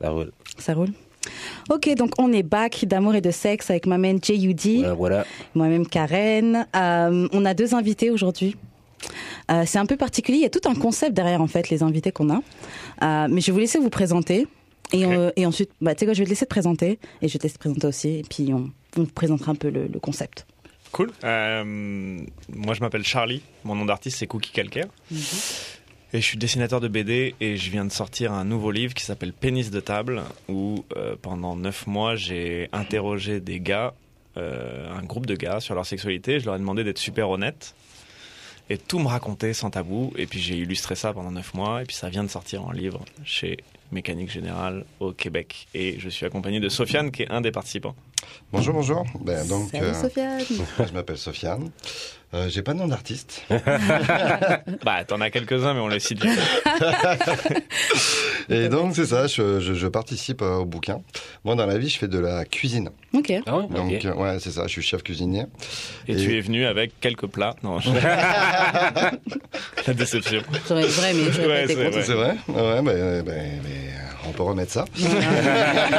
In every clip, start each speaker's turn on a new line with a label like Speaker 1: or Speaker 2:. Speaker 1: Ça roule.
Speaker 2: Ça roule Ok, donc on est back d'amour et de sexe avec ma mère J.U.D.,
Speaker 1: Voilà, voilà.
Speaker 2: moi-même Karen. Euh, on a deux invités aujourd'hui. Euh, c'est un peu particulier, il y a tout un concept derrière en fait les invités qu'on a. Euh, mais je vais vous laisser vous présenter. Et,
Speaker 1: Ok.
Speaker 2: euh, et ensuite, bah, tu sais quoi, je vais te laisser te présenter. Et je vais te laisser te présenter aussi. Et puis on, on te présentera un peu le, le concept.
Speaker 3: Cool. Euh, moi, je m'appelle Charlie. Mon nom d'artiste, c'est Cookie Calcaire. Et je suis dessinateur de BD et je viens de sortir un nouveau livre qui s'appelle Pénis de table, où euh, pendant neuf mois, j'ai interrogé des gars, euh, un groupe de gars, sur leur sexualité. Je leur ai demandé d'être super honnêtes et tout me raconter sans tabou. Et puis j'ai illustré ça pendant neuf mois. Et puis ça vient de sortir en livre chez Mécanique Générale au Québec. Et je suis accompagné de Sofiane, qui est un des participants.
Speaker 4: Bonjour, bonjour. Ben, donc,
Speaker 2: Salut
Speaker 4: euh,
Speaker 2: Sofiane
Speaker 4: je m'appelle Sofiane. Euh, J'ai pas de nom d'artiste.
Speaker 3: Bah, t'en as quelques-uns, mais on les cite.
Speaker 4: Et donc, c'est ça, je, je- je participe euh, au bouquin. Moi, dans la vie, je fais de la cuisine.
Speaker 2: Ok.
Speaker 1: Ah ouais,
Speaker 4: Donc,
Speaker 1: ok.
Speaker 4: euh, ouais, c'est ça, je suis chef cuisinier.
Speaker 3: Et,
Speaker 4: Et-
Speaker 3: tu es venu avec quelques plats. Non, je- la déception.
Speaker 2: J'aurais j'aurais aimé, j'aurais
Speaker 3: Ouais,
Speaker 2: pas été
Speaker 3: c'est
Speaker 2: contente.
Speaker 3: vrai.
Speaker 4: C'est vrai Ouais, ben, ben, ben, euh, on peut remettre ça.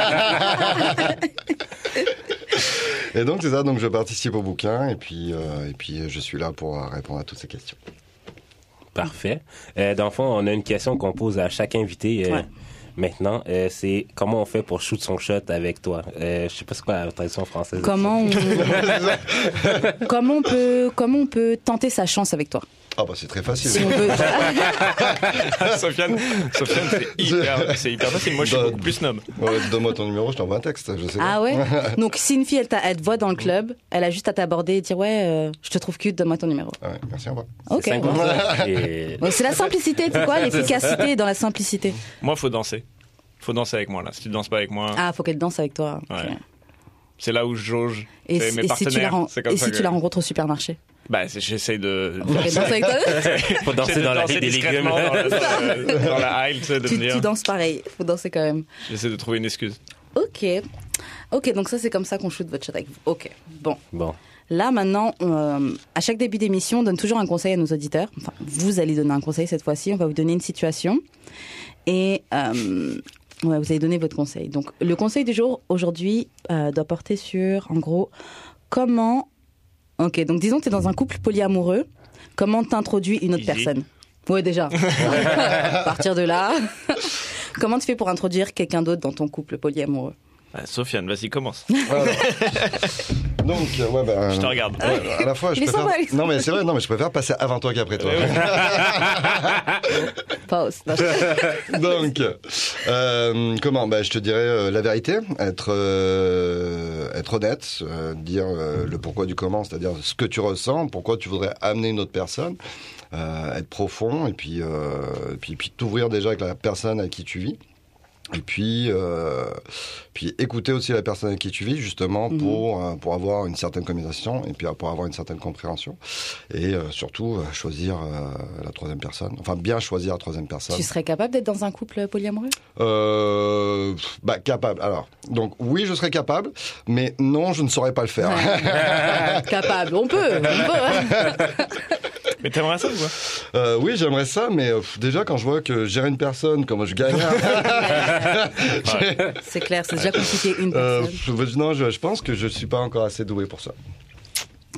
Speaker 4: Et donc, c'est ça, donc je participe au bouquin et puis, euh, et puis euh, je suis là pour euh, répondre à toutes ces questions.
Speaker 1: Parfait. Euh, dans le fond, on a une question qu'on pose à chaque invité euh,
Speaker 2: Ouais.
Speaker 1: maintenant. Euh, c'est comment on fait pour shoot son shot avec toi? Euh, je sais pas c'est quoi la traduction française.
Speaker 2: Comment on... comment on peut comment on peut tenter sa chance avec toi
Speaker 4: Ah, bah, c'est très facile.
Speaker 2: si on veut
Speaker 3: Sofiane, Sofiane, c'est hyper, c'est hyper facile. Moi, je suis
Speaker 4: Bah,
Speaker 3: beaucoup plus snob.
Speaker 4: Ouais, Donne-moi ton numéro, je t'envoie un texte, je sais pas.
Speaker 2: ah ouais donc si une fille elle, t'a- elle te voit dans le club elle a juste à t'aborder et dire ouais euh, je te trouve cute donne-moi ton numéro
Speaker 4: Ah ouais, merci, au revoir.
Speaker 2: ok
Speaker 1: C'est
Speaker 2: bon.
Speaker 1: 50 ans. Et-
Speaker 2: Donc, c'est la simplicité tu quoi l'efficacité est dans la simplicité
Speaker 3: Moi, faut danser. Faut danser avec moi là. Si tu danses pas avec moi,
Speaker 2: ah faut qu'elle danse avec toi Ok.
Speaker 3: Ouais. c'est là où je jauge.
Speaker 2: et,
Speaker 3: C'est
Speaker 2: si-
Speaker 3: mes
Speaker 2: et si tu la
Speaker 3: partenaires.
Speaker 2: ren-
Speaker 3: C'est comme
Speaker 2: et
Speaker 3: ça
Speaker 2: si
Speaker 3: que-
Speaker 2: tu la rencontres au supermarché
Speaker 3: Bah, c'est- j'essaye de.
Speaker 2: faut qu'elle danse avec toi
Speaker 1: Faut danser
Speaker 3: j'essaie
Speaker 1: dans
Speaker 3: de
Speaker 1: la vie des légumes.
Speaker 3: discrètement Dans, la- dans la- dans la aisle, tu sais, de
Speaker 2: tu,
Speaker 3: venir.
Speaker 2: tu danses pareil faut danser quand même
Speaker 3: J'essaie de trouver une excuse.
Speaker 2: ok ok donc ça c'est comme ça qu'on shoot votre shot avec vous ok bon
Speaker 1: Bon.
Speaker 2: Là, maintenant, on, euh, à chaque début d'émission, on donne toujours un conseil à nos auditeurs. Enfin, vous allez donner un conseil cette fois-ci. On va vous donner une situation. Et euh, ouais, vous allez donner votre conseil. Donc, le conseil du jour, aujourd'hui, euh, doit porter sur, en gros, comment. Ok, donc disons que tu es dans un couple polyamoureux. Comment t'introduis une autre
Speaker 3: Easy.
Speaker 2: personne Ouais, déjà. à partir de là. comment tu fais pour introduire quelqu'un d'autre dans ton couple polyamoureux
Speaker 3: Bah, Sofiane, vas-y, commence.
Speaker 1: Ah
Speaker 4: Alors. Donc, euh, ouais, ben,
Speaker 3: Je te regarde.
Speaker 1: Ah.
Speaker 4: ouais, à la fois, je
Speaker 2: Il est
Speaker 4: préfère.
Speaker 2: sympa, Eh Alexandre.
Speaker 4: non, mais c'est vrai, non, mais je préfère passer avant toi qu'après toi.
Speaker 2: Pause. Non, je-
Speaker 4: Donc, euh, comment ben, Je te dirais euh, la vérité, être, euh, être honnête, euh, dire euh, le pourquoi du comment, c'est-à-dire ce que tu ressens, pourquoi tu voudrais amener une autre personne, euh, être profond et puis, euh, et puis, puis t'ouvrir déjà avec la personne à qui tu vis. Et puis, euh, puis écouter aussi la personne avec qui tu vis, justement,
Speaker 2: Mhm.
Speaker 4: pour, euh, pour avoir une certaine communication et puis euh, pour avoir une certaine compréhension. Et euh, surtout, euh, choisir euh, la troisième personne. Enfin, bien choisir la troisième personne.
Speaker 2: Tu serais capable d'être dans un couple polyamoureux
Speaker 4: Euh, bah, capable. Alors, donc oui, je serais capable, mais non, je ne saurais pas le faire.
Speaker 2: Capable, on peut, on peut. hein.
Speaker 3: Mais t'aimerais ça ou quoi
Speaker 4: Euh, oui, j'aimerais ça, mais euh, pff, déjà quand je vois que gérer une personne, comment je gagne. hein,
Speaker 2: C'est clair, c'est déjà compliqué une
Speaker 4: euh,
Speaker 2: personne.
Speaker 4: pff, non, je, je pense que je suis pas encore assez doué pour ça.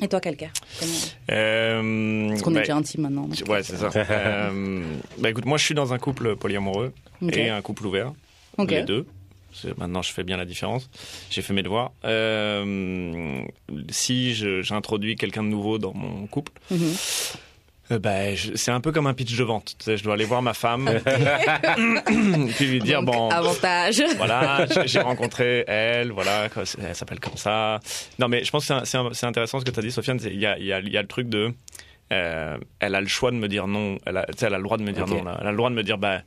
Speaker 2: Et toi, quelqu'un Comment-
Speaker 3: Euh,
Speaker 2: Parce qu'on
Speaker 3: bah,
Speaker 2: est déjà intime maintenant. donc.
Speaker 3: Ouais, c'est ça. Euh, bah écoute, moi je suis dans un couple polyamoureux
Speaker 2: Ok.
Speaker 3: et un couple ouvert.
Speaker 2: Ok.
Speaker 3: les deux. Parce que Maintenant, je fais bien la différence. J'ai fait mes devoirs. Euh, si je- j'introduis quelqu'un de nouveau dans mon couple,
Speaker 2: Mhm.
Speaker 3: euh, ben, je- c'est un peu comme un pitch de vente. Tu sais, je dois aller voir ma femme, puis lui dire
Speaker 2: Donc,
Speaker 3: bon.
Speaker 2: Avantage.
Speaker 3: Voilà, j'ai- j'ai rencontré elle, voilà, quoi, c'est- elle s'appelle comme ça. Non, mais je pense que c'est un- c'est un- c'est intéressant ce que tu as dit, Sofiane. c'est- Il y a, il y a- il y a le truc de. euh, elle a le choix de me dire non. Elle a, tu sais, elle a le droit de me dire
Speaker 1: Ok.
Speaker 3: non. là. Elle a le droit de me dire, bah.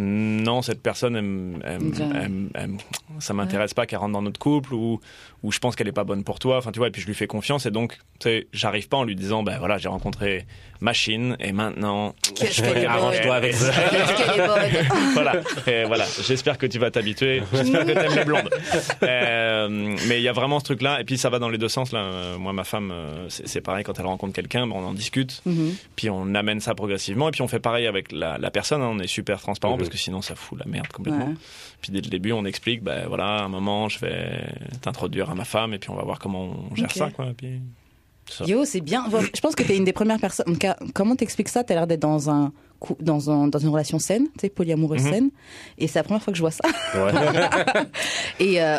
Speaker 3: Non, cette personne, elle m- elle m-
Speaker 2: Ouais.
Speaker 3: elle m- elle m- ça m'intéresse pas qu'elle rentre dans notre couple ou, ou je pense qu'elle est pas bonne pour toi. Enfin, tu vois, et puis je lui fais confiance et donc, tu sais, j'arrive pas en lui disant, ben voilà, j'ai rencontré Machine et maintenant,
Speaker 2: Qu'est-ce
Speaker 3: je
Speaker 2: qu'elle est bonne.
Speaker 1: Arrange-toi avec ça.
Speaker 2: Est-ce qu'elle est bonne
Speaker 3: voilà, Et voilà. J'espère que tu vas t'habituer. J'espère que t'aimes les blondes. Euh, mais il y a vraiment ce truc-là. Et puis ça va dans les deux sens. Là, Euh, moi, ma femme, euh, c'est c'est pareil quand elle rencontre quelqu'un, ben, on en discute.
Speaker 2: Mhm.
Speaker 3: Puis on amène ça progressivement. Et puis on fait pareil avec la, la personne. hein. On est super transparent
Speaker 1: Mhm.
Speaker 3: parce parce que sinon ça fout la merde complètement.
Speaker 2: Ouais.
Speaker 3: Puis dès le début, on explique, ben voilà, à un moment, je vais t'introduire à ma femme et puis on va voir comment on gère
Speaker 2: Ok.
Speaker 3: ça, quoi. Puis... ça.
Speaker 2: Yo, c'est bien. Enfin, Je pense que t'es une des premières personnes. En tout cas, Comment t'expliques ça T'as l'air d'être dans un cou- dans un- dans une relation saine, tu sais, polyamoureuse
Speaker 3: Mhm.
Speaker 2: saine. Et c'est la première fois que je vois ça.
Speaker 1: Ouais.
Speaker 2: Et euh,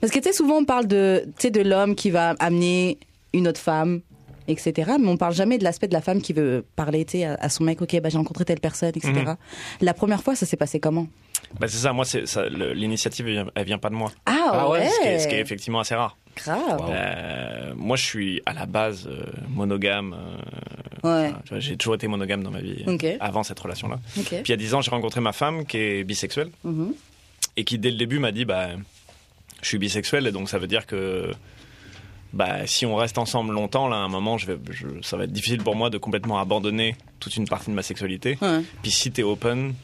Speaker 2: parce que tu sais, souvent on parle de tu sais de l'homme qui va amener une autre femme, etc. Mais on parle jamais de l'aspect de la femme qui veut parler, tu sais, à, à son mec. Ok, bah j'ai rencontré telle personne, etc.
Speaker 3: Mhm.
Speaker 2: La première fois, ça s'est passé comment
Speaker 3: Ben, c'est ça, moi, c'est ça, le- l'initiative, elle vient- elle vient pas de moi.
Speaker 2: Ah,
Speaker 1: Ah ouais,
Speaker 2: ouais,
Speaker 3: Ce qui est, ce qui est effectivement assez rare.
Speaker 2: grave.
Speaker 1: Wow.
Speaker 3: Euh, moi, je suis à la base euh, monogame. euh,
Speaker 2: Ouais.
Speaker 3: enfin, tu vois, J'ai toujours été monogame dans ma vie euh,
Speaker 2: Ok.
Speaker 3: avant cette relation-là.
Speaker 2: Ok.
Speaker 3: Puis il y a 10 ans, j'ai rencontré ma femme qui est bisexuelle
Speaker 2: Mhm.
Speaker 3: et qui, dès le début, m'a dit bah, Je suis bisexuel et donc ça veut dire que bah, si on reste ensemble longtemps, là, à un moment, je vais, je- ça va être difficile pour moi de complètement abandonner toute une partie de ma sexualité.
Speaker 2: Ouais.
Speaker 3: Puis si t'es open,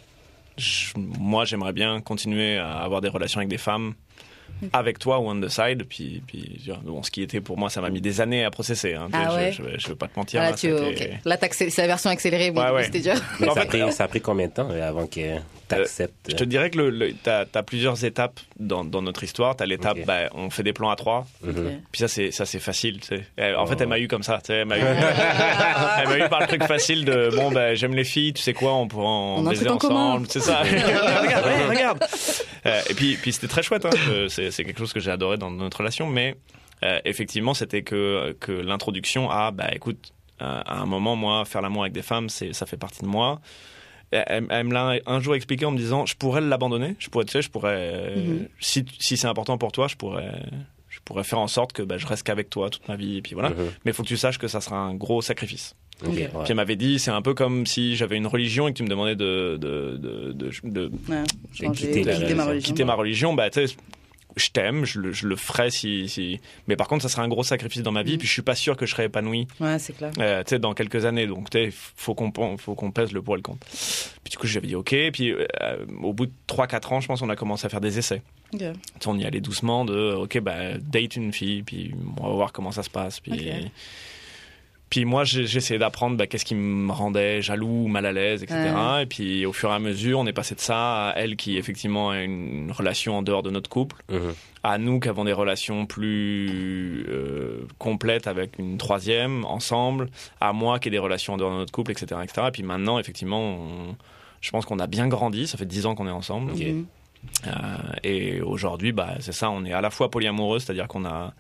Speaker 3: je- moi j'aimerais bien continuer à avoir des relations avec des femmes, avec toi ou on the side. Puis, puis tu vois, bon, ce qui était pour moi, ça m'a mis des années à processer. hein. Tu
Speaker 2: Ah
Speaker 3: vois, je-
Speaker 2: ouais.
Speaker 3: je, vais- je veux pas te mentir.
Speaker 2: Voilà,
Speaker 3: là,
Speaker 2: Ah, tu,
Speaker 3: c'était-
Speaker 2: ok. Là, t'accé- c'est la version accélérée. Bon,
Speaker 3: Ouais, ouais.
Speaker 2: c'était dur.
Speaker 1: Mais
Speaker 3: En
Speaker 1: ça,
Speaker 3: fait,
Speaker 1: a pris, ça a pris combien de temps euh, avant que t'acceptes
Speaker 3: Je te dirais que le, le- t'as as plusieurs étapes dans, dans notre histoire. T'as l'étape,
Speaker 1: Ok.
Speaker 3: bah, on fait des plans à trois.
Speaker 1: Mhm.
Speaker 3: Puis ça, c'est ça, c'est facile. tu sais. Elle- En
Speaker 1: Oh.
Speaker 3: fait, elle m'a eu comme ça. tu sais, Elle m'a eu, elle m'a eu Ah, bah par le truc facile de bon, bah, j'aime les filles. Tu sais quoi, on pourra en
Speaker 2: On a un
Speaker 3: baiser
Speaker 2: truc en commun.
Speaker 3: ensemble. C'est ça. regarde, regarde, regarde. Euh, et puis, puis c'était très chouette. hein. Je- C'est c'est quelque chose que j'ai adoré dans notre relation. Mais euh, effectivement, c'était que que l'introduction à bah écoute, euh, à un moment, moi, faire l'amour avec des femmes, c'est ça fait partie de moi. Elle, elle- elle me l'a un jour expliqué en me disant je pourrais l'abandonner je pourrais tu sais je pourrais euh,
Speaker 2: Mhm.
Speaker 3: si, si c'est important pour toi je pourrais je pourrais faire en sorte que bah, je reste qu'avec toi toute ma vie et puis voilà
Speaker 1: Mhm.
Speaker 3: mais il faut que tu saches que ça sera un gros sacrifice
Speaker 1: Ok,
Speaker 2: Ok.
Speaker 1: ouais.
Speaker 3: puis elle m'avait dit c'est un peu comme si j'avais une religion et que tu me demandais de de, de, de- de
Speaker 2: Ouais.
Speaker 1: J'ai
Speaker 2: Changer,
Speaker 1: quitté la
Speaker 2: quitter ma
Speaker 1: relation.
Speaker 2: religion.
Speaker 3: quitter ma religion bah tu sais je t'aime je le, je le ferai si, si mais par contre ça sera un gros sacrifice dans ma vie
Speaker 2: Mhm.
Speaker 3: puis je suis pas sûr que je serai épanoui
Speaker 2: Ouais, c'est clair.
Speaker 3: euh, tu sais, dans quelques années. Donc, tu sais, faut qu'on pen- faut qu'on pèse le poids le compte. Puis du coup, j'avais dit OK. Puis euh, au bout de 3-4 ans, je pense, on a commencé à faire des essais.
Speaker 2: Ok.
Speaker 3: Tu sais, on y allait doucement de OK, bah, date une fille, puis on va voir comment ça se passe. Puis,
Speaker 2: Ok.
Speaker 3: puis moi, j'ai- j'essayais d'apprendre bah, qu'est-ce qui me rendait jaloux, mal à l'aise, etc.
Speaker 2: Ouais.
Speaker 3: Et puis au fur et à mesure, on est passé de ça à elle qui, effectivement, a une relation en dehors de notre couple
Speaker 1: Mhm.
Speaker 3: à nous qui avons des relations plus euh, complètes avec une troisième ensemble, à moi qui ai des relations en dehors de notre couple, etc. etc. Et puis maintenant, effectivement, on- je pense qu'on a bien grandi, ça fait 10 ans qu'on est ensemble.
Speaker 1: Ok.
Speaker 2: Mhm.
Speaker 3: Euh, et aujourd'hui, bah, c'est ça, on est à la fois polyamoureux, c'est-à-dire qu'on a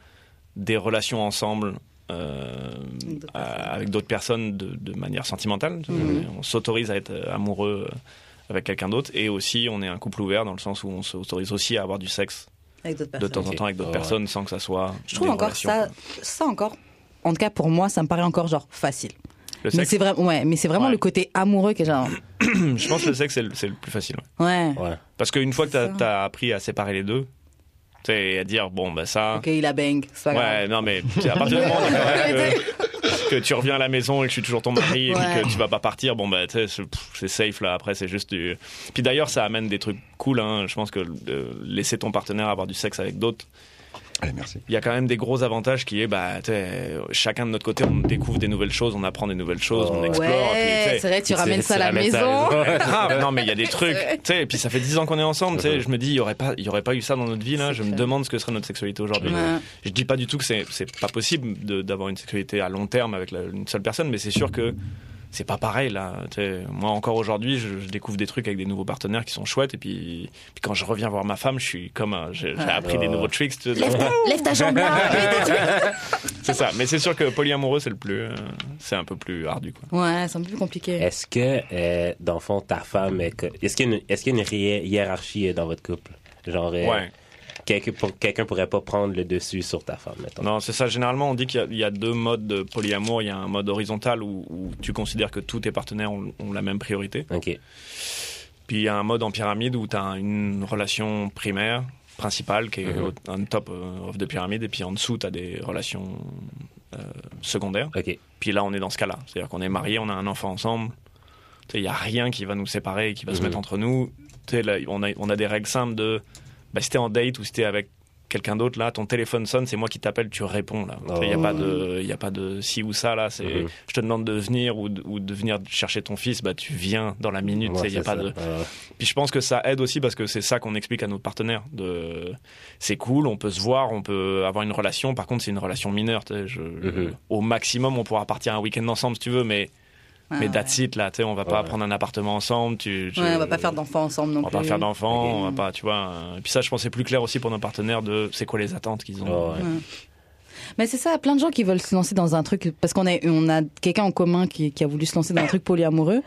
Speaker 3: des relations ensemble. euh,
Speaker 2: Avec d'autres
Speaker 3: euh,
Speaker 2: personnes.
Speaker 3: avec d'autres personnes de, de manière sentimentale.
Speaker 2: Mhm.
Speaker 3: On s'autorise à être euh, amoureux euh, avec quelqu'un d'autre et aussi on est un couple ouvert dans le sens où on s'autorise aussi à avoir du sexe
Speaker 2: Avec d'autres
Speaker 3: de
Speaker 2: personnes.
Speaker 3: temps en
Speaker 1: Ok.
Speaker 3: temps avec d'autres
Speaker 1: Ouais.
Speaker 3: personnes sans que ça soit.
Speaker 2: Je trouve
Speaker 3: des
Speaker 2: encore
Speaker 3: relations,
Speaker 2: ça,
Speaker 3: quoi.
Speaker 2: ça encore. En tout cas, pour moi, ça me paraît encore genre facile.
Speaker 3: Le
Speaker 2: Mais
Speaker 3: sexe,
Speaker 2: c'est vraiment, ouais, mais c'est vraiment
Speaker 3: Ouais.
Speaker 2: le côté amoureux qui est genre,
Speaker 3: je pense que le sexe, c'est le, c'est le plus facile. ouais.
Speaker 2: ouais.
Speaker 1: Ouais.
Speaker 3: Parce qu'une fois que
Speaker 2: C'est
Speaker 3: t'as
Speaker 2: ça.
Speaker 3: t'as appris à séparer les deux, tu sais, à dire, bon, bah ça.
Speaker 2: Ok, il a bang, c'est pas grave.
Speaker 3: Ouais, non, mais tu sais, à partir du moment que, que tu reviens à la maison et que je suis toujours ton mari et puis
Speaker 2: Ouais.
Speaker 3: que tu vas pas partir, bon, bah, tu sais, c'est- pff, c'est safe là. Après, c'est juste du. Puis d'ailleurs, ça amène des trucs cool. hein. Je pense que euh, laisser ton partenaire avoir du sexe avec d'autres,
Speaker 4: Allez, merci.
Speaker 3: il y a quand même des gros avantages qui est, bah, tu sais, chacun de notre côté, on découvre des nouvelles choses, on apprend des nouvelles choses,
Speaker 1: Oh,
Speaker 3: on
Speaker 1: ouais.
Speaker 3: explore. puis, tu
Speaker 2: Ouais,
Speaker 3: sais,
Speaker 2: c'est vrai, tu ramènes ça à la
Speaker 1: ramènes ça à la
Speaker 2: maison.
Speaker 1: maison.
Speaker 3: Grave. non mais il y a des trucs, tu sais, et puis ça fait 10 ans qu'on est ensemble, tu sais, je me dis, il y aurait pas, il y aurait pas eu ça dans notre vie, là,
Speaker 2: C'est
Speaker 3: je me
Speaker 2: clair.
Speaker 3: demande ce que serait notre sexualité aujourd'hui.
Speaker 2: Ouais.
Speaker 3: Je dis pas du tout que c'est, c'est pas possible de- d'avoir une sexualité à long terme avec la- une seule personne, mais c'est sûr que c'est pas pareil, là, tu sais. moi encore aujourd'hui, je, je découvre des trucs avec des nouveaux partenaires qui sont chouettes, et puis, puis quand je reviens voir ma femme, je suis comme, un- j'ai, j'ai appris des
Speaker 1: Oh.
Speaker 3: nouveaux tricks, tu sais.
Speaker 2: Lève ta jambe là.
Speaker 3: c'est ça, mais c'est sûr que polyamoureux, c'est le plus, euh, c'est un peu plus ardu, quoi.
Speaker 2: Ouais, c'est un peu plus
Speaker 3: Eh,
Speaker 2: compliqué.
Speaker 1: Est-ce que, euh, dans le fond, ta femme, est que- est-ce qu'il y a une, est-ce qu'il y a une hi- hiérarchie euh, dans votre couple? Genre, euh,
Speaker 3: Ouais.
Speaker 1: quelqu'un pour- quelqu'un pourrait pas prendre le dessus sur ta femme, mettons.
Speaker 3: Non, c'est ça. Généralement, on dit qu'il y a- il y, a deux modes de polyamour. Il y a un mode horizontal où, où tu considères que tous tes partenaires ont, ont la même priorité.
Speaker 1: OK.
Speaker 3: Puis il y a un mode en pyramide où tu as une relation primaire, principale, qui est
Speaker 1: Mhm.
Speaker 3: au- un top euh, of the pyramide. Et puis en dessous, tu as des relations euh, secondaires.
Speaker 1: OK.
Speaker 3: Puis là, on est dans ce cas-là. C'est-à-dire qu'on est mariés, on a un enfant ensemble. Tu sais, Il n'y a rien qui va nous séparer et qui va se
Speaker 1: Mhm.
Speaker 3: mettre entre nous. Tu sais, là, on, a, on a des règles simples de bah, si t'es en date ou si t'es avec quelqu'un d'autre là, ton téléphone sonne, c'est moi qui t'appelle, tu réponds là. Il n'y a pas de, il y a pas de si ou ça là. C'est,
Speaker 1: Oh. Mhm.
Speaker 3: je te demande de venir ou de, ou de venir chercher ton fils, bah tu viens dans la minute.
Speaker 1: Ouais,
Speaker 3: il y a
Speaker 1: c'est
Speaker 3: pas
Speaker 1: ça. Ah,
Speaker 3: de.
Speaker 1: Ouais.
Speaker 3: Puis je pense que ça aide aussi parce que c'est ça qu'on explique à nos partenaires. De, c'est cool, on peut se voir, on peut avoir une relation. Par contre, c'est une relation mineure. tu sais, je-
Speaker 1: Mhm.
Speaker 3: Au maximum, on pourra partir un week-end ensemble si tu veux, mais
Speaker 2: Ah,
Speaker 3: mais
Speaker 2: ouais.
Speaker 3: that's it là. Tu sais, on va pas
Speaker 1: Ouais.
Speaker 3: prendre un appartement ensemble. Tu, tu-
Speaker 2: Ouais, on va pas faire d'enfants ensemble non
Speaker 3: on va
Speaker 2: plus.
Speaker 3: pas faire d'enfants,
Speaker 1: Ok.
Speaker 3: on va pas, tu vois. euh, Et puis ça, je pense, que c'est plus clair aussi pour nos partenaires de c'est quoi les attentes qu'ils ont.
Speaker 1: Ouais.
Speaker 2: Ouais. Mais c'est ça, plein de gens qui veulent se lancer dans un truc parce qu'on a, on a quelqu'un en commun qui, qui a voulu se lancer dans un truc polyamoureux,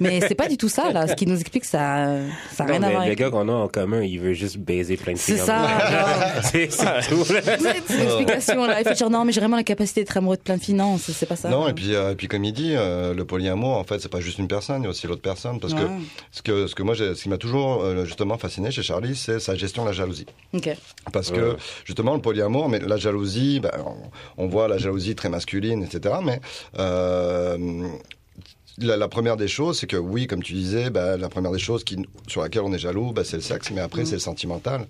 Speaker 2: mais c'est pas du tout ça là. Ce qui nous explique ça, ça a
Speaker 1: Non,
Speaker 2: rien à voir.
Speaker 1: mais le
Speaker 2: avec-
Speaker 1: gars qu'on a en commun, il veut juste baiser plein de filles.
Speaker 2: C'est
Speaker 1: en
Speaker 2: ça.
Speaker 1: même temps.
Speaker 2: genre,
Speaker 1: c'est c'est tout. là.
Speaker 2: c'est une explication là. Il faut dire non, mais j'ai vraiment la capacité d'être amoureux de plein de filles. Non, c'est c'est pas ça.
Speaker 4: Non, et puis, euh, et puis comme il dit, euh, le polyamour, en fait, c'est pas juste une personne, il y a aussi l'autre personne. Parce
Speaker 2: Ouais.
Speaker 4: que ce que, ce que moi, j'ai- ce qui m'a toujours euh, justement fasciné chez Charlie, c'est sa gestion de la jalousie.
Speaker 2: Ok.
Speaker 4: Parce
Speaker 1: Ouais.
Speaker 4: que justement, le polyamour, mais la jalousie, ben, on, on voit la jalousie très masculine, etc. Mais euh, la, la première des choses, c'est que oui, comme tu disais, ben, la première des choses qui, sur laquelle on est jaloux, ben, c'est le sexe, mais après, c'est le sentimental.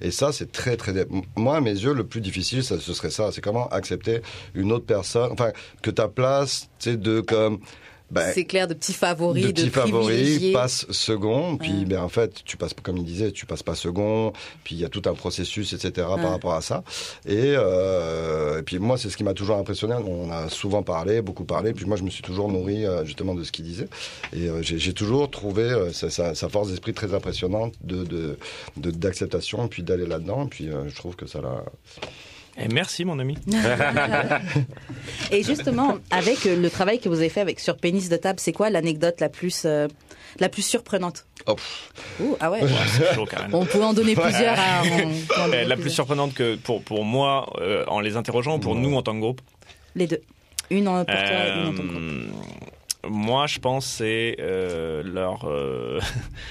Speaker 4: Et ça, c'est très, très. Moi, à mes yeux, le plus difficile, ça, ce serait ça. C'est comment accepter une autre personne, enfin, que ta place, tu sais, de comme. ben,
Speaker 2: c'est clair de petits favoris,
Speaker 4: de
Speaker 2: de,
Speaker 4: petits favoris,
Speaker 2: privilégiés.
Speaker 4: passe second, puis ben, en fait, tu passes, comme il disait, tu passes pas second, puis il y a tout un processus, etc.,
Speaker 2: Ouais.
Speaker 4: par rapport à ça. Et, euh, et puis moi, c'est ce qui m'a toujours impressionné, hein, on a souvent parlé, beaucoup parlé, puis moi, je me suis toujours nourri euh, justement de ce qu'il disait, et euh, j'ai j'ai toujours trouvé euh, sa, sa- sa force d'esprit très impressionnante de- de- de- d'acceptation, puis d'aller là-dedans, puis euh, je trouve que ça l'a...
Speaker 3: Et merci, mon ami.
Speaker 2: Et justement, avec euh, le travail que vous avez fait avec sur pénis de table, c'est quoi l'anecdote la plus euh, la plus surprenante
Speaker 4: Oh, pff.
Speaker 2: Ouh, ah ouais.
Speaker 3: C'est chaud, Karen.
Speaker 2: On pouvait en donner plusieurs. à- on- on en
Speaker 3: Eh,
Speaker 2: donnait
Speaker 3: La plus
Speaker 2: plusieurs.
Speaker 3: surprenante que pour, pour moi, euh, en les interrogeant, pour nous en tant que groupe,
Speaker 2: Les deux. Une en- pour toi et une en ton groupe.
Speaker 3: Euh, Moi, je pense c'est euh, leur euh,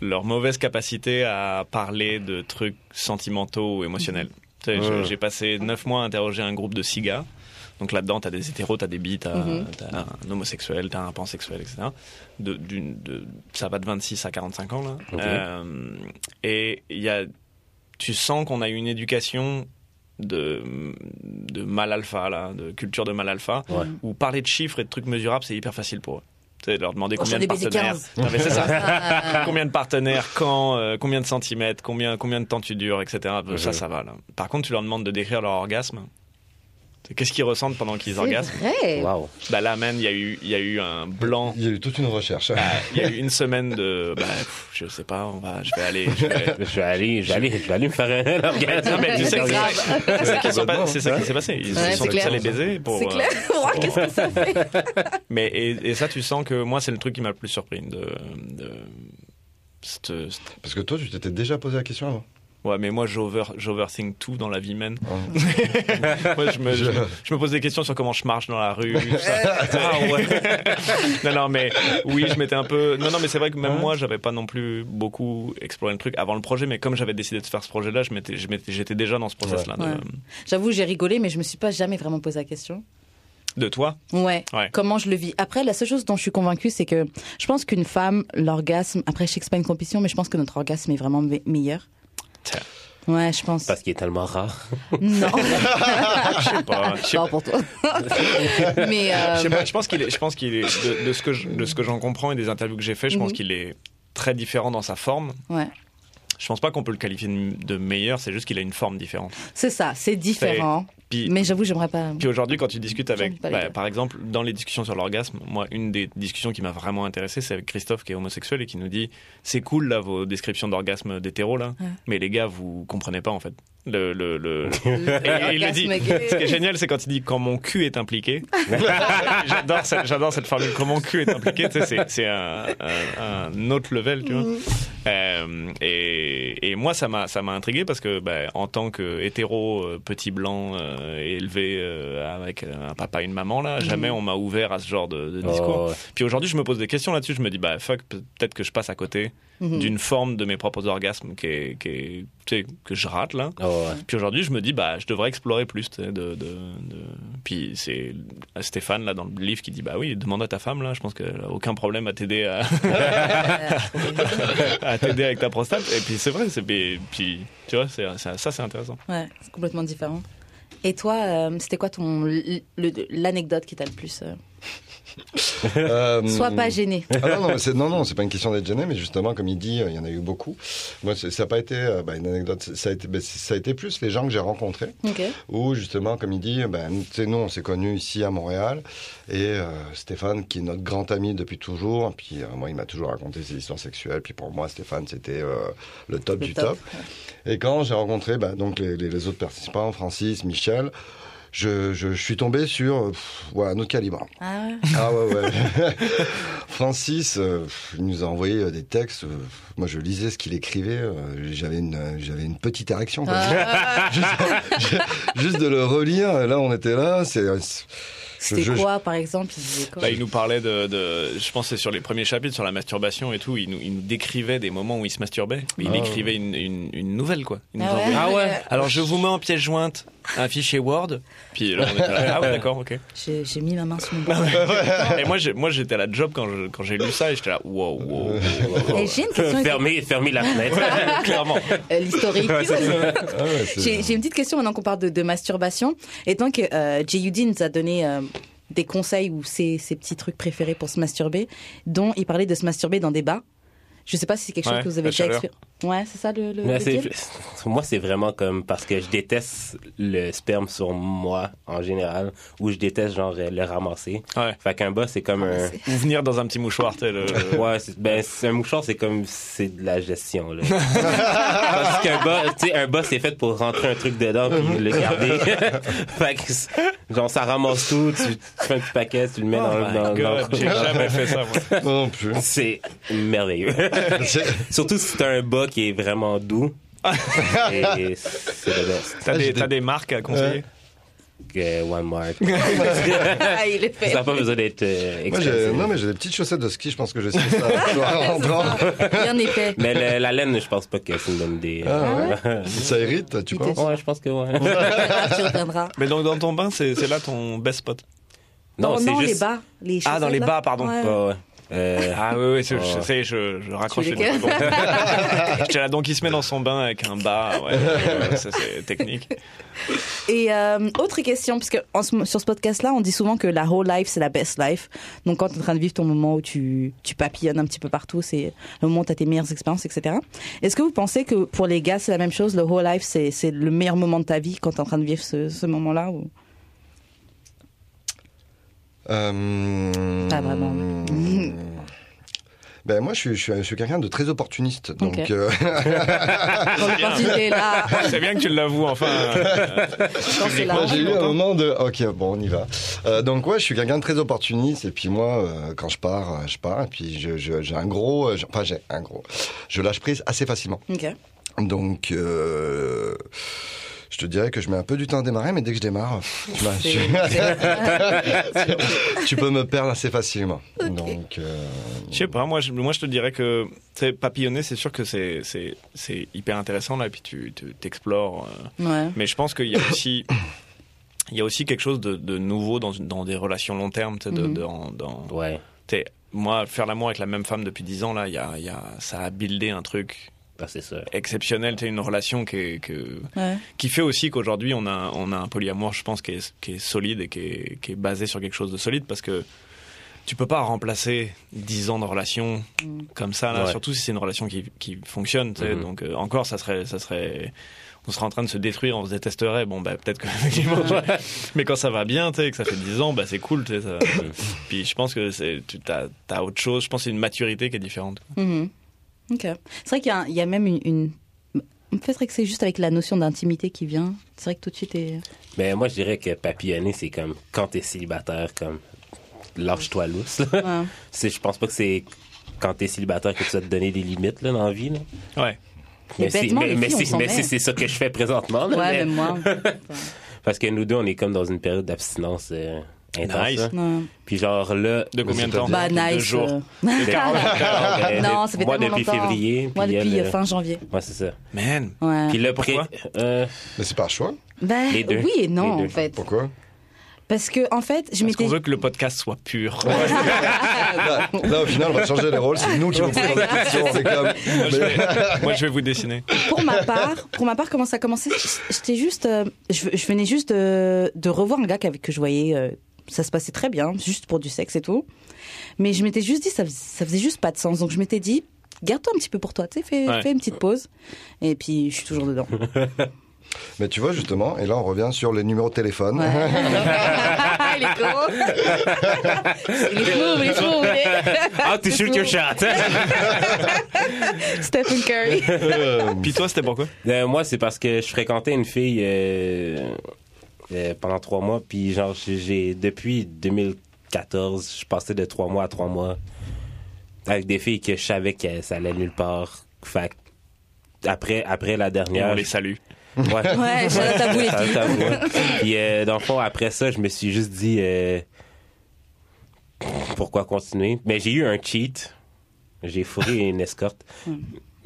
Speaker 3: leur mauvaise capacité à parler de trucs sentimentaux ou
Speaker 2: Mhm.
Speaker 3: émotionnels. Tu sais, je-
Speaker 1: Ouais.
Speaker 3: J'ai passé neuf mois à interroger un groupe de six gars. Donc là-dedans, t'as des hétéros, t'as des bi, t'as
Speaker 2: Mhm.
Speaker 3: t'as un homosexuel, t'as un pansexuel, etc. De, d'une- de- ça va de 26 à 45 ans, là.
Speaker 1: Ok.
Speaker 3: Euh, et il y a, tu sens qu'on a eu une éducation de, de mal alpha, là, de culture de mal alpha,
Speaker 1: Ouais.
Speaker 3: où parler de chiffres et de trucs mesurables, c'est hyper facile pour eux. Tu sais, leur demander
Speaker 2: Oh,
Speaker 3: combien
Speaker 2: j'en
Speaker 3: de
Speaker 2: ai baisé
Speaker 3: partenaires.
Speaker 2: 15.
Speaker 3: Non, mais c'est ça.
Speaker 2: Ah,
Speaker 3: combien de partenaires, quand, euh, combien de centimètres, combien, combien de temps tu dures, etc. Ça, ça va. Là. Par contre, tu leur demandes de décrire leur orgasme. C'est Qu'est-ce qu'ils ressentent pendant qu'ils orgasment
Speaker 2: vrai.
Speaker 1: Wow.
Speaker 3: Bah là, man, il y, a eu- il y a eu un blanc.
Speaker 4: Il y a eu toute une recherche.
Speaker 3: Ah, Il y a eu une semaine de. Bah, pff, je sais pas, on va, je vais aller. je vais-
Speaker 1: Je vais aller, je vais aller, je vais aller me faire un orgasme.
Speaker 3: Non, mais tu sais que
Speaker 2: Grave.
Speaker 3: c'est ça qui s'est pas- c'est ça qui s'est passé. Ils
Speaker 2: Ouais,
Speaker 3: se sont
Speaker 2: c'est
Speaker 3: tous
Speaker 2: clair.
Speaker 3: allés baiser pour.
Speaker 2: C'est
Speaker 3: euh,
Speaker 2: clair. Ouah,
Speaker 3: pour-
Speaker 2: Qu'est-ce que ça fait
Speaker 3: Mais et, et ça, tu sens que moi, c'est le truc qui m'a le plus surpris. De, de- cette- cette-
Speaker 4: Parce que toi, tu t'étais déjà posé la question avant.
Speaker 3: Ouais, mais moi, j'over, j'overthink tout dans la vie même.
Speaker 4: Oh.
Speaker 3: Moi, je me, je,
Speaker 4: Je-
Speaker 3: je me pose des questions sur comment je marche dans la rue. ça.
Speaker 2: Ah
Speaker 3: non, non, mais oui, je m'étais un peu. Non, non, mais c'est vrai que même moi, j'avais pas non plus beaucoup exploré le truc avant le projet. Mais comme j'avais décidé de faire ce projet-là, je m'étais, je m'étais- j'étais déjà dans ce process-là.
Speaker 2: Ouais.
Speaker 3: De,
Speaker 2: J'avoue, j'ai rigolé, mais je me suis pas jamais vraiment posé la question.
Speaker 3: de toi,
Speaker 2: Ouais.
Speaker 3: Ouais.
Speaker 2: Comment je le vis. Après, la seule chose dont je suis convaincue, c'est que je pense qu'une femme, l'orgasme. Après, je sais que c'est pas une compétition, mais je pense que notre orgasme est vraiment me- meilleur.
Speaker 3: Tiens.
Speaker 2: Ouais, je pense.
Speaker 1: Parce qu'il est tellement rare.
Speaker 2: Non,
Speaker 3: je sais pas. je sais
Speaker 2: pas pour toi. mais euh,
Speaker 3: Je, sais pas, je pense qu'il est, je pense qu'il est de, de ce que je- de ce que j'en comprends et des interviews que j'ai fait, je pense
Speaker 2: Mhm.
Speaker 3: qu'il est très différent dans sa forme.
Speaker 2: ouais,
Speaker 3: Je pense pas qu'on peut le qualifier de de meilleur, c'est juste qu'il a une forme différente.
Speaker 2: c'est ça, c'est différent.
Speaker 3: Puis,
Speaker 2: Mais j'avoue, j'aimerais pas.
Speaker 3: puis aujourd'hui, quand tu discutes
Speaker 2: J'aime
Speaker 3: avec,
Speaker 2: pas les
Speaker 3: bah,
Speaker 2: deux.
Speaker 3: par exemple, dans les discussions sur l'orgasme, moi, une des discussions qui m'a vraiment intéressé, c'est avec Christophe qui est homosexuel et qui nous dit c'est cool là vos descriptions d'orgasme d'hétéro là,
Speaker 2: Ouais.
Speaker 3: mais les gars vous comprenez pas en fait. Le, le, le-
Speaker 2: Et
Speaker 3: Et il le dit. Ce qui est génial, c'est quand il dit quand mon cul est impliqué. j'adore, cette, j'adore cette formule. Quand mon cul est impliqué, tu sais, c'est, c'est un, un- un autre level, tu vois. Euh, et, et moi, ça m'a, ça m'a intrigué parce que, bah, en tant que hétéro, euh, petit blanc, euh, élevé euh, avec un papa et une maman, là, jamais on m'a ouvert à ce genre de, de discours.
Speaker 1: Oh, ouais.
Speaker 3: Puis aujourd'hui, je me pose des questions là-dessus. Je me dis, bah fuck, peut-être que je passe à côté
Speaker 2: Mhm.
Speaker 3: d'une forme de mes propres orgasmes qui est- qui est- tu sais, que je rate là.
Speaker 1: Oh, ouais.
Speaker 3: Puis aujourd'hui, je me dis, bah, je devrais explorer plus. tu sais, De, de, de- Puis c'est Stéphane, là, dans le livre, qui dit, bah oui, demande à ta femme, là, je pense qu'elle a aucun problème à t'aider à, à t'aider avec ta prostate. Et puis c'est vrai, c'est... puis puis, tu vois, c'est, ça, ça, c'est intéressant.
Speaker 2: Ouais, c'est complètement différent. Et toi, euh, c'était quoi ton le- l'anecdote qui t'a le plus euh,
Speaker 4: Euh,
Speaker 3: Hmm.
Speaker 2: Sois pas gêné.
Speaker 4: Ah non, non, mais c'est, non, non, c'est pas une question d'être gêné, mais justement, comme il dit, euh, il y en a eu beaucoup. Moi, c'est- ça n'a pas été euh, bah, une anecdote, c'est- ça a été, bah, c'est- ça a été plus les gens que j'ai rencontrés,
Speaker 2: Ok.
Speaker 4: où justement, comme il dit, ben, nous, tu sais, nous, on s'est connus ici à Montréal, et euh, Stéphane, qui est notre grand ami depuis toujours, puis euh, moi, il m'a toujours raconté ses histoires sexuelles, puis pour moi, Stéphane, c'était euh, le top
Speaker 2: Le
Speaker 4: du
Speaker 2: top.
Speaker 4: top. Et quand j'ai rencontré bah, donc les, les- les autres participants, Francis, Michel, je, je- je suis tombé sur euh, pff, ouais, un autre calibre.
Speaker 2: Ah ouais.
Speaker 4: Ah ouais, ouais. Francis, euh, pff, il nous a envoyé euh, des textes. euh, pff, moi, je lisais ce qu'il écrivait. euh, j'avais une, euh, j'avais une petite érection. quoi.
Speaker 2: Ah,
Speaker 4: Juste, juste de le relire. Là, on était là. C'est, euh, c'est-
Speaker 2: c'était
Speaker 4: je-
Speaker 2: quoi, par exemple Il disait quoi
Speaker 3: Là, Bah, il nous parlait de, de- je pense que c'est sur les premiers chapitres, sur la masturbation et tout, il nous, il nous décrivait des moments où il se masturbait. Il
Speaker 1: Ah.
Speaker 3: écrivait une, une, une nouvelle, quoi. Il nous
Speaker 2: Ah ouais.
Speaker 3: envoyait-
Speaker 2: Ah ouais.
Speaker 3: Alors je vous mets en pièce jointe un fichier Word. Puis là, on était là, ah ouais, d'accord, ok.
Speaker 2: J'ai j'ai mis ma main sur mon bras.
Speaker 3: Et moi, j'ai- moi, j'étais à la job quand je- quand j'ai lu ça et j'étais là, wow, wow, wow.
Speaker 1: Oh,
Speaker 2: Et J'ai une question.
Speaker 1: Fermez, fermez la fenêtre.
Speaker 3: Clairement.
Speaker 2: euh, L'historique.
Speaker 4: ah ouais, c'est-
Speaker 2: J'ai j'ai une petite question maintenant qu'on parle de, de masturbation. Et donc, euh, J.U.D. nous a donné euh, des conseils ou ses, ses petits trucs préférés pour se masturber, dont il parlait de se masturber dans des bars. Je sais pas si c'est quelque chose
Speaker 3: Ouais,
Speaker 2: que vous avez
Speaker 3: la
Speaker 2: déjà
Speaker 3: chaleur.
Speaker 2: expérimenté. Ouais, c'est ça le, le,
Speaker 1: Mais
Speaker 2: le
Speaker 1: c'est-
Speaker 2: deal
Speaker 1: moi, c'est vraiment comme parce que je déteste le sperme sur moi en général, ou je déteste genre euh, le ramasser.
Speaker 3: Ouais.
Speaker 1: Fait qu'un bas, c'est comme un.
Speaker 3: Ou venir dans un petit mouchoir, tu sais, le- le-
Speaker 1: Ouais, c'est- ben, c'est- un mouchoir, c'est comme. C'est de la gestion, là. Parce qu'un bas, tu sais, un bas, c'est fait pour rentrer un truc dedans puis le garder. fait que, c'est- genre, ça ramasse tout, tu, tu fais un petit paquet, tu le mets
Speaker 3: Oh
Speaker 1: dans le.
Speaker 3: my
Speaker 1: dans-
Speaker 3: God,
Speaker 1: dans-
Speaker 3: j'ai jamais fait ça, moi.
Speaker 4: non, non plus.
Speaker 1: C'est merveilleux.
Speaker 4: C'est-
Speaker 1: Surtout si t'as un bas qui est vraiment doux. Et c'est le best.
Speaker 3: T'as
Speaker 4: Ah,
Speaker 3: des,
Speaker 4: j'ai
Speaker 3: t'as des marques à conseiller
Speaker 1: Que one mark.
Speaker 2: Ah, il est fait.
Speaker 1: Ça n'a pas besoin d'être euh,
Speaker 4: Moi, j'ai,
Speaker 1: expensive.
Speaker 4: non, mais j'ai des petites chaussettes de ski. Je pense que j'ai essayé ça ce soir en rentrant.
Speaker 2: Bien épais.
Speaker 1: Mais le- la laine, je pense pas que c'est une bonne idée.
Speaker 4: Ah ouais. Ça irrite, tu
Speaker 2: Il te-
Speaker 4: penses
Speaker 1: Ouais, je pense que ouais.
Speaker 2: Ah, tu reviendras.
Speaker 3: Mais donc, dans ton bain, c'est c'est là ton best spot.
Speaker 1: Non, c'est juste.
Speaker 2: les bars. Les
Speaker 3: Ah, dans les
Speaker 2: chaussettes, là.
Speaker 3: bars, pardon.
Speaker 2: Ouais.
Speaker 1: Ouais, ouais. Euh,
Speaker 3: Ah oui, oui, je,
Speaker 1: Ah ouais.
Speaker 3: je sais, je, je raccroche
Speaker 2: Tu
Speaker 3: les
Speaker 2: les
Speaker 3: deux secondes. J'étais là, donc il se met dans son bain avec un bas, ouais, euh, ça c'est technique.
Speaker 2: Et euh, autre question, puisque en ce- sur ce podcast-là, on dit souvent que la whole life, c'est la best life. Donc quand tu es en train de vivre ton moment où tu, tu papillonnes un petit peu partout, c'est le moment où tu as tes meilleures expériences, etc. Est-ce que vous pensez que pour les gars, c'est la même chose Le whole life, c'est c'est le meilleur moment de ta vie quand tu es en train de vivre ce, ce moment-là ou...
Speaker 4: Euh, hmm.
Speaker 2: Pas vraiment.
Speaker 4: Ben moi, je suis, je suis, je suis quelqu'un de très opportuniste. Donc,
Speaker 2: Ok.
Speaker 4: euh, Ah,
Speaker 2: Quand l'opportunité est là,
Speaker 3: C'est bien que tu l'avoues, enfin. euh,
Speaker 2: quand c'est là.
Speaker 4: Moi, j'ai eu un
Speaker 3: Content.
Speaker 4: moment de. Ok, bon, on y va. Euh, donc, ouais, je suis quelqu'un de très opportuniste. Et puis, moi, euh, quand je pars, euh, je pars. Et puis, je- je- j'ai un gros. euh, j'ai- Enfin, j'ai un gros. Je lâche prise assez facilement.
Speaker 2: Ok.
Speaker 4: Donc, euh, je te dirais que je mets un peu du temps à démarrer, mais dès que je démarre, tu, m'as-
Speaker 2: C'est-
Speaker 4: tu- tu peux me perdre assez facilement. Donc, euh,
Speaker 3: Je sais pas, moi je, moi je te dirais que tu sais, papillonner, c'est sûr que c'est- c'est c'est hyper intéressant là, et puis tu tu- t'explores. euh,
Speaker 2: Ouais.
Speaker 3: Mais je pense qu'il y a aussi, il y a aussi quelque chose de, de nouveau dans, une- dans des relations long terme. tu sais, de-
Speaker 2: Mhm.
Speaker 3: dans- dans-
Speaker 1: ouais,
Speaker 3: tu sais, moi, faire l'amour avec la même femme depuis 10 ans, là, il y a, il y a- ça a buildé un truc
Speaker 1: bah, c'est ça.
Speaker 3: exceptionnel. tu sais, une relation qui, est- que-
Speaker 2: Ouais.
Speaker 3: qui fait aussi qu'aujourd'hui, on a, on a un polyamour, je pense, qui est, qui est solide et qui est, qui est basé sur quelque chose de solide parce que. Tu peux pas remplacer 10 ans de relation
Speaker 2: Mhm.
Speaker 3: comme ça, là,
Speaker 1: Ouais.
Speaker 3: surtout si c'est une relation qui, qui fonctionne. tu sais.
Speaker 1: Mhm.
Speaker 3: Donc euh, encore, ça serait, ça serait, on serait en train de se détruire, on se détesterait. Bon, bah peut-être que effectivement, mais quand ça va bien, tu sais, que ça fait 10 ans, bah c'est cool, tu sais. ça- Puis je pense que c'est, tu as, autre chose. Je pense que c'est une maturité qui est différente.
Speaker 2: Mhm. Ok. C'est vrai qu'il y a un- il y, a même une. une... Peut-être que c'est juste avec la notion d'intimité qui vient. C'est vrai que tout de suite est.
Speaker 1: Mais moi, je dirais que papillonner, c'est comme quand t'es célibataire, comme lâche-toi lousse. là.
Speaker 2: Ouais.
Speaker 1: C'est- Je pense pas que c'est quand t'es célibataire que tu vas te donner des limites là, dans la vie. là.
Speaker 3: Ouais.
Speaker 2: Mais
Speaker 1: c'est-
Speaker 2: bêtement,
Speaker 1: mais,
Speaker 2: les
Speaker 1: mais
Speaker 2: filles, on
Speaker 1: c'est-
Speaker 2: s'en
Speaker 1: mais
Speaker 2: met.
Speaker 1: c'est- c'est ça que je fais présentement. là,
Speaker 2: Ouais,
Speaker 1: mais-
Speaker 2: même moi.
Speaker 1: Parce que nous deux, on est comme dans une période d'abstinence. euh, intense,
Speaker 3: Nice.
Speaker 1: hein.
Speaker 2: Non.
Speaker 1: Puis genre là,
Speaker 3: De combien de temps
Speaker 2: Bah,
Speaker 3: Deux
Speaker 2: nice.
Speaker 3: jours.
Speaker 2: euh,
Speaker 1: ben,
Speaker 2: Non, ça fait
Speaker 1: moi
Speaker 2: tellement
Speaker 1: depuis
Speaker 2: longtemps.
Speaker 1: février.
Speaker 2: Moi,
Speaker 1: puis
Speaker 2: depuis
Speaker 1: elle,
Speaker 2: euh, fin janvier.
Speaker 1: Ouais, c'est ça.
Speaker 3: Man,
Speaker 2: Ouais.
Speaker 1: Puis là,
Speaker 3: Pourquoi
Speaker 1: pré- euh,
Speaker 4: Mais c'est par choix.
Speaker 2: Bah,
Speaker 1: les deux.
Speaker 2: oui et non,
Speaker 1: Les deux.
Speaker 2: en fait.
Speaker 4: Pourquoi
Speaker 2: Parce que, en fait, je
Speaker 3: parce qu'on
Speaker 2: m'étais.
Speaker 3: veut que le podcast soit pur.
Speaker 4: là, Ah, là, au final, on va changer les rôles. C'est nous qui vous posons la question. C'est comme.
Speaker 3: Moi, je
Speaker 4: Mais-
Speaker 3: vais- Moi, je vais vous dessiner.
Speaker 2: pour ma part, pour ma part, comment ça a commencé je- J'étais juste, euh, je, je venais juste de, de revoir un gars qu'avec que je voyais, euh, ça se passait très bien, juste pour du sexe et tout. Mais je m'étais juste dit, ça, fais- ça faisait juste pas de sens. Donc je m'étais dit, garde-toi un petit peu pour toi, tu sais, fais,
Speaker 3: Ouais.
Speaker 2: fais une petite pause. Et puis je suis toujours dedans.
Speaker 4: Mais tu vois, justement, et là, on revient sur les numéros de téléphone.
Speaker 2: Ouais. il est con. il est fou, il est fou. il
Speaker 3: Ah,
Speaker 1: How to shoot your shot.
Speaker 2: est- Stephen Curry.
Speaker 4: Euh,
Speaker 3: Puis toi, c'était pourquoi
Speaker 1: Euh, moi, c'est parce que je fréquentais une fille euh, euh, pendant trois mois, puis genre, j'ai- j'ai depuis 2014, je passais de trois mois à trois mois avec des filles que je savais que ça allait nulle part. Fait que après, après la
Speaker 3: Et
Speaker 1: dernière,
Speaker 3: on les salue.
Speaker 1: ouais.
Speaker 2: Ouais, shout out à vous, les
Speaker 1: Ah,
Speaker 2: filles.
Speaker 1: t'as vu, hein. Puis euh, dans le fond, après ça, je me suis juste dit euh, pourquoi continuer. Mais j'ai eu un cheat. J'ai fourré une escorte.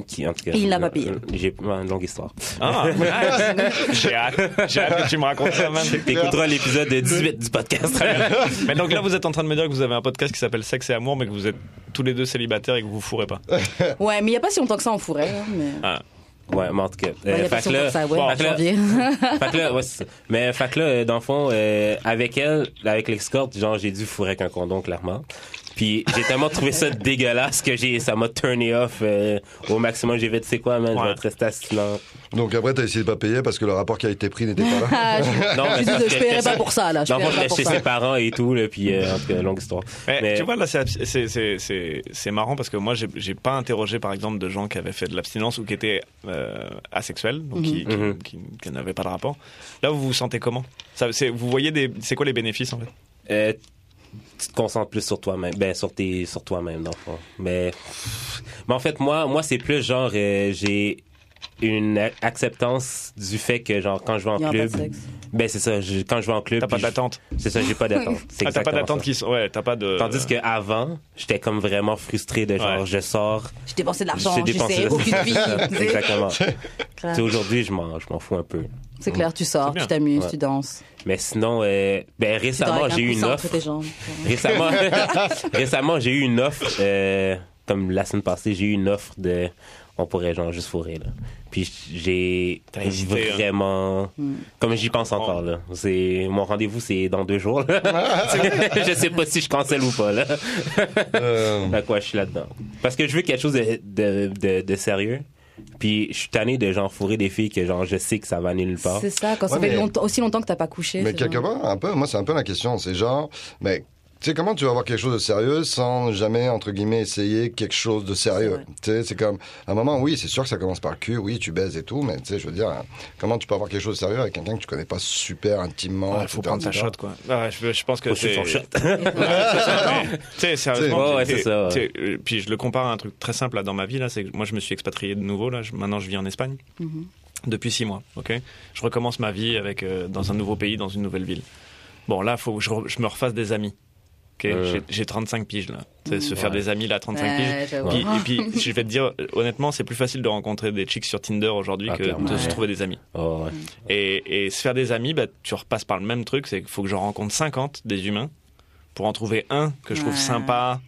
Speaker 1: Qui, en tout cas,
Speaker 2: Hmm.
Speaker 1: euh,
Speaker 2: Il l'a pas payé.
Speaker 1: J'ai une longue histoire.
Speaker 3: Ah, nice. J'ai hâte. J'ai hâte que tu me racontes ça, man.
Speaker 1: T'écouteras l'épisode 18 du podcast.
Speaker 3: Mais donc là, vous êtes en train de me dire que vous avez un podcast qui s'appelle Sexe et Amour, mais que vous êtes tous les deux célibataires et que vous vous fourrez pas.
Speaker 2: Ouais, mais il n'y a pas si longtemps que ça en fourrait. hein, mais...
Speaker 1: ouais, mais en tout cas. euh,
Speaker 2: Ouais, il y a pas
Speaker 1: fait
Speaker 2: si
Speaker 1: que
Speaker 2: longtemps
Speaker 1: là,
Speaker 2: que ça, ouais,
Speaker 1: bon,
Speaker 2: en
Speaker 1: fait que là-
Speaker 2: janvier.
Speaker 1: fait que là, ouais, c'est ça. Mais fait que là, euh, dans le fond, euh, avec elle, avec l'escorte, genre, j'ai dû fourrer avec un condom, clairement. Puis j'ai tellement trouvé ça dégueulasse que j'ai, ça m'a turné off euh, au maximum. J'ai fait, tu sais quoi, man, je
Speaker 3: Ouais.
Speaker 1: vais te rester assis là.
Speaker 4: Donc après, t'as essayé de pas payer parce que le rapport qui a été pris n'était pas là.
Speaker 2: Ah,
Speaker 1: Non,
Speaker 2: je- Je
Speaker 1: mais
Speaker 2: suis
Speaker 1: parce
Speaker 2: désolée,
Speaker 1: que
Speaker 2: je paierai
Speaker 1: j'étais-
Speaker 2: pas pour ça, là. Je
Speaker 1: Dans le fond, j'étais
Speaker 2: paierai pas pour
Speaker 1: chez
Speaker 2: ça.
Speaker 1: ses parents et tout, là, puis euh, en tout cas, longue histoire.
Speaker 3: Eh,
Speaker 1: Mais-
Speaker 3: Tu vois, là, c'est abs- c'est- c'est- c'est- c'est marrant parce que moi, j'ai- j'ai pas interrogé, par exemple, de gens qui avaient fait de l'abstinence ou qui étaient euh, asexuels, donc qui, qui-
Speaker 1: Mhm.
Speaker 3: qui- qui n'avaient pas de rapport. Là, vous vous sentez comment Ça, c'est- Vous voyez des. C'est quoi les bénéfices, en fait
Speaker 1: Euh, tu te concentres plus sur toi-même, ben sur tes, sur toi-même dans le fond. Mais, mais en fait moi, moi c'est plus genre euh, j'ai une a- acceptance du fait que genre quand je vais en
Speaker 2: Il y aura pas de
Speaker 1: club,
Speaker 2: sexe.
Speaker 1: ben c'est ça, je- quand je vais en club,
Speaker 3: T'as pas
Speaker 1: puis je-
Speaker 3: d'attente
Speaker 1: c'est ça, j'ai pas d'attente. C'est
Speaker 3: Ah, T'as pas
Speaker 1: exactement
Speaker 3: d'attente
Speaker 1: ça.
Speaker 3: qui. s- Ouais, t'as pas de.
Speaker 1: Tandis que avant, j'étais comme vraiment frustré de genre
Speaker 3: Ouais.
Speaker 1: je sors,
Speaker 2: J'ai dépensé de l'argent,
Speaker 1: j'ai
Speaker 2: j'ai
Speaker 1: dépensé
Speaker 2: serré aucune fille. tu sais.
Speaker 1: exactement. Tu sais,
Speaker 2: Clair.
Speaker 1: aujourd'hui je m'en, je m'en fous un peu.
Speaker 2: C'est clair, tu
Speaker 3: C'est
Speaker 2: sors,
Speaker 3: bien.
Speaker 2: tu t'amuses,
Speaker 1: Ouais.
Speaker 2: tu danses.
Speaker 1: Mais sinon, euh, ben
Speaker 2: Tu dors
Speaker 1: récemment
Speaker 2: avec
Speaker 1: j'ai eu
Speaker 2: un
Speaker 1: une
Speaker 2: coussin entre
Speaker 1: offre.
Speaker 2: tes jambes.
Speaker 1: Récemment, récemment j'ai eu une offre, euh, comme la semaine passée, j'ai eu une offre de. On pourrait genre juste fourrer, là. Puis j'ai
Speaker 3: T'as hésité, hein.
Speaker 1: vraiment. Comme j'y pense encore, là. C'est... Mon rendez-vous, c'est dans deux jours, là. je sais pas si je cancelle ou pas, là.
Speaker 4: Euh,
Speaker 1: À quoi je suis là-dedans. Parce que je veux quelque chose de, de, de, de sérieux. Puis je suis tanné de genre fourrer des filles que genre je sais que ça va aller nulle part.
Speaker 2: C'est ça, quand ça
Speaker 4: Ouais,
Speaker 2: fait
Speaker 4: mais-
Speaker 2: longtemps- aussi longtemps que t'as pas couché.
Speaker 4: mais
Speaker 2: c'est
Speaker 4: quelque
Speaker 2: genre-
Speaker 4: part, un peu, moi, c'est un peu la question. C'est genre, mais tu sais, comment tu vas avoir quelque chose de sérieux sans jamais, entre guillemets, essayer quelque chose de
Speaker 2: C'est
Speaker 4: sérieux
Speaker 2: vrai.
Speaker 4: Tu sais, c'est comme, à un moment, oui, c'est sûr que ça commence par le cul, oui, tu baises et tout, mais tu sais, je veux dire, hein, comment tu peux avoir quelque chose de sérieux avec quelqu'un que tu connais pas super intimement
Speaker 3: Il faut
Speaker 4: etc.,
Speaker 3: prendre sa
Speaker 4: etc.
Speaker 3: shot, quoi. Ah, je, je pense que
Speaker 1: Faut shoot
Speaker 3: c'est.
Speaker 1: son shot.
Speaker 3: Tu sais, sérieusement.
Speaker 1: Ouais, ouais,
Speaker 3: t'es-
Speaker 1: c'est ça, ouais.
Speaker 3: t'es- euh, Puis je le compare à un truc très simple là, dans ma vie. Là, c'est que moi, je me suis expatrié de nouveau. Là, Je- maintenant, je vis en Espagne
Speaker 2: Mhm.
Speaker 3: depuis six mois. Ok, je recommence ma vie avec euh, dans un nouveau pays, dans une nouvelle ville. Bon, là, faut que je, re- je me refasse des amis. Ok,
Speaker 1: Euh.
Speaker 3: J'ai- j'ai 35 piges là. Tu sais, se faire
Speaker 1: Ouais.
Speaker 3: des amis là, 35 piges.
Speaker 2: Ouais, j'avoue.
Speaker 3: Puis- et puis, je vais te dire, euh, honnêtement, c'est plus facile de rencontrer des chicks sur Tinder aujourd'hui
Speaker 1: Ah,
Speaker 3: que
Speaker 1: clairement.
Speaker 3: de se
Speaker 2: Ouais.
Speaker 3: trouver des amis.
Speaker 1: Oh, ouais.
Speaker 3: Et, et se faire des amis, bah, tu repasses par le même truc, c'est qu'il faut que je rencontre 50 des humains pour en trouver un que je trouve
Speaker 2: Ouais.
Speaker 3: sympa,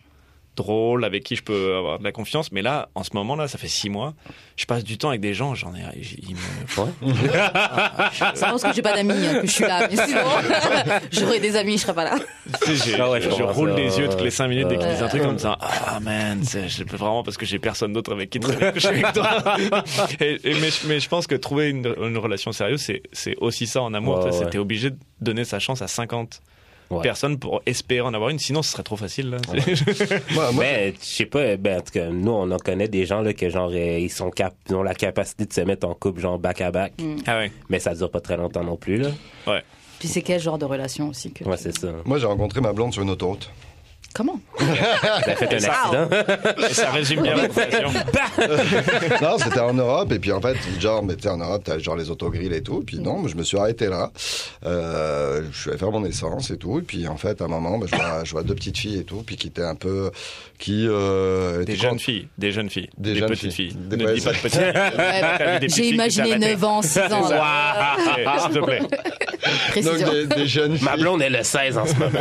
Speaker 3: drôle, avec qui je peux avoir de la confiance. Mais là, en ce moment-là, ça fait six mois, je passe du temps avec des gens, j'en ai... j- ils me-
Speaker 2: C'est parce que j'ai pas d'amis hein, que je suis là. Mais sinon, j'aurais des amis, je serais pas là.
Speaker 3: Tu sais, j'ai-
Speaker 1: Ah ouais, je
Speaker 3: je
Speaker 1: comprends
Speaker 3: roule
Speaker 1: ça,
Speaker 3: les yeux
Speaker 1: ouais,
Speaker 3: toutes les cinq minutes dès qu'ils
Speaker 2: ouais.
Speaker 3: disent un truc comme ça. Ah man, c'est- je peux vraiment parce que j'ai personne d'autre avec qui traîner que je suis avec toi. Et- et- mais, je- mais je pense que trouver une, une relation sérieuse, c'est- c'est aussi ça en amour.
Speaker 1: Ouais,
Speaker 3: tu sais, c'est
Speaker 1: ouais.
Speaker 3: T'es obligé de donner sa chance à 50
Speaker 1: Ouais.
Speaker 3: personnes pour espérer en avoir une, sinon ce serait trop facile. là.
Speaker 4: Moi, moi,
Speaker 1: Ben, je sais pas, ben, en tout cas, nous, on en connaît des gens, là, que genre, euh, ils sont cap, ils ont la capacité de se mettre en couple, genre, back à back.
Speaker 3: Ah ouais.
Speaker 1: Mais ça dure pas très longtemps non plus, là.
Speaker 2: Puis c'est quel genre de relation aussi que.
Speaker 1: Ouais, c'est ça.
Speaker 4: moi, j'ai rencontré ma blonde sur une autoroute.
Speaker 2: Comment
Speaker 1: Elle a fait Ben, un accident.
Speaker 3: Et ça résume bien la profession.
Speaker 4: non, c'était en Europe. Et puis en fait, genre, mais t'es en Europe, t'as genre les autogrilles et tout. Puis non, je me suis arrêté là. Euh, je suis allé faire mon essence et tout. Et puis en fait, à un moment, bah, je, vois, je vois deux petites filles et tout. Puis qui étaient un peu. Qui, euh,
Speaker 3: Des
Speaker 4: étaient
Speaker 3: jeunes
Speaker 4: contre-
Speaker 3: filles, des jeunes filles,
Speaker 4: Des
Speaker 3: des,
Speaker 4: jeunes
Speaker 3: petites
Speaker 4: filles.
Speaker 3: filles.
Speaker 4: Des-
Speaker 3: ne
Speaker 4: ouais,
Speaker 3: dis pas de petites.
Speaker 2: Ouais,
Speaker 3: T'as vu des petites
Speaker 2: J'ai
Speaker 3: filles qui
Speaker 2: imaginé
Speaker 3: t'abattaient.
Speaker 2: 9 ans, 6 ans. là.
Speaker 3: Waouh, S'il te plaît.
Speaker 4: Donc
Speaker 2: Précision.
Speaker 4: des, des jeunes filles.
Speaker 1: Ma blonde, elle le 16 en ce moment.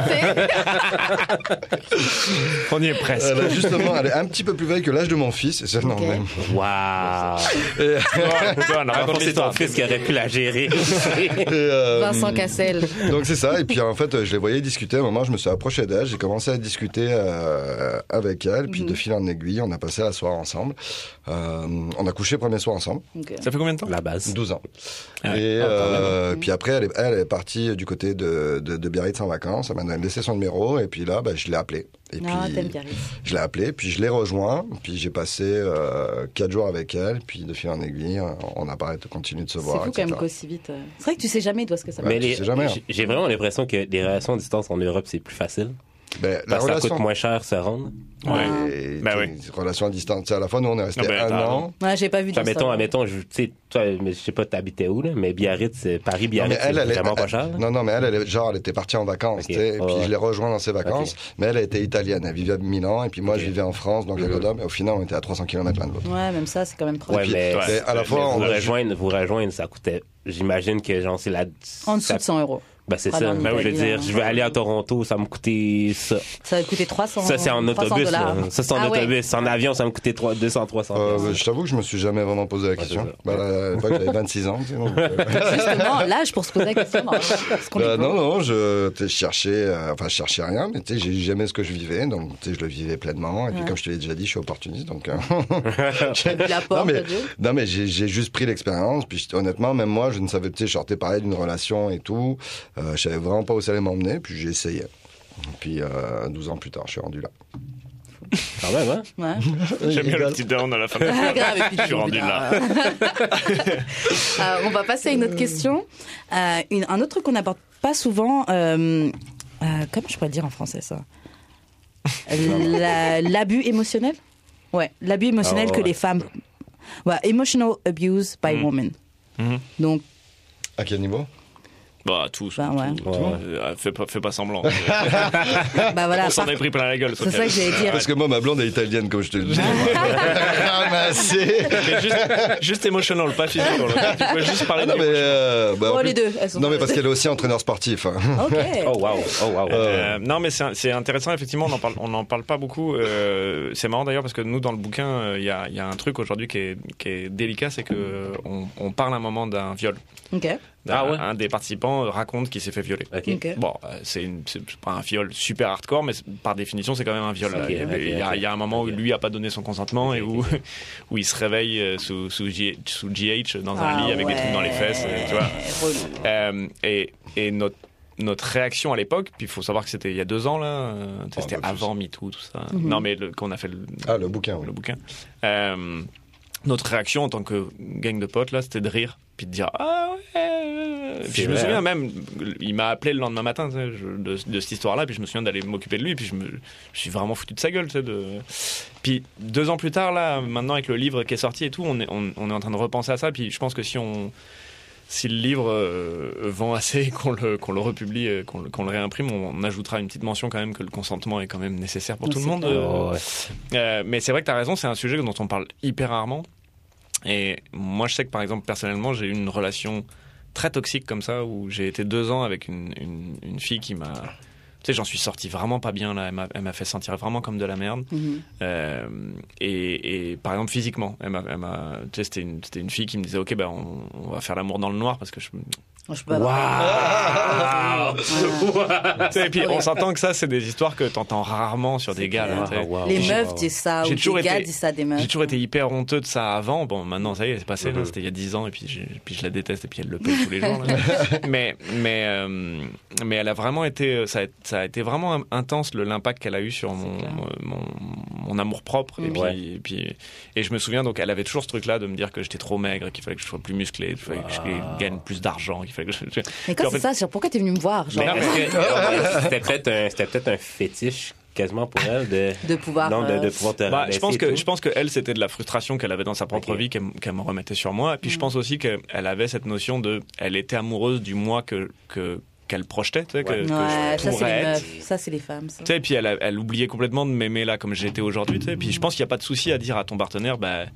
Speaker 3: On y est presque.
Speaker 4: Euh, bah, justement, elle est un petit peu plus vieille que l'âge de mon fils. Et ça, non,
Speaker 2: Ok.
Speaker 4: même.
Speaker 1: Waouh.
Speaker 4: Et-
Speaker 3: Bon,
Speaker 1: Par
Speaker 3: raconte
Speaker 1: contre, c'est ton
Speaker 3: l'histoire.
Speaker 1: fils qui aurait pu la gérer.
Speaker 4: et, euh,
Speaker 2: Vincent Cassel.
Speaker 4: Donc c'est ça. Et puis en fait, je les voyais discuter. À un moment, je me suis approché d'elle. J'ai commencé à discuter euh, avec elle. Puis
Speaker 2: Mhm.
Speaker 4: de fil en aiguille, on a passé la soirée ensemble. Euh, on a couché le premier soir ensemble.
Speaker 2: Ok.
Speaker 3: Ça fait combien de temps
Speaker 1: La base.
Speaker 4: 12 ans.
Speaker 3: Ah ouais.
Speaker 4: Et euh, puis après, elle est, elle est partie du côté de, de, de Biarritz en vacances. Elle m'a laissé son numéro. Et puis là, bah, je l'ai appelé. Et
Speaker 2: Ah,
Speaker 4: puis,
Speaker 2: t'aimes Caris.
Speaker 4: je l'ai appelé, puis je l'ai rejoint, puis j'ai passé euh, quatre jours avec elle, puis de fil en aiguille, on a pas continué de se
Speaker 2: C'est
Speaker 4: voir.
Speaker 2: fou quand même
Speaker 4: etc.
Speaker 2: qu'aussi vite. euh, C'est vrai que tu sais jamais toi ce que ça va.
Speaker 4: Ouais.
Speaker 1: Mais
Speaker 4: tu
Speaker 1: les-
Speaker 4: sais jamais, hein.
Speaker 1: j'ai- j'ai vraiment l'impression que les relations à distance en Europe, c'est plus facile.
Speaker 4: Ben, la
Speaker 1: Parce que ça
Speaker 4: relation,
Speaker 1: coûte moins cher se rendre.
Speaker 3: Ouais.
Speaker 4: et-
Speaker 3: Ben oui.
Speaker 4: une relation à distance. À la fois, nous, on est resté
Speaker 3: Ah ben,
Speaker 4: un
Speaker 3: t'as
Speaker 4: an.
Speaker 3: raison.
Speaker 2: Ouais, j'ai pas vu
Speaker 1: Enfin,
Speaker 2: d'Instagram.
Speaker 1: mettons, admettons, je, tu sais, toi, mais je sais pas, t'habitais où, là, mais Biarritz, euh, Paris, Biarritz, c'est
Speaker 4: est-
Speaker 1: vraiment pas cher. là.
Speaker 4: Non, non, mais elle, elle est- genre, elle était partie en vacances,
Speaker 1: Ok.
Speaker 4: tu sais, et
Speaker 1: Ouais,
Speaker 4: puis
Speaker 1: ouais.
Speaker 4: je l'ai rejoint dans ses vacances, mais elle était italienne, elle vivait à Milan, et puis moi,
Speaker 1: Ok. Mm-hmm.
Speaker 4: je vivais en France, donc à Grenoble, et au final, on était à 300 km l'un de l'autre.
Speaker 2: Ouais, même ça, c'est quand même trop.
Speaker 1: Ouais, mais,
Speaker 4: Et à la
Speaker 1: mais
Speaker 4: fois, on
Speaker 1: vous
Speaker 4: a-
Speaker 1: rejoindre, vous rejoindre, ça coûtait. J'imagine que genre c'est la.
Speaker 2: En dessous de 100 euros.
Speaker 1: Ben, c'est
Speaker 2: Ah,
Speaker 1: ça.
Speaker 2: non,
Speaker 1: Ben,
Speaker 2: mais
Speaker 1: je veux
Speaker 2: oui.
Speaker 1: dire, je vais aller à Toronto, ça me coûtait ça.
Speaker 2: Ça va coûter 300
Speaker 1: Ça c'est en
Speaker 2: 300
Speaker 1: autobus. là.
Speaker 2: dollars.
Speaker 1: Ça c'est en
Speaker 2: Ah ouais.
Speaker 1: autobus. En avion, ça me coûtait 3- 200, 300.
Speaker 4: Euh, je t'avoue que je me suis jamais vraiment posé la question.
Speaker 1: c'est ça.
Speaker 4: Bah, à l'époque, j'avais 26 ans. tu sais, donc, euh,
Speaker 2: Justement, l'âge pour se poser la question. non, parce qu'on
Speaker 4: Bah,
Speaker 2: est gros.
Speaker 4: non, non, je t'sais, je cherchais, euh, enfin, je cherchais rien, mais tu sais, j'ai jamais ce que je vivais, donc tu sais, je le vivais pleinement. Et puis,
Speaker 2: Ouais.
Speaker 4: comme je te l'ai déjà dit, je suis opportuniste, donc. euh,
Speaker 2: La porte,
Speaker 4: mais-
Speaker 2: Dieu.
Speaker 4: non, mais j'ai j'ai juste pris l'expérience. Puis j't- honnêtement, même moi, je ne savais, tu sais, je sortais pareil d'une relation et tout. Euh, je savais vraiment pas où ça allait m'emmener, puis j'ai essayé. Puis euh, 12 ans plus tard, je suis rendu là.
Speaker 1: Quand même, hein?
Speaker 2: Ouais.
Speaker 3: J'aime bien le petit down à la fin.
Speaker 2: Ah, grave, et puis
Speaker 3: Je suis
Speaker 2: tu-
Speaker 3: rendu là.
Speaker 2: Euh, on va passer à une autre question. Euh, une- un autre truc qu'on n'aborde pas souvent. euh, euh, comment je pourrais le dire en français ça La- L'abus émotionnel Ouais, l'abus émotionnel
Speaker 1: Ah ouais,
Speaker 2: que
Speaker 1: ouais.
Speaker 2: les femmes. Ouais, emotional abuse by
Speaker 3: Mhm.
Speaker 2: women.
Speaker 3: Mhm.
Speaker 2: Donc,
Speaker 4: À quel niveau
Speaker 3: Bah, tous.
Speaker 2: Bah, ouais.
Speaker 1: Ouais, ouais.
Speaker 3: Euh, Fais pas, fais pas semblant.
Speaker 2: bah voilà.
Speaker 3: On s'en
Speaker 2: par-
Speaker 3: est pris plein la gueule.
Speaker 2: C'est ça
Speaker 3: Sophia.
Speaker 2: que j'allais dire.
Speaker 4: Parce que moi, ma blonde est italienne, comme je te le dis. Ramassée.
Speaker 3: Mais juste, juste émotionnel, pas physique. pour le coup. Tu peux juste parler
Speaker 4: Ah non, mais.
Speaker 3: d'émotion.
Speaker 4: euh, bah, en
Speaker 2: Oh,
Speaker 4: plus-
Speaker 2: les deux. Elles sont
Speaker 4: Non, mais
Speaker 2: pas-
Speaker 4: parce qu'elle est aussi entraîneur sportif. hein.
Speaker 2: Ok.
Speaker 1: Oh wow, oh wow.
Speaker 3: Euh, non, mais c'est c'est intéressant, effectivement, on n'en parle, on en parle pas beaucoup. Euh, c'est marrant d'ailleurs parce que nous, dans le bouquin, euh, il y, a, il y a un truc aujourd'hui qui est, qui est délicat, c'est que euh, on, on parle à un moment d'un viol.
Speaker 2: Ok.
Speaker 3: D'un-
Speaker 1: Ah ouais.
Speaker 3: Un des participants raconte qu'il s'est fait violer.
Speaker 1: Ok.
Speaker 2: Ok. Eh,
Speaker 3: Bon, euh, c'est une- c'est pas un viol super hardcore, mais c'est- par définition, c'est quand même un viol.
Speaker 1: Ok,
Speaker 3: Euh,
Speaker 1: ok,
Speaker 3: il, y a,
Speaker 1: ok.
Speaker 3: il y a un moment où
Speaker 1: Ok.
Speaker 3: lui a pas donné son consentement et où, où il se réveille euh, sous, sous, G- sous GH dans un lit avec des trucs dans les fesses, euh, tu vois. Euh, et et notre, notre réaction à l'époque, puis il faut savoir que c'était il y a deux ans, là, euh, tu sais,
Speaker 4: Oh,
Speaker 3: c'était
Speaker 4: bah, plus.
Speaker 3: avant MeToo, tout ça.
Speaker 2: Mhm.
Speaker 3: Non, mais le- quand on a fait le,
Speaker 4: Ah, le bouquin, oui.
Speaker 3: le bouquin, euh, notre réaction en tant que gang de potes, là, c'était de rire, puis de dire Ah ouais euh.
Speaker 1: C'est
Speaker 3: Puis je me
Speaker 1: vrai,
Speaker 3: souviens
Speaker 1: hein.
Speaker 3: même, il m'a appelé le lendemain matin tu sais, je- de, de cette histoire-là, puis je me souviens d'aller m'occuper de lui, puis je me je suis vraiment foutu de sa gueule, tu sais, de. Puis deux ans plus tard, là, maintenant avec le livre qui est sorti et tout, on est, on, on est en train de repenser à ça. Puis je pense que si on, si le livre euh, vend assez et qu'on le, qu'on le republie, euh, qu'on le, qu'on le réimprime, on, on ajoutera une petite mention quand même que le consentement est quand même nécessaire pour
Speaker 2: Oui,
Speaker 3: tout le
Speaker 2: c'est
Speaker 3: monde.
Speaker 2: clair.
Speaker 3: Euh,
Speaker 1: Oh, ouais.
Speaker 3: euh, mais c'est vrai que tu as raison, c'est un sujet dont on parle hyper rarement. Et moi, je sais que par exemple, personnellement, j'ai eu une relation très toxique comme ça, où j'ai été deux ans avec une, une- une fille qui m'a. Tu sais, j'en suis sorti vraiment pas bien là, Elle m'a- elle m'a fait sentir vraiment comme de la merde.
Speaker 2: Mhm.
Speaker 3: Euh, et, et par exemple, physiquement, elle m'a- elle m'a- tu sais, c'était une, c'était une fille qui me disait Ok, ben on, on va faire l'amour dans le noir parce que je.
Speaker 2: Je peux pas. bah.
Speaker 1: Wow!
Speaker 3: Tu sais, et puis on s'entend que ça, c'est des histoires que t'entends rarement sur des gars. là, tu sais.
Speaker 1: Oh, Wow, wow,
Speaker 2: Les
Speaker 1: wow.
Speaker 2: meufs disent ça,
Speaker 3: J'ai
Speaker 2: ou
Speaker 3: toujours
Speaker 2: les gars
Speaker 3: été-
Speaker 2: disent ça des meufs.
Speaker 3: J'ai toujours été hyper honteux de ça avant. Bon, maintenant, ça y est, c'est passé. là.
Speaker 1: Mhm.
Speaker 3: C'était il y a 10 ans, et puis, j'ai- puis je la déteste, et puis elle le paye tous les jours. là. mais, mais, euh, mais elle a vraiment été. euh, Ça a, ça a été vraiment intense le- l'impact qu'elle a eu sur mon,
Speaker 2: clair. Mm-hmm.
Speaker 3: mon, amour propre. Et,
Speaker 1: Mhm.
Speaker 3: puis,
Speaker 1: Ouais.
Speaker 3: et, puis- et je me souviens, donc, elle avait toujours ce truc-là de me dire que j'étais trop maigre, qu'il fallait que je sois plus musclé, qu'il fallait que je
Speaker 1: Wow.
Speaker 3: gagne plus d'argent, qu'il fallait que je.
Speaker 2: Mais quand
Speaker 3: en
Speaker 2: c'est
Speaker 3: fait-
Speaker 1: oh,
Speaker 2: ça, genre, pourquoi t'es venu me voir genre
Speaker 1: Mais est-ce que- C'était peut-être un, c'était peut-être un fétiche quasiment pour elle de,
Speaker 2: de pouvoir.
Speaker 1: non, de,
Speaker 2: euh,
Speaker 1: de pouvoir te
Speaker 3: Bah,
Speaker 1: rabaisser
Speaker 3: je pense
Speaker 1: et
Speaker 3: que
Speaker 1: tout.
Speaker 3: je pense que elle c'était de la frustration qu'elle avait dans sa propre
Speaker 1: Ok. Mm.
Speaker 3: vie qu'elle qu'elle me remettait sur moi. Et puis je pense aussi qu'elle avait cette notion de, elle était amoureuse du moi que que qu'elle projetait, tu sais, que,
Speaker 1: Ouais.
Speaker 3: que
Speaker 2: Ouais, ça
Speaker 3: je
Speaker 2: c'est
Speaker 3: pourrais
Speaker 2: les
Speaker 3: être.
Speaker 2: meufs, ça c'est les femmes. ça.
Speaker 3: Tu sais, et puis elle, a- elle oubliait complètement de m'aimer là comme j'étais aujourd'hui. tu sais. Et puis je pense qu'il n'y a pas de souci à dire à ton partenaire, bah, tu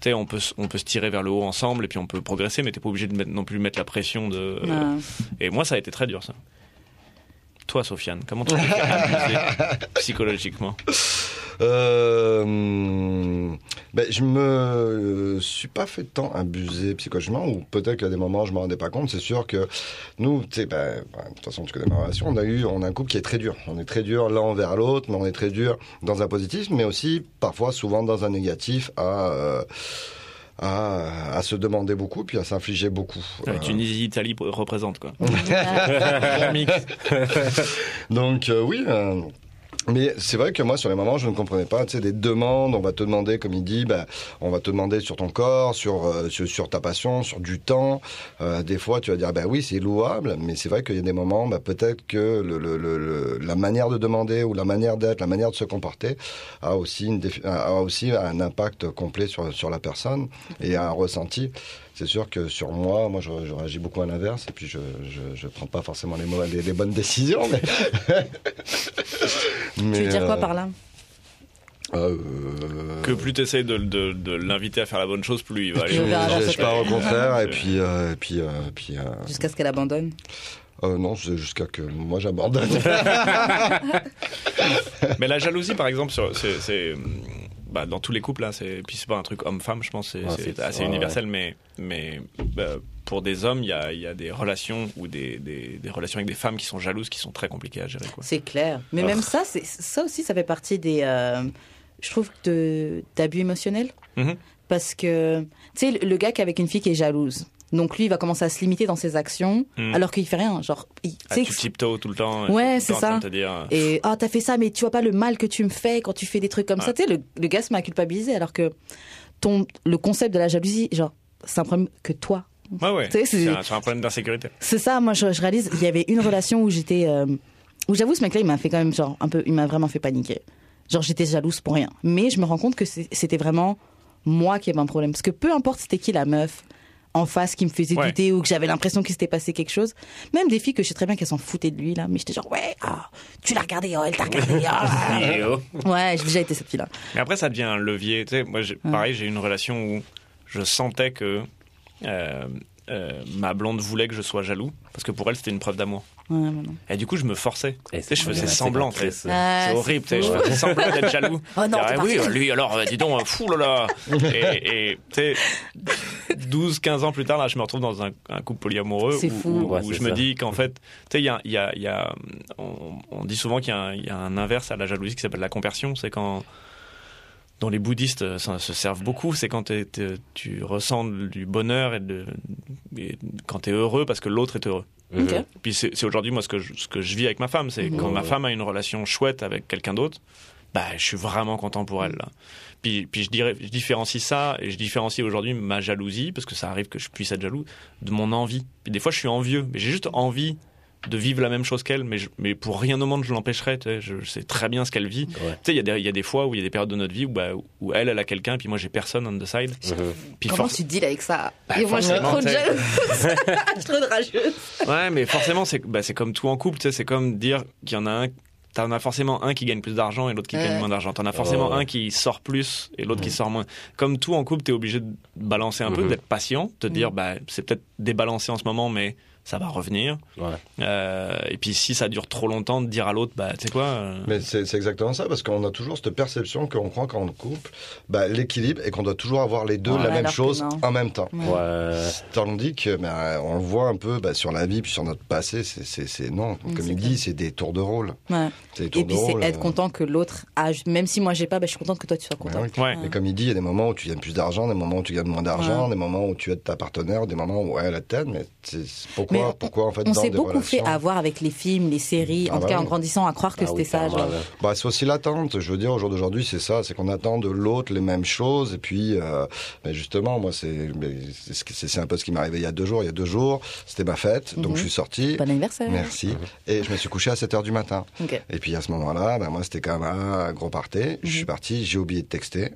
Speaker 3: sais, on peut, s- on peut se tirer vers le haut ensemble et puis on peut progresser, mais t'es pas obligé de mettre, non plus mettre la pression de. euh,
Speaker 2: Ouais.
Speaker 3: Et moi, ça a été très dur ça. Toi, Sofiane, comment tu t'es fait abuser psychologiquement
Speaker 4: Euh, ben, je me euh, suis pas fait tant abuser psychologiquement, ou peut-être qu'à des moments je m'en rendais pas compte. C'est sûr que nous, tu sais, ben, ben, de toute façon, tu connais ma relation, on a eu, on a un couple qui est très dur. On est très dur l'un envers l'autre, mais on est très dur dans un positif, mais aussi parfois, souvent dans un négatif à, euh, à, à se demander beaucoup, puis à s'infliger beaucoup.
Speaker 3: Ouais,
Speaker 4: Euh,
Speaker 3: Tunisie-Italie pour- représente quoi.
Speaker 4: Donc euh, oui. euh, mais c'est vrai que moi, sur les moments, je ne comprenais pas, tu sais, des demandes, on va te demander, comme il dit, bah, on va te demander sur ton corps, sur, euh, sur, sur ta passion, sur du temps. Euh, des fois, tu vas dire, bah oui, c'est louable, mais c'est vrai qu'il y a des moments, bah, peut-être que le, le- le- le- la manière de demander ou la manière d'être, la manière de se comporter a aussi, une défi- a aussi un impact complet sur, sur la personne et a un ressenti. C'est sûr que sur moi, moi, je, je réagis beaucoup à l'inverse et puis je je, je prends pas forcément les, mauvais- les, les bonnes décisions. Mais...
Speaker 2: Tu veux
Speaker 4: Mais,
Speaker 2: dire quoi
Speaker 4: euh,
Speaker 2: par là
Speaker 4: euh,
Speaker 3: Que plus t'essayes de, de- de l'inviter à faire la bonne chose, plus il va aller.
Speaker 2: Je
Speaker 4: je,
Speaker 2: verrai
Speaker 4: je-
Speaker 2: la
Speaker 4: je pars au contraire et
Speaker 3: C'est-
Speaker 4: puis euh, et puis euh, et puis euh,
Speaker 2: Jusqu'à ce qu'elle abandonne.
Speaker 4: euh, non c'est jusqu'à que moi j'abandonne.
Speaker 3: Mais la jalousie, par exemple, sur- c'est, c'est, bah, dans tous les couples, là, c'est, puis c'est pas un truc homme-femme, je pense, c'est,
Speaker 2: Ah,
Speaker 4: Ouais,
Speaker 3: c'est
Speaker 4: c'est-
Speaker 3: assez
Speaker 4: ouais,
Speaker 3: universel, mais, mais bah, pour des hommes, il y a, il y a des relations ou des, des, des relations avec des femmes qui sont jalouses, qui sont très compliquées à gérer. Quoi.
Speaker 2: C'est clair. Mais
Speaker 3: Ah.
Speaker 2: même ça, c'est ça aussi, ça fait partie des, euh, je trouve, de- d'abus émotionnels.
Speaker 3: Mhm.
Speaker 2: Parce que, tu sais, le, le gars qui est avec une fille qui est jalouse, donc lui, il va commencer à se limiter dans ses actions,
Speaker 3: Mhm.
Speaker 2: alors qu'il fait rien. Genre, il- tu
Speaker 3: Ah,
Speaker 2: sais,
Speaker 3: tu tiptoes tout le temps.
Speaker 2: Ouais,
Speaker 3: tout le
Speaker 2: c'est
Speaker 3: temps en train
Speaker 2: ça.
Speaker 3: de te dire,
Speaker 2: et ah, t'as fait ça, mais tu vois pas le mal que tu me fais quand tu fais des trucs comme
Speaker 3: Ouais.
Speaker 2: ça. Tu sais, le, le gars se met à culpabiliser, alors que ton, le concept de la jalousie, genre, c'est un problème que toi,
Speaker 3: Ouais, ouais.
Speaker 2: Tu sais, c'est-
Speaker 3: C'est un, c'est un problème d'insécurité.
Speaker 2: C'est ça, moi je, je réalise, il y avait une relation où j'étais. euh, où j'avoue, ce mec-là, il m'a fait quand même, genre, un peu. Il m'a vraiment fait paniquer. Genre, j'étais jalouse pour rien. Mais je me rends compte que c'est- c'était vraiment moi qui avais un problème. Parce que peu importe c'était qui la meuf en face qui me faisait
Speaker 3: Ouais.
Speaker 2: douter ou que j'avais l'impression qu'il s'était passé quelque chose, même des filles que je sais très bien qu'elles s'en foutaient de lui, là, mais j'étais genre, ouais, ah, tu l'as regardé, oh, elle t'a regardé, ah.
Speaker 3: Eh oh.
Speaker 2: Ouais, j'ai déjà été cette fille-là.
Speaker 3: Mais après, ça devient un levier. Tu sais, moi, j'ai- pareil, j'ai eu une relation où je sentais que euh, euh, ma blonde voulait que je sois jaloux, parce que pour elle, c'était une preuve d'amour.
Speaker 2: Ouais, mais non.
Speaker 3: Et du coup, je me forçais.
Speaker 1: Et
Speaker 3: Tu sais, je
Speaker 1: Eh, c'est-
Speaker 3: faisais
Speaker 1: c'est
Speaker 3: semblant,
Speaker 1: très-
Speaker 3: tu sais.
Speaker 2: Ah,
Speaker 3: C'est horrible, tu sais, je
Speaker 2: fou.
Speaker 3: faisais semblant d'être jaloux.
Speaker 2: Oh non,
Speaker 3: Ah
Speaker 2: t'es
Speaker 3: oui,
Speaker 2: parti.
Speaker 3: lui, alors, euh, dis donc, euh, fou là là. Et, et, tu sais, 12, 15 ans plus tard, là, je me retrouve dans un, un couple polyamoureux
Speaker 2: C'est
Speaker 3: où,
Speaker 2: fou.
Speaker 3: où-
Speaker 1: Ouais,
Speaker 3: où
Speaker 1: c'est
Speaker 3: je me
Speaker 1: ça.
Speaker 3: dis qu'en fait, tu sais, il y a, il y a- il y a- on, on dit souvent qu'il y a, un- il y a un inverse à la jalousie qui s'appelle la compersion. C'est quand dont les bouddhistes euh, s'en- se servent beaucoup, c'est quand t'es- t'es- tu ressens du bonheur et, de, et quand tu es heureux parce que l'autre est heureux.
Speaker 1: Mhm.
Speaker 2: Ok.
Speaker 3: Puis c'est c'est aujourd'hui, moi, ce que, je, ce que je vis avec ma femme. C'est
Speaker 2: Mhm.
Speaker 3: quand ma
Speaker 1: Ouais.
Speaker 3: femme a une relation chouette avec quelqu'un d'autre, bah, je suis vraiment content pour elle. Là. Puis, puis je, dirais, je différencie ça, et je différencie aujourd'hui ma jalousie, parce que ça arrive que je puisse être jaloux, de mon envie. Puis des fois, je suis envieux, mais j'ai juste envie de vivre la même chose qu'elle, mais, je- mais pour rien au monde, je l'empêcherais. tu sais. Je, je sais très bien ce qu'elle vit. Tu
Speaker 1: Ouais.
Speaker 3: sais, il y, a des- il y a des fois où il y a des périodes de notre vie où, bah, où elle, elle a quelqu'un, puis moi, j'ai personne on the side.
Speaker 1: Mhm.
Speaker 3: Puis
Speaker 2: Comment
Speaker 3: forc- Bah,
Speaker 2: tu deals avec ça Et moi, je suis
Speaker 3: forcément,
Speaker 2: trop
Speaker 3: t'sais.
Speaker 2: jalouse. Je suis trop rageuse.
Speaker 3: Ouais, mais forcément, c'est bah, c'est comme tout en couple, tu sais, c'est comme dire qu'il y en a un. T'en as forcément un qui gagne plus d'argent et l'autre qui
Speaker 2: Ouais.
Speaker 3: gagne moins d'argent. T'en as forcément
Speaker 1: Oh.
Speaker 3: un qui sort plus et l'autre qui sort moins. Comme tout en couple, t'es obligé de balancer un peu,
Speaker 1: Mhm.
Speaker 3: d'être patient, te dire,
Speaker 2: Mhm.
Speaker 3: bah, c'est peut-être débalancé en ce moment, mais ça va revenir.
Speaker 1: Ouais.
Speaker 3: Euh, et puis si ça dure trop longtemps, de dire à l'autre, bah, tu sais quoi, euh,
Speaker 4: Mais c'est c'est exactement ça, parce qu'on a toujours cette perception qu'on croit quand on couple bah, l'équilibre et qu'on doit toujours avoir les deux
Speaker 1: Ouais,
Speaker 4: la même
Speaker 2: alors que
Speaker 4: chose
Speaker 2: non.
Speaker 4: en même temps. Euh,
Speaker 1: Ouais.
Speaker 4: Tandis que bah, on le voit un peu bah, sur la vie puis sur notre passé, c'est- c'est c'est- non,
Speaker 2: Mm,
Speaker 4: comme
Speaker 2: c'est
Speaker 4: il
Speaker 2: clair.
Speaker 4: dit, c'est des tours de rôle.
Speaker 2: Ouais.
Speaker 4: C'est des tours
Speaker 2: Et puis
Speaker 4: de
Speaker 2: c'est
Speaker 4: rôle,
Speaker 2: être
Speaker 4: euh,
Speaker 2: content que l'autre a, même si moi j'ai pas, bah, je suis contente que toi tu sois
Speaker 4: bah
Speaker 2: content.
Speaker 4: oui.
Speaker 3: ouais.
Speaker 4: Mais comme il dit, il y a des moments où tu gagnes plus d'argent, des moments où tu gagnes moins d'argent, des moments où tu aides ta partenaire, des moments où elle a tête, mais c'est c'est beaucoup pourquoi,
Speaker 2: Mais on-
Speaker 4: pourquoi en fait
Speaker 2: On
Speaker 4: dans
Speaker 2: s'est
Speaker 4: des
Speaker 2: beaucoup fait
Speaker 4: relations.
Speaker 2: avoir avec les films, les séries, en
Speaker 4: Ah
Speaker 2: tout
Speaker 4: bah
Speaker 2: cas en
Speaker 4: oui.
Speaker 2: grandissant, à croire que
Speaker 1: Ah oui,
Speaker 2: c'était ça.
Speaker 1: clairement,
Speaker 2: genre.
Speaker 1: là.
Speaker 4: Bah, c'est aussi l'attente. Je veux dire, au jour d'aujourd'hui, c'est ça, c'est qu'on attend de l'autre les mêmes choses. Et puis, euh, mais justement, moi, c'est mais c'est ce qui- c'est- c'est un peu ce qui m'est arrivé il y a deux jours. Il y a deux jours, c'était ma fête, donc
Speaker 2: Mhm.
Speaker 4: je suis sorti.
Speaker 2: Bon anniversaire.
Speaker 4: Merci. Et je me suis couché à 7 heures du matin.
Speaker 2: Ok.
Speaker 4: Et puis à ce moment-là, bah, moi, c'était quand même un gros party. Je
Speaker 2: Mhm.
Speaker 4: suis parti, j'ai oublié de texter.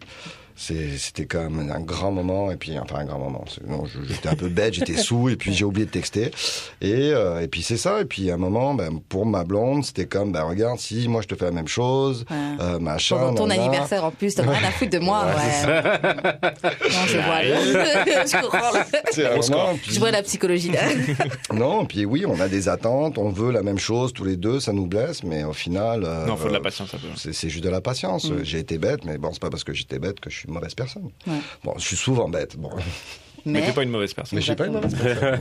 Speaker 4: C'est- C'était quand même un grand moment, et puis enfin un grand moment. C'est- non, je- J'étais un peu bête, j'étais sous, et puis j'ai oublié de texter. Et, euh, et puis c'est ça, et puis à un moment, ben, pour ma blonde, c'était comme, ben, regarde, si moi je te fais la même chose,
Speaker 2: Ouais.
Speaker 4: euh, machin.
Speaker 2: Pendant ton
Speaker 4: nanana.
Speaker 2: anniversaire en plus, t'as rien à foutre de moi. Ouais. Non, je vois. le- je comprends.
Speaker 4: C'est un moment, puis-
Speaker 2: Je vois la psychologie là.
Speaker 4: Non, puis oui, on a des attentes, on veut la même chose tous les deux, ça nous blesse, mais au final. euh,
Speaker 3: Non, faut de la
Speaker 4: euh,
Speaker 3: patience un peu.
Speaker 4: C'est c'est juste de la patience.
Speaker 2: Mm.
Speaker 4: J'ai été bête, mais bon, c'est pas parce que j'étais bête que je suis une mauvaise personne.
Speaker 2: Ouais.
Speaker 4: Bon, je suis souvent bête. Bon,
Speaker 3: Mais,
Speaker 2: Mais
Speaker 3: t'es pas une mauvaise personne.
Speaker 4: mais j'ai pas une mauvaise personne.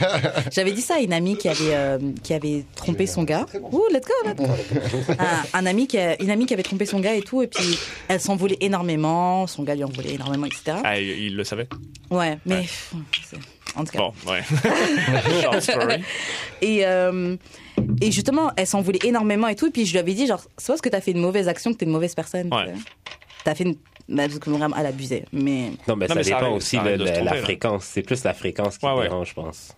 Speaker 2: j'avais dit ça à une amie qui avait, euh, qui avait trompé son gars. Ouh, let's go, let's go. un, un ami qui a- une amie qui avait trompé son gars et tout, et puis elle s'en voulait énormément, son gars lui en voulait énormément, etc.
Speaker 3: Ah, il, il le savait.
Speaker 2: Ouais, mais pff, c'est- en tout cas.
Speaker 3: Bon, ouais. Short story.
Speaker 2: Et, euh, et justement, elle s'en voulait énormément et tout. Et puis je lui avais dit, genre, c'est parce que t'as fait une mauvaise action que t'es une mauvaise personne.
Speaker 3: Ouais.
Speaker 2: T'as fait une. bah, parce que vraiment, elle abusait. Mais
Speaker 1: Non, mais ça
Speaker 3: Non, mais ça
Speaker 1: dépend
Speaker 3: arrive,
Speaker 1: aussi
Speaker 3: ça
Speaker 1: le-
Speaker 3: arrive de se
Speaker 1: le- la
Speaker 3: tromper, là.
Speaker 1: fréquence. C'est plus la fréquence qui
Speaker 3: Ouais, ouais.
Speaker 1: dérange, je pense.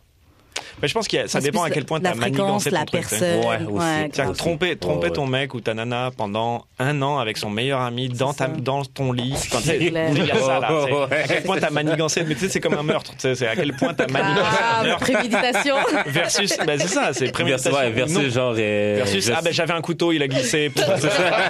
Speaker 3: Mais je pense que ça
Speaker 2: C'est
Speaker 3: dépend à
Speaker 2: plus
Speaker 3: quel point
Speaker 2: la
Speaker 3: t'as
Speaker 2: fréquence,
Speaker 3: manigancé ton
Speaker 2: la
Speaker 3: truc, t'sais.
Speaker 2: personne.
Speaker 1: Ouais, aussi.
Speaker 2: ouais,
Speaker 1: Tiens,
Speaker 2: grave.
Speaker 3: C'est-à-dire que tromper, tromper
Speaker 1: Oh, Ouais, ouais.
Speaker 3: ton mec ou ta nana pendant un an avec son meilleur ami dans,
Speaker 2: ça.
Speaker 3: ta, dans ton lit. Quand
Speaker 1: C'est
Speaker 3: il y
Speaker 2: clair.
Speaker 3: a ça, là, t'sais.
Speaker 1: Ouais.
Speaker 3: À quel point t'as manigancé. Mais tu sais, c'est comme un meurtre. tu sais, C'est à quel point t'as manigancé
Speaker 2: Ah,
Speaker 3: un meurtre
Speaker 2: préméditation.
Speaker 3: versus. Bah, c'est ça, c'est
Speaker 1: Versus,
Speaker 3: préméditation.
Speaker 1: ouais, versus
Speaker 3: Non.
Speaker 1: genre. euh,
Speaker 3: Versus,
Speaker 1: je-
Speaker 3: ah ben j'avais un couteau, il a glissé. Puis-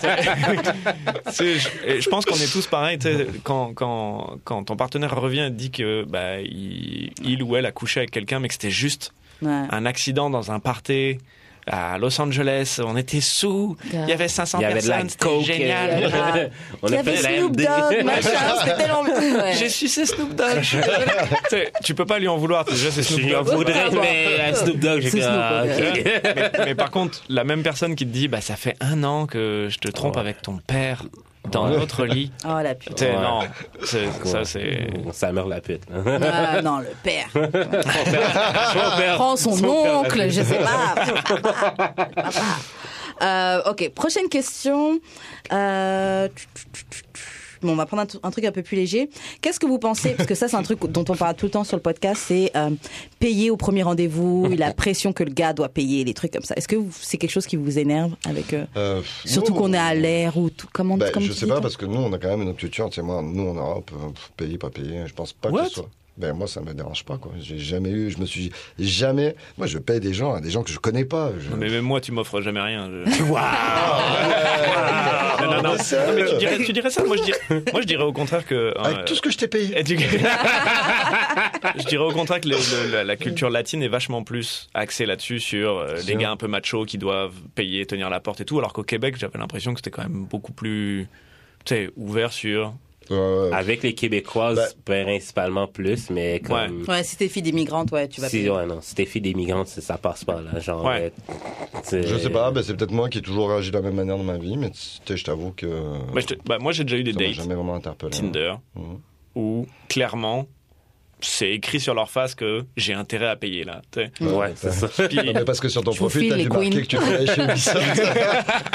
Speaker 3: Tu sais, je, et je pense qu'on est tous pareils. tu sais, Quand, quand, quand ton partenaire revient et te dit que bah, il, il ou elle a couché avec quelqu'un, mais que c'était juste
Speaker 2: Ouais.
Speaker 3: un accident dans un party à Los Angeles, on était sous, il y avait 500
Speaker 1: il y avait de la
Speaker 3: personnes,
Speaker 1: coke.
Speaker 3: c'était génial.
Speaker 1: euh, On
Speaker 2: Il y
Speaker 1: a
Speaker 2: avait
Speaker 1: fait la
Speaker 2: Snoop
Speaker 1: MD.
Speaker 2: Dogg, machin, c'était tellement. Ouais.
Speaker 3: J'ai sucé Snoop Dogg. Tu sais, tu peux pas lui en vouloir, déjà c'est Snoop
Speaker 1: Je en
Speaker 3: Dogg.
Speaker 1: voudrais, mais à Snoop Dogg, j'ai
Speaker 2: C'est
Speaker 1: fait,
Speaker 2: Snoop,
Speaker 1: ah,
Speaker 2: ouais.
Speaker 1: ok.
Speaker 3: Mais, mais par contre, la même personne qui te dit, bah ça fait un an que je te trompe
Speaker 1: Ouais.
Speaker 3: avec ton père dans notre lit.
Speaker 2: Oh la putain.
Speaker 3: T'sais,
Speaker 1: Ouais.
Speaker 3: Non, c'est- ça c'est.
Speaker 1: Ça meurt la pute. hein. là.
Speaker 2: Ah, non, le père.
Speaker 1: Son père-
Speaker 2: Prends son,
Speaker 1: père, la
Speaker 2: oncle, je sais pas. Euh, ok, prochaine question. Euh, Bon, on va prendre un, tru- un truc un peu plus léger. Qu'est-ce que vous pensez Parce que ça, c'est un truc dont on parle tout le temps sur le podcast, c'est euh, payer au premier rendez-vous, la pression que le gars doit payer, les trucs comme ça. Est-ce que vous- c'est quelque chose qui vous énerve avec eux
Speaker 4: Euh,
Speaker 2: Surtout
Speaker 4: nous,
Speaker 2: qu'on est à l'air ou tout. Comment
Speaker 4: Ben,
Speaker 2: comment
Speaker 4: je
Speaker 2: tu
Speaker 4: sais
Speaker 2: dis,
Speaker 4: pas,
Speaker 2: toi
Speaker 4: parce que nous, on a quand même notre culture. Tu sais, moi, nous, en Europe, euh, pff, payer, pas payer, je pense pas que
Speaker 3: What
Speaker 4: ce soit. Ben, moi, ça me dérange pas, quoi. J'ai jamais eu, je me suis jamais. Moi, je paye des gens, à des gens que je connais pas. Je-
Speaker 3: Non, Mais même moi, tu m'offres jamais rien. je-
Speaker 4: Ah,
Speaker 3: Non, non, non.
Speaker 4: mais sérieux.
Speaker 3: Non, mais tu, dirais, tu dirais ça Moi je, dirais, moi, je dirais au contraire que. euh,
Speaker 4: Avec tout ce que je t'ai payé.
Speaker 3: et tu- je dirais au contraire que le- le- la, la culture latine est vachement plus axée là-dessus sur euh, les
Speaker 4: Sûr.
Speaker 3: gars un peu machos qui doivent payer, tenir la porte et tout. Alors qu'au Québec, j'avais l'impression que c'était quand même beaucoup plus tu sais, ouvert sur.
Speaker 4: Euh,
Speaker 1: Avec les Québécoises,
Speaker 2: Ben-
Speaker 1: principalement plus, mais comme.
Speaker 2: Ouais, si t'es fille d'immigrante, ouais, tu vas
Speaker 1: Si,
Speaker 2: payer.
Speaker 1: ouais, non, si t'es fille des migrants, c'est- ça passe pas, là. Genre.
Speaker 3: Ouais.
Speaker 1: euh, c'est-
Speaker 4: je sais pas, ben, c'est peut-être moi qui ai toujours réagi de la même manière dans ma vie, mais tu sais, je t'avoue que.
Speaker 3: Bah, je te- bah, moi, j'ai déjà eu des
Speaker 4: ça m'a
Speaker 3: dates
Speaker 4: jamais vraiment interpellé.
Speaker 3: Tinder
Speaker 4: Mhm.
Speaker 3: où clairement c'est écrit sur leur face que j'ai intérêt à payer là. tu sais.
Speaker 1: Ouais, c'est ça.
Speaker 3: Puis-
Speaker 4: Non, mais parce que sur ton
Speaker 2: Je vous
Speaker 4: profil,
Speaker 2: file
Speaker 4: t'as
Speaker 2: les
Speaker 4: dû marquer
Speaker 2: queens.
Speaker 4: que tu travailles chez Ubisoft.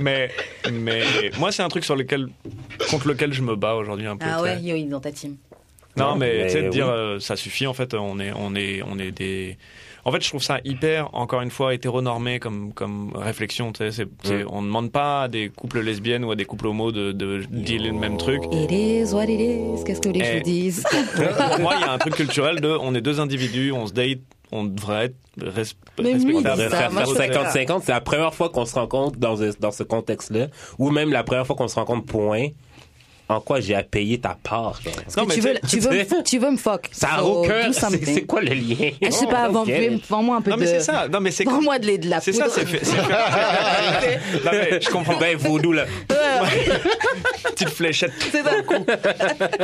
Speaker 3: mais, mais moi, c'est un truc sur lequel, contre lequel je me bats aujourd'hui un peu.
Speaker 2: Ah
Speaker 3: tu sais.
Speaker 2: ouais, yo, il est dans ta team.
Speaker 3: Non, mais
Speaker 1: Mais
Speaker 3: tu sais, de
Speaker 1: oui.
Speaker 3: dire euh, ça suffit, en fait, on est, on, est, on est des. En fait, je trouve ça hyper, encore une fois, hétéronormé comme, comme réflexion. tu sais, c'est- c'est- On ne demande pas à des couples lesbiennes ou à des couples homos de, de dealer le même truc.
Speaker 2: It is what it is. Qu'est-ce que les
Speaker 3: Oh. Eh.
Speaker 2: vous disent
Speaker 3: Pour moi, il y a un truc culturel de on est deux individus, on se date, on devrait être resp-
Speaker 2: Mais lui, il
Speaker 1: On
Speaker 2: Ça,
Speaker 3: respectable.
Speaker 1: devrait
Speaker 2: ça,
Speaker 1: faire
Speaker 2: moi,
Speaker 1: faire
Speaker 2: je trouve ça.
Speaker 1: 50-50. C'est la première fois qu'on se rencontre dans ce, dans ce contexte-là, ou même la première fois qu'on se rencontre, point. En quoi j'ai à payer ta part? genre.
Speaker 3: Non, mais
Speaker 2: tu, veux, tu,
Speaker 3: tu-
Speaker 2: veux, tu veux me fuck.
Speaker 1: Ça n'a
Speaker 2: So,
Speaker 1: aucun.
Speaker 2: do
Speaker 1: C'est
Speaker 2: something.
Speaker 1: c'est quoi le lien?
Speaker 2: Ah, Je sais pas,
Speaker 1: Ok.
Speaker 2: vends- vends-moi un peu
Speaker 3: Non,
Speaker 2: de.
Speaker 3: mais c'est ça. Non, mais c'est
Speaker 2: Vends-moi de, lait- de la
Speaker 3: C'est ça,
Speaker 2: poudre.
Speaker 3: c'est fait. c'est fait- Non, mais je comprends.
Speaker 1: Ben, vaudou, là.
Speaker 2: Ouais,
Speaker 3: Petite fléchette.
Speaker 2: c'est ça.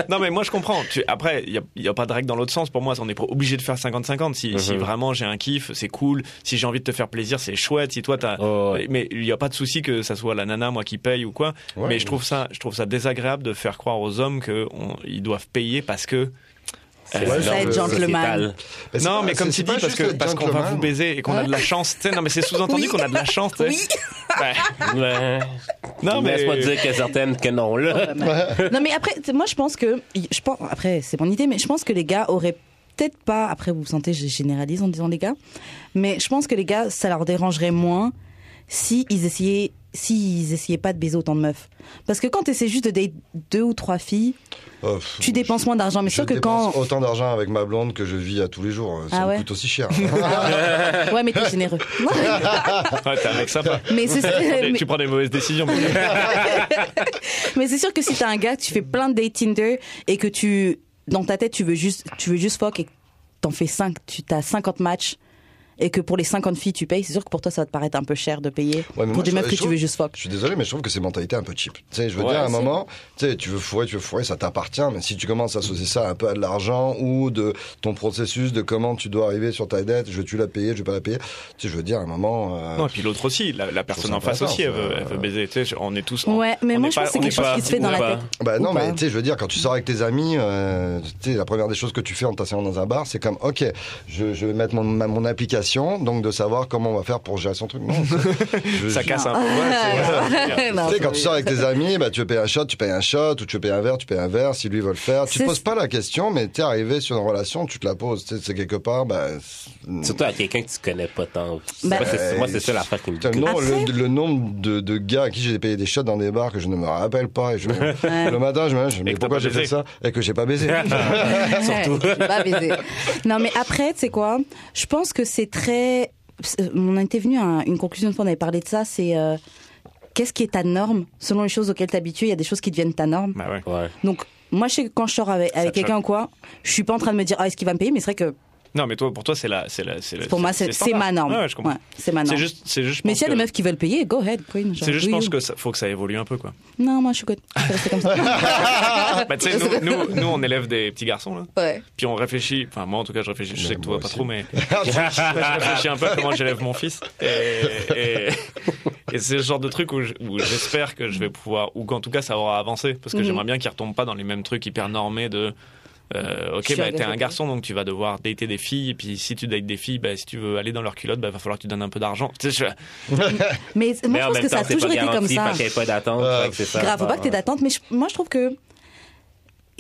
Speaker 3: Non, mais moi, je comprends. Tu- Après, il n'y a, pas de règle dans l'autre sens. Pour moi, on est pas obligé de faire 50-50. Si, si
Speaker 4: Mhm.
Speaker 3: vraiment j'ai un kiff, c'est cool. Si j'ai envie de te faire plaisir, c'est chouette. Si toi, t'as.
Speaker 1: Oh, ouais.
Speaker 3: Mais il n'y a pas de souci que ça soit la nana, moi, qui paye ou quoi.
Speaker 4: Ouais.
Speaker 3: mais je trouve, ça, je trouve ça désagréable de faire croire aux hommes qu'ils doivent payer parce que.
Speaker 1: Euh,
Speaker 4: Ouais,
Speaker 2: ça
Speaker 1: norme
Speaker 2: être gentleman.
Speaker 1: sociétale.
Speaker 4: Mais Bah, c'est
Speaker 3: non,
Speaker 4: pas-
Speaker 3: mais comme tu
Speaker 4: c'est- c'est
Speaker 3: dis,
Speaker 4: pas
Speaker 3: parce
Speaker 4: juste
Speaker 3: que
Speaker 4: être
Speaker 3: parce qu'on va
Speaker 4: gentleman.
Speaker 3: vous baiser et qu'on a de la chance. Tu sais, non, mais c'est sous-entendu
Speaker 2: Oui.
Speaker 3: qu'on a de la chance. tu sais.
Speaker 2: Oui.
Speaker 3: Ouais.
Speaker 1: Ouais.
Speaker 3: Non, mais
Speaker 1: Laisse-moi dire que certaines que non, là.
Speaker 2: non mais après t- moi je pense que je pense après c'est mon idée mais je pense que les gars auraient peut-être pas après vous vous sentez je généralise en disant les gars mais je pense que les gars ça leur dérangerait moins si ils essayaient si ils essayaient pas de baiser autant de meufs parce que quand tu essaies juste de date deux ou trois filles
Speaker 4: Oh, pff,
Speaker 2: tu dépenses moins d'argent mais
Speaker 4: Je
Speaker 2: sûr que
Speaker 4: dépense
Speaker 2: quand
Speaker 4: autant d'argent avec ma blonde que je vis à tous les jours. Euh, Ça
Speaker 2: Ah ouais
Speaker 4: me coûte aussi cher.
Speaker 2: ouais mais t'es généreux Non,
Speaker 3: Ouais, t'es un mec sympa.
Speaker 2: mais c'est
Speaker 3: Tu prends des-
Speaker 2: mais-
Speaker 3: Tu prends des mauvaises décisions. mais-
Speaker 2: Mais c'est sûr que si t'as un gars, tu fais plein de dates Tinder et que tu, dans ta tête, tu veux juste, tu veux juste fuck et que t'en fais 5, tu t'as 50 matchs et que pour les 50 filles, tu payes, c'est sûr que pour toi, ça va te paraître un peu cher de payer
Speaker 4: Ouais, mais
Speaker 2: pour
Speaker 4: moi,
Speaker 2: des
Speaker 4: je-
Speaker 2: meufs que
Speaker 4: je
Speaker 2: tu
Speaker 4: trouve-
Speaker 2: veux juste fuck.
Speaker 4: Je suis désolé, mais je trouve que c'est mentalité un peu cheap. Tu sais, je veux
Speaker 1: Ouais,
Speaker 4: dire, à un
Speaker 1: c'est-
Speaker 4: moment, tu sais, tu veux fourrer, tu veux fourrer, ça t'appartient, mais si tu commences à associer ça un peu à de l'argent ou de ton processus de comment tu dois arriver sur ta dette, je vais tu la payer, je vais pas la payer. Tu sais, je veux dire, à un moment. euh,
Speaker 3: Non, et puis l'autre aussi, la, la personne
Speaker 4: ça euh,
Speaker 3: en face
Speaker 4: important,
Speaker 3: aussi, elle
Speaker 4: ça.
Speaker 3: veut, elle veut baiser. Tu sais, on est tous. en-
Speaker 2: Ouais, mais
Speaker 3: on
Speaker 2: moi,
Speaker 3: est
Speaker 2: je
Speaker 3: pas-
Speaker 2: pense que c'est
Speaker 3: on
Speaker 2: quelque
Speaker 3: est
Speaker 2: chose
Speaker 3: pas-
Speaker 2: qui se fait dans
Speaker 1: ou
Speaker 2: la
Speaker 1: pas.
Speaker 2: tête.
Speaker 4: Bah
Speaker 2: Ou
Speaker 4: non, mais
Speaker 2: pas.
Speaker 4: tu sais, je veux dire, quand tu sors avec tes amis, euh, tu sais, la première des choses que tu fais en t'asseyant dans un bar, c'est comme, ok, je, je vais mettre mon, ma- mon application, donc de savoir comment on va faire pour gérer son truc. Non, c'est- je-
Speaker 3: Ça
Speaker 4: je-
Speaker 3: casse un peu. Ouais, c'est- ouais.
Speaker 2: Non,
Speaker 4: Tu sais,
Speaker 2: c'est-
Speaker 4: quand tu sors avec tes amis, bah, tu veux payer un shot, tu payes un shot, ou tu veux payer un verre, tu payes un verre, si lui veut le faire. Tu te
Speaker 2: C'est-
Speaker 4: poses pas la question, mais t'es arrivé sur une relation, tu te la poses. Tu sais, c'est quelque part, bah. c'est-
Speaker 1: Surtout à quelqu'un que tu connais pas tant.
Speaker 2: Bah-
Speaker 1: moi, c'est moi, c'est ça la qui me
Speaker 4: Putain, le,
Speaker 1: coûte.
Speaker 4: nombre-
Speaker 2: Après-
Speaker 4: le- le nombre de, de gars à qui j'ai payé des shots dans des bars que je ne me rappelle pas. Et je, le matin, je me dis, mais
Speaker 3: que t'as
Speaker 4: pourquoi
Speaker 3: pas
Speaker 4: j'ai fait
Speaker 3: baisé.
Speaker 4: ça Et que j'ai pas baisé.
Speaker 2: surtout. non, mais après, tu sais quoi Je pense que c'est très. c'est- On était venu à une conclusion une fois, on avait parlé de ça. C'est euh, qu'est-ce qui est ta norme Selon les choses auxquelles t'es habitué, il y a des choses qui deviennent ta norme.
Speaker 3: Bah ouais.
Speaker 1: Ouais.
Speaker 2: Donc, moi, je sais que quand je sors avec, avec
Speaker 3: te
Speaker 2: quelqu'un ou quoi, je suis pas en train de me dire, ah, est-ce qu'il va me payer Mais c'est vrai que
Speaker 3: Non, mais toi, pour toi, c'est la, c'est la, Euh, c'est la-
Speaker 2: pour moi, c'est c'est
Speaker 3: standard.
Speaker 2: ma norme.
Speaker 3: Ouais, ouais, je comprends.
Speaker 2: Ouais, c'est ma norme.
Speaker 3: C'est juste, c'est juste. je
Speaker 2: Mais
Speaker 3: pense
Speaker 2: s'il y a des
Speaker 3: que-
Speaker 2: meufs qui veulent payer, go ahead, queen. Genre,
Speaker 3: C'est juste, je
Speaker 2: oui,
Speaker 3: pense
Speaker 2: oui.
Speaker 3: que ça, faut que ça évolue un peu, quoi.
Speaker 2: Non, moi, je suis good. Je vais rester comme ça.
Speaker 3: Bah, tu sais, nous, nous, nous, on élève des petits garçons, là.
Speaker 2: ouais.
Speaker 3: Puis on réfléchit. Enfin, moi, en tout cas, je réfléchis. Je sais
Speaker 4: Mais
Speaker 3: que toi,
Speaker 4: moi
Speaker 3: pas
Speaker 4: aussi.
Speaker 3: trop, mais. je réfléchis un peu à comment j'élève mon fils. Et, et- et c'est le genre de truc où je- où j'espère que je vais pouvoir, ou qu'en tout cas ça aura avancé, parce que
Speaker 2: Mhm.
Speaker 3: j'aimerais bien qu'il retombe pas dans les mêmes trucs hyper normés de. euh,
Speaker 2: Je
Speaker 3: ok,
Speaker 2: suis
Speaker 3: bah, t'es un
Speaker 2: engagée.
Speaker 3: garçon, donc tu vas devoir dater des filles, et puis si tu dates des filles, bah, si tu veux aller dans leur culotte, bah, va falloir que tu donnes un peu d'argent. Tu sais, je-
Speaker 2: Mais moi,
Speaker 1: Mais
Speaker 2: je
Speaker 1: en
Speaker 2: pense
Speaker 1: même
Speaker 2: que ça
Speaker 1: temps,
Speaker 2: a
Speaker 1: c'est
Speaker 2: toujours
Speaker 1: pas
Speaker 2: été comme
Speaker 1: garanti,
Speaker 2: ça.
Speaker 1: fait qu'il y ait pas d'attente.
Speaker 4: Euh,
Speaker 1: fait que c'est ça.
Speaker 2: Grave, faut pas que t'aies
Speaker 1: Ouais.
Speaker 2: d'attente. Mais je- moi, je trouve que